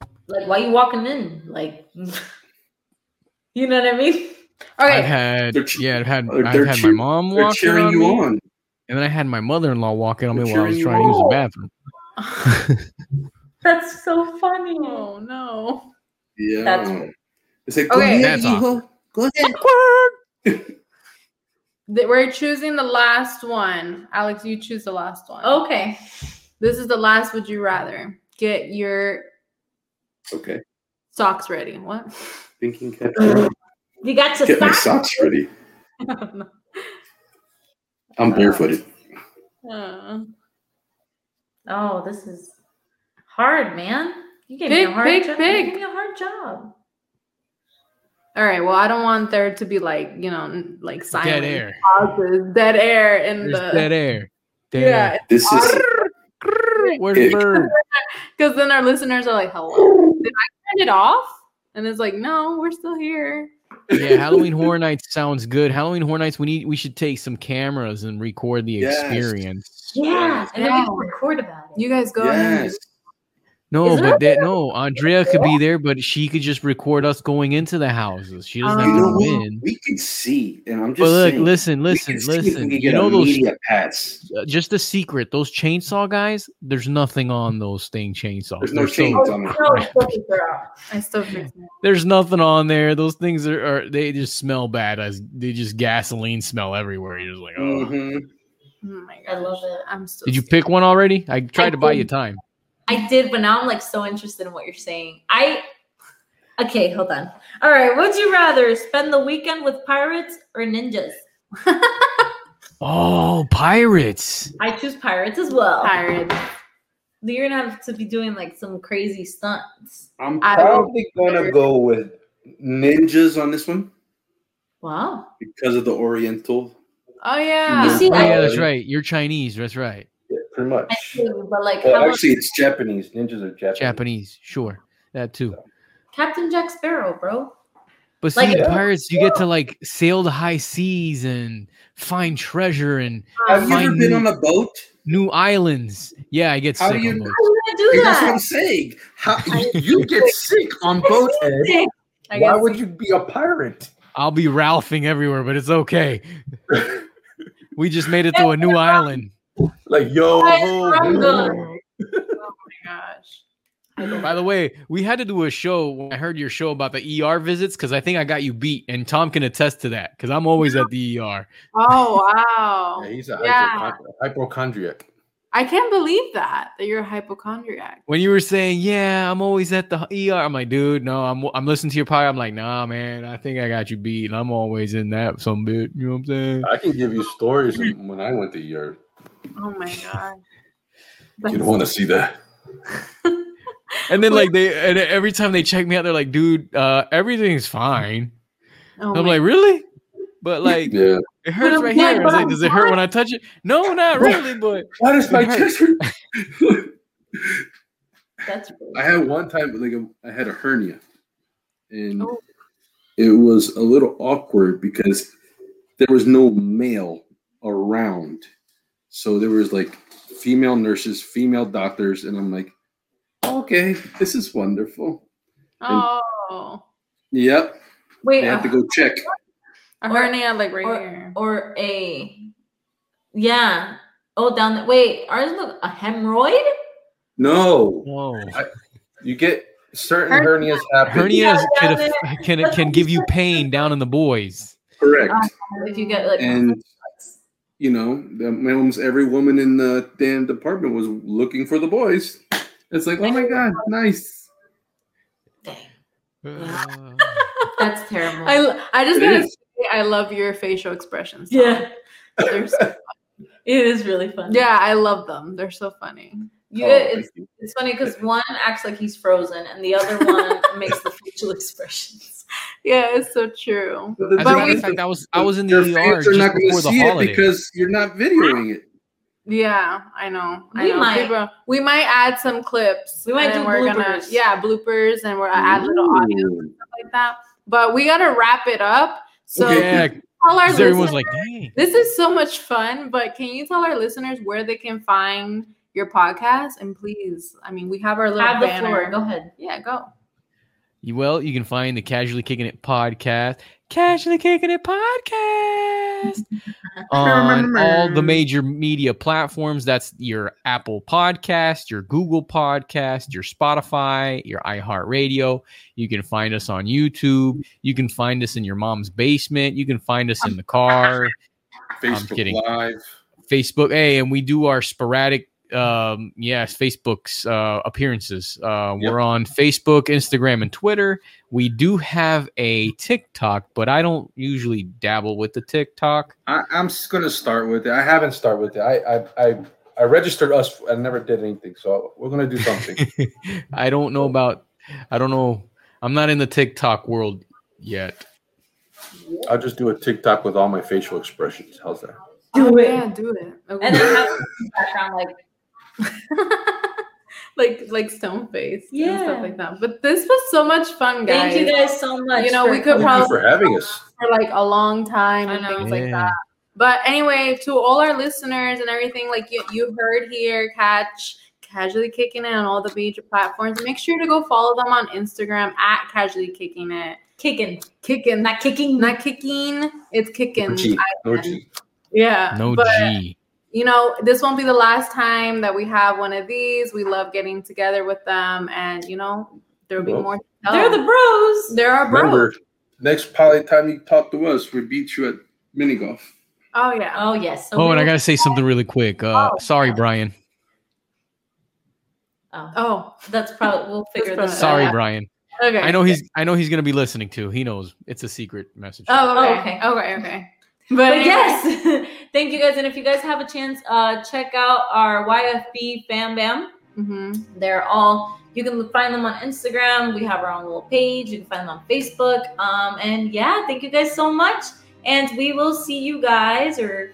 Speaker 2: Yeah.
Speaker 1: like why you walking in? Like, you know what I mean?"
Speaker 4: I've
Speaker 3: Okay.
Speaker 4: had
Speaker 2: They're che-
Speaker 4: yeah, I've had
Speaker 2: they're-
Speaker 4: I've
Speaker 2: they're
Speaker 4: had my
Speaker 2: cheer-
Speaker 4: mom
Speaker 2: They're
Speaker 4: walk in
Speaker 2: cheering
Speaker 4: on
Speaker 2: you
Speaker 4: me,
Speaker 2: on.
Speaker 4: and then I had my mother-in-law walking on
Speaker 2: They're
Speaker 4: me while I was
Speaker 2: cheering you
Speaker 4: trying to use the
Speaker 1: on.
Speaker 4: bathroom.
Speaker 1: That's so funny.
Speaker 3: oh no.
Speaker 2: Yeah.
Speaker 1: That's-
Speaker 2: it's like,
Speaker 3: Okay.
Speaker 4: That's
Speaker 2: Yeehaw. Go ahead.
Speaker 3: Th- We're choosing the last one. Alex, you choose the last one.
Speaker 4: Oh.
Speaker 1: Okay.
Speaker 3: This is the last would you rather. Get your
Speaker 2: Okay.
Speaker 3: socks ready. What?
Speaker 2: Thinking cap.
Speaker 1: You got to
Speaker 2: Get my
Speaker 1: stop.
Speaker 2: socks ready. I'm barefooted.
Speaker 3: Uh,
Speaker 1: Oh, this is hard, man. You gave me
Speaker 3: Pick,
Speaker 1: a hard
Speaker 3: pick,
Speaker 1: job.
Speaker 3: pick.
Speaker 1: You gave me a hard job.
Speaker 3: all right. Well, I don't want there to be like, you know, n- like silent
Speaker 4: Dead air.
Speaker 3: pauses, dead air in
Speaker 4: There's
Speaker 3: the
Speaker 4: dead air. Dead
Speaker 3: yeah.
Speaker 2: This is
Speaker 4: air. Where's the
Speaker 2: Ick.
Speaker 4: bird?
Speaker 3: Because then our listeners are like, hello. Did I turn it off? And it's like, no, we're still here.
Speaker 4: Yeah, Halloween Horror Nights sounds good. Halloween Horror Nights, we need we should take some cameras and record the
Speaker 2: Yes.
Speaker 4: experience.
Speaker 1: Yeah. And then we
Speaker 3: Wow.
Speaker 1: can record about it.
Speaker 3: You guys go ahead.
Speaker 2: yes.
Speaker 4: No,
Speaker 1: Isn't
Speaker 4: but that no, Andrea could be there, but she could just record us going into the houses. She doesn't
Speaker 2: You
Speaker 4: have
Speaker 2: know
Speaker 4: to
Speaker 3: Um,
Speaker 2: what?
Speaker 4: win.
Speaker 2: We can see, and I'm just
Speaker 4: But look,
Speaker 2: saying,
Speaker 4: listen,
Speaker 2: we
Speaker 4: listen,
Speaker 2: can see if we
Speaker 4: listen.
Speaker 2: can
Speaker 4: You
Speaker 2: get
Speaker 4: know
Speaker 2: a
Speaker 4: those
Speaker 2: media pass.
Speaker 4: uh, just a secret. Those chainsaw guys, there's nothing on those thing chainsaws.
Speaker 2: There's no
Speaker 4: They're so-
Speaker 2: chains on it.
Speaker 1: Oh, fucking girl.
Speaker 3: I still fix it.
Speaker 4: there's nothing on there. Those things are, are they just smell bad. As they just gasoline smell everywhere. You're just like, oh.
Speaker 2: Mhm.
Speaker 3: Oh my
Speaker 1: I
Speaker 3: god.
Speaker 1: love it.
Speaker 3: I'm still
Speaker 4: Did you
Speaker 3: scared.
Speaker 4: pick one already? I tried to buy you
Speaker 1: did.
Speaker 4: time.
Speaker 1: I did, but now I'm like so interested in what you're saying. I okay, hold on. All right, would you rather spend the weekend with pirates or ninjas?
Speaker 4: Oh, pirates.
Speaker 1: I choose pirates as well.
Speaker 3: Tired.
Speaker 1: You're gonna have to be doing like some crazy stunts.
Speaker 2: I'm
Speaker 3: I
Speaker 2: probably gonna go with ninjas on this one
Speaker 1: Wow.
Speaker 2: because of the Oriental.
Speaker 3: Oh yeah.
Speaker 1: You see,
Speaker 4: Oh, yeah, that's
Speaker 2: Uh,
Speaker 4: right. You're Chinese. That's right.
Speaker 2: Yeah, pretty much.
Speaker 1: I do, but like
Speaker 2: Uh,
Speaker 1: how about
Speaker 2: actually, it's Japanese. Ninjas are Japanese.
Speaker 4: Japanese, sure. That too.
Speaker 1: Captain Jack Sparrow, bro?
Speaker 4: But see,
Speaker 1: Like-
Speaker 4: pirates, you get to like sail the high seas and find treasure and
Speaker 2: Have you ever
Speaker 4: Mine-
Speaker 2: been on a boat?
Speaker 4: new islands. Yeah, I get
Speaker 2: How
Speaker 4: sick.
Speaker 2: do you
Speaker 4: on
Speaker 2: know?
Speaker 4: boats.
Speaker 1: How would I do
Speaker 2: That's what
Speaker 1: that?
Speaker 2: I'm saying. How, you get sick on boat, Ed.
Speaker 3: I
Speaker 2: Why
Speaker 3: guess
Speaker 2: would you be a pirate?
Speaker 4: I'll be ralphing everywhere, but it's okay. we just made it to a new island.
Speaker 2: Like, yo,
Speaker 1: Guys,
Speaker 2: ho,
Speaker 1: I'm
Speaker 2: ho.
Speaker 3: oh my gosh.
Speaker 4: By the way, we had to do a show when I heard your show about the ER visits because I think I got you beat, and Tom can attest to that because I'm always at the ER.
Speaker 3: Oh
Speaker 2: Yeah,
Speaker 3: wow.
Speaker 2: he's a
Speaker 3: Yeah.
Speaker 2: hypochondriac.
Speaker 3: I can't believe that that you're a hypochondriac.
Speaker 4: When you were saying, "Yeah, I'm always at the ER," I'm like, "Dude, no, I'm I'm listening to your pod." I'm like, "Nah, man, I think I got you beat, and I'm always in that some bit." You know what I'm saying?
Speaker 2: I can give you stories
Speaker 3: Hmm.
Speaker 2: of when I went to Europe.
Speaker 3: Oh my god.
Speaker 2: You don't want to see that.
Speaker 4: And then like they and every time they check me out, they're like, "Dude, uh, everything's fine."
Speaker 3: Oh
Speaker 4: I'm
Speaker 3: my-
Speaker 4: like, "Really?" But like,
Speaker 2: Yeah.
Speaker 4: It hurts
Speaker 3: I'm
Speaker 4: right
Speaker 3: good,
Speaker 4: here. I
Speaker 3: but
Speaker 4: was like,
Speaker 3: I'm
Speaker 4: does it hurt when I touch it? No, not really, but
Speaker 2: Why does
Speaker 4: my
Speaker 2: my
Speaker 4: chest
Speaker 2: chest
Speaker 1: That's
Speaker 2: I had one time, like, um, I had a hernia, and
Speaker 3: Oh.
Speaker 2: it was a little awkward because there was no male around, so there was like female nurses, female doctors, and I'm like, okay, this is wonderful.
Speaker 3: Oh.
Speaker 2: Yep.
Speaker 1: Wait, uh,
Speaker 2: They have to go check.
Speaker 3: I
Speaker 1: Or-
Speaker 3: heard had like right
Speaker 1: or-
Speaker 3: here.
Speaker 1: or a yeah. Oh, down the wait. Ours look a hemorrhoid.
Speaker 2: No.
Speaker 4: Whoa.
Speaker 2: You get certain
Speaker 3: Hernia.
Speaker 2: hernias happen.
Speaker 4: Hernias
Speaker 1: Yeah,
Speaker 4: can,
Speaker 1: yeah,
Speaker 4: aff- can can give you pain down in the boys.
Speaker 2: Correct.
Speaker 1: If you get like
Speaker 2: And you know, the- almost every woman in the damn department was looking for the boys. It's like, oh my god, nice.
Speaker 1: Dang,
Speaker 4: Uh,
Speaker 1: that's terrible.
Speaker 3: I I just
Speaker 2: It
Speaker 3: gotta
Speaker 2: is.
Speaker 3: say I love your facial expressions. Tom.
Speaker 1: yeah,
Speaker 3: They're so-
Speaker 1: it is really fun.
Speaker 3: yeah, I love them. They're so funny.
Speaker 1: you,
Speaker 2: Oh,
Speaker 1: it's,
Speaker 2: thank you.
Speaker 1: it's funny because one acts like he's frozen and the other one makes the facial expressions.
Speaker 3: Yeah, it's so true.
Speaker 2: But the
Speaker 4: As a
Speaker 2: thing
Speaker 4: matter of
Speaker 2: is,
Speaker 4: fact, I was I was in the
Speaker 2: your
Speaker 4: ER
Speaker 2: fans are
Speaker 4: just
Speaker 2: not going
Speaker 4: before
Speaker 2: to
Speaker 4: the
Speaker 2: see it
Speaker 4: holiday.
Speaker 2: because you're not videoing it.
Speaker 3: Yeah, I know. I
Speaker 1: We
Speaker 3: know.
Speaker 1: might-
Speaker 3: People- we might add some clips.
Speaker 1: We might
Speaker 3: and
Speaker 1: do
Speaker 3: we're Gonna,
Speaker 1: bloopers. Mm.
Speaker 3: yeah, bloopers, and we're gonna add little audio and
Speaker 2: Ooh.
Speaker 3: stuff like that. But we gotta wrap it up. So
Speaker 2: Okay.
Speaker 4: yeah,
Speaker 3: tell our
Speaker 4: 'cause
Speaker 3: listeners,
Speaker 4: everyone's like, dang.
Speaker 3: this is so much fun. But can you tell our listeners where they can find your podcast? And please, I mean, we have our little
Speaker 1: Have the
Speaker 3: banner.
Speaker 1: floor. Go ahead.
Speaker 3: Yeah, go.
Speaker 4: You- Well, you can find the Casually Kicking It podcast, Casually Kicking It podcast, on all the major media platforms. That's your Apple Podcast, your Google Podcast, your Spotify, your iHeartRadio. You can find us on YouTube. You can find us in your mom's basement. You can find us in the car.
Speaker 2: Facebook
Speaker 4: kidding.
Speaker 2: Live.
Speaker 4: Facebook. Hey, and we do our sporadic um yes facebook's uh appearances uh
Speaker 2: Yep.
Speaker 4: we're on facebook instagram and twitter we do have a tiktok but i don't usually dabble with the tiktok
Speaker 2: I, I'm just going to start with it. I haven't started with it. I, I, I, I registered us. I never did anything. So we're going to do something.
Speaker 4: i don't know about i don't know i'm not in the tiktok world yet
Speaker 2: I'll just do a TikTok with all my facial expressions. How's that?
Speaker 1: Do it.
Speaker 3: Oh, Yeah, do it.
Speaker 1: And then have background like
Speaker 3: like like stone face and stuff
Speaker 1: Yeah.
Speaker 3: like that. But this was so much fun, guys.
Speaker 1: thank you guys so much.
Speaker 3: You know,
Speaker 1: for
Speaker 3: we could
Speaker 1: coming.
Speaker 2: Thank you
Speaker 3: probably-
Speaker 2: for having us.
Speaker 3: for like a long time and
Speaker 1: I know.
Speaker 3: things
Speaker 4: yeah.
Speaker 3: like that. But anyway, to all our listeners and everything, like you, you heard here, catch casually kicking it on all the major platforms. Make sure to go follow them on Instagram at casually kicking it.
Speaker 1: kicking,
Speaker 3: Kicking,
Speaker 1: not kicking.
Speaker 3: not kicking, it's kicking.
Speaker 2: No G. No
Speaker 3: I-
Speaker 2: G.
Speaker 3: Yeah.
Speaker 4: no
Speaker 3: Uh, but-
Speaker 4: g
Speaker 3: you know, this won't be the last time that we have one of these. We love getting together with them, and you know, there'll be
Speaker 2: Well,
Speaker 3: more. to
Speaker 1: They're
Speaker 3: come.
Speaker 1: the bros.
Speaker 3: There are bros.
Speaker 2: Remember, next poly time you talk to us, we beat you at mini golf.
Speaker 3: Oh yeah.
Speaker 1: Oh yes. So
Speaker 4: oh and
Speaker 1: we-
Speaker 4: i gotta say something really quick uh
Speaker 3: Oh,
Speaker 4: sorry brian
Speaker 1: Oh,
Speaker 3: Oh,
Speaker 1: that's probably we'll figure
Speaker 3: That's
Speaker 1: this out.
Speaker 4: sorry
Speaker 3: yeah.
Speaker 4: brian
Speaker 3: Uh, okay.
Speaker 4: i know he's i know he's gonna be listening too he knows it's a secret message
Speaker 3: Oh, okay.
Speaker 1: Oh,
Speaker 3: okay. Okay. Okay. But,
Speaker 1: But
Speaker 3: anyway,
Speaker 1: yes, thank you guys. And if you guys have a chance, uh, check out our YFB Fam Bam.
Speaker 3: Mhm.
Speaker 1: They're all you can find them on Instagram. We have our own little page. You can find them on Facebook. Um, and yeah, thank you guys so much. And we will see you guys, or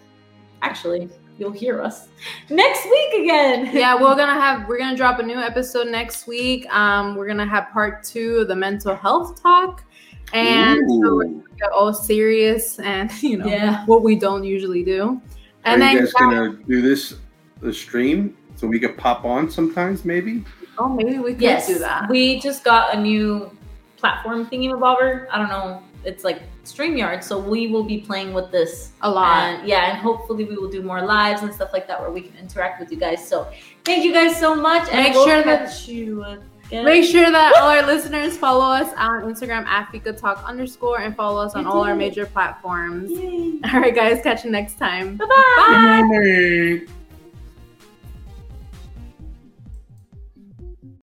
Speaker 1: actually, you'll hear us next week again.
Speaker 3: yeah, we're gonna have we're gonna drop a new episode next week. Um, we're gonna have part two of the mental health talk, and so we're
Speaker 2: Ooh.
Speaker 3: gonna get all serious and you know
Speaker 1: Yeah.
Speaker 3: what we don't usually do. And
Speaker 2: Are you
Speaker 3: then
Speaker 2: guys gonna do this the stream so we could pop on sometimes maybe?
Speaker 3: oh, maybe we could
Speaker 1: Yes.
Speaker 3: do that.
Speaker 1: We just got a new platform thingy revolver. I don't know. It's like StreamYard. So we will be playing with this
Speaker 3: a lot.
Speaker 1: And yeah, and hopefully we will do more lives and stuff like that where we can interact with you guys. So thank you guys so much. And
Speaker 3: Make
Speaker 1: we'll
Speaker 3: sure that-
Speaker 1: catch you again.
Speaker 3: Make sure that all our listeners follow us on Instagram at Fika Talk underscore and follow us on all our major platforms.
Speaker 1: Yay.
Speaker 3: All right, guys, catch you next time.
Speaker 1: Bye-bye.
Speaker 2: Good morning.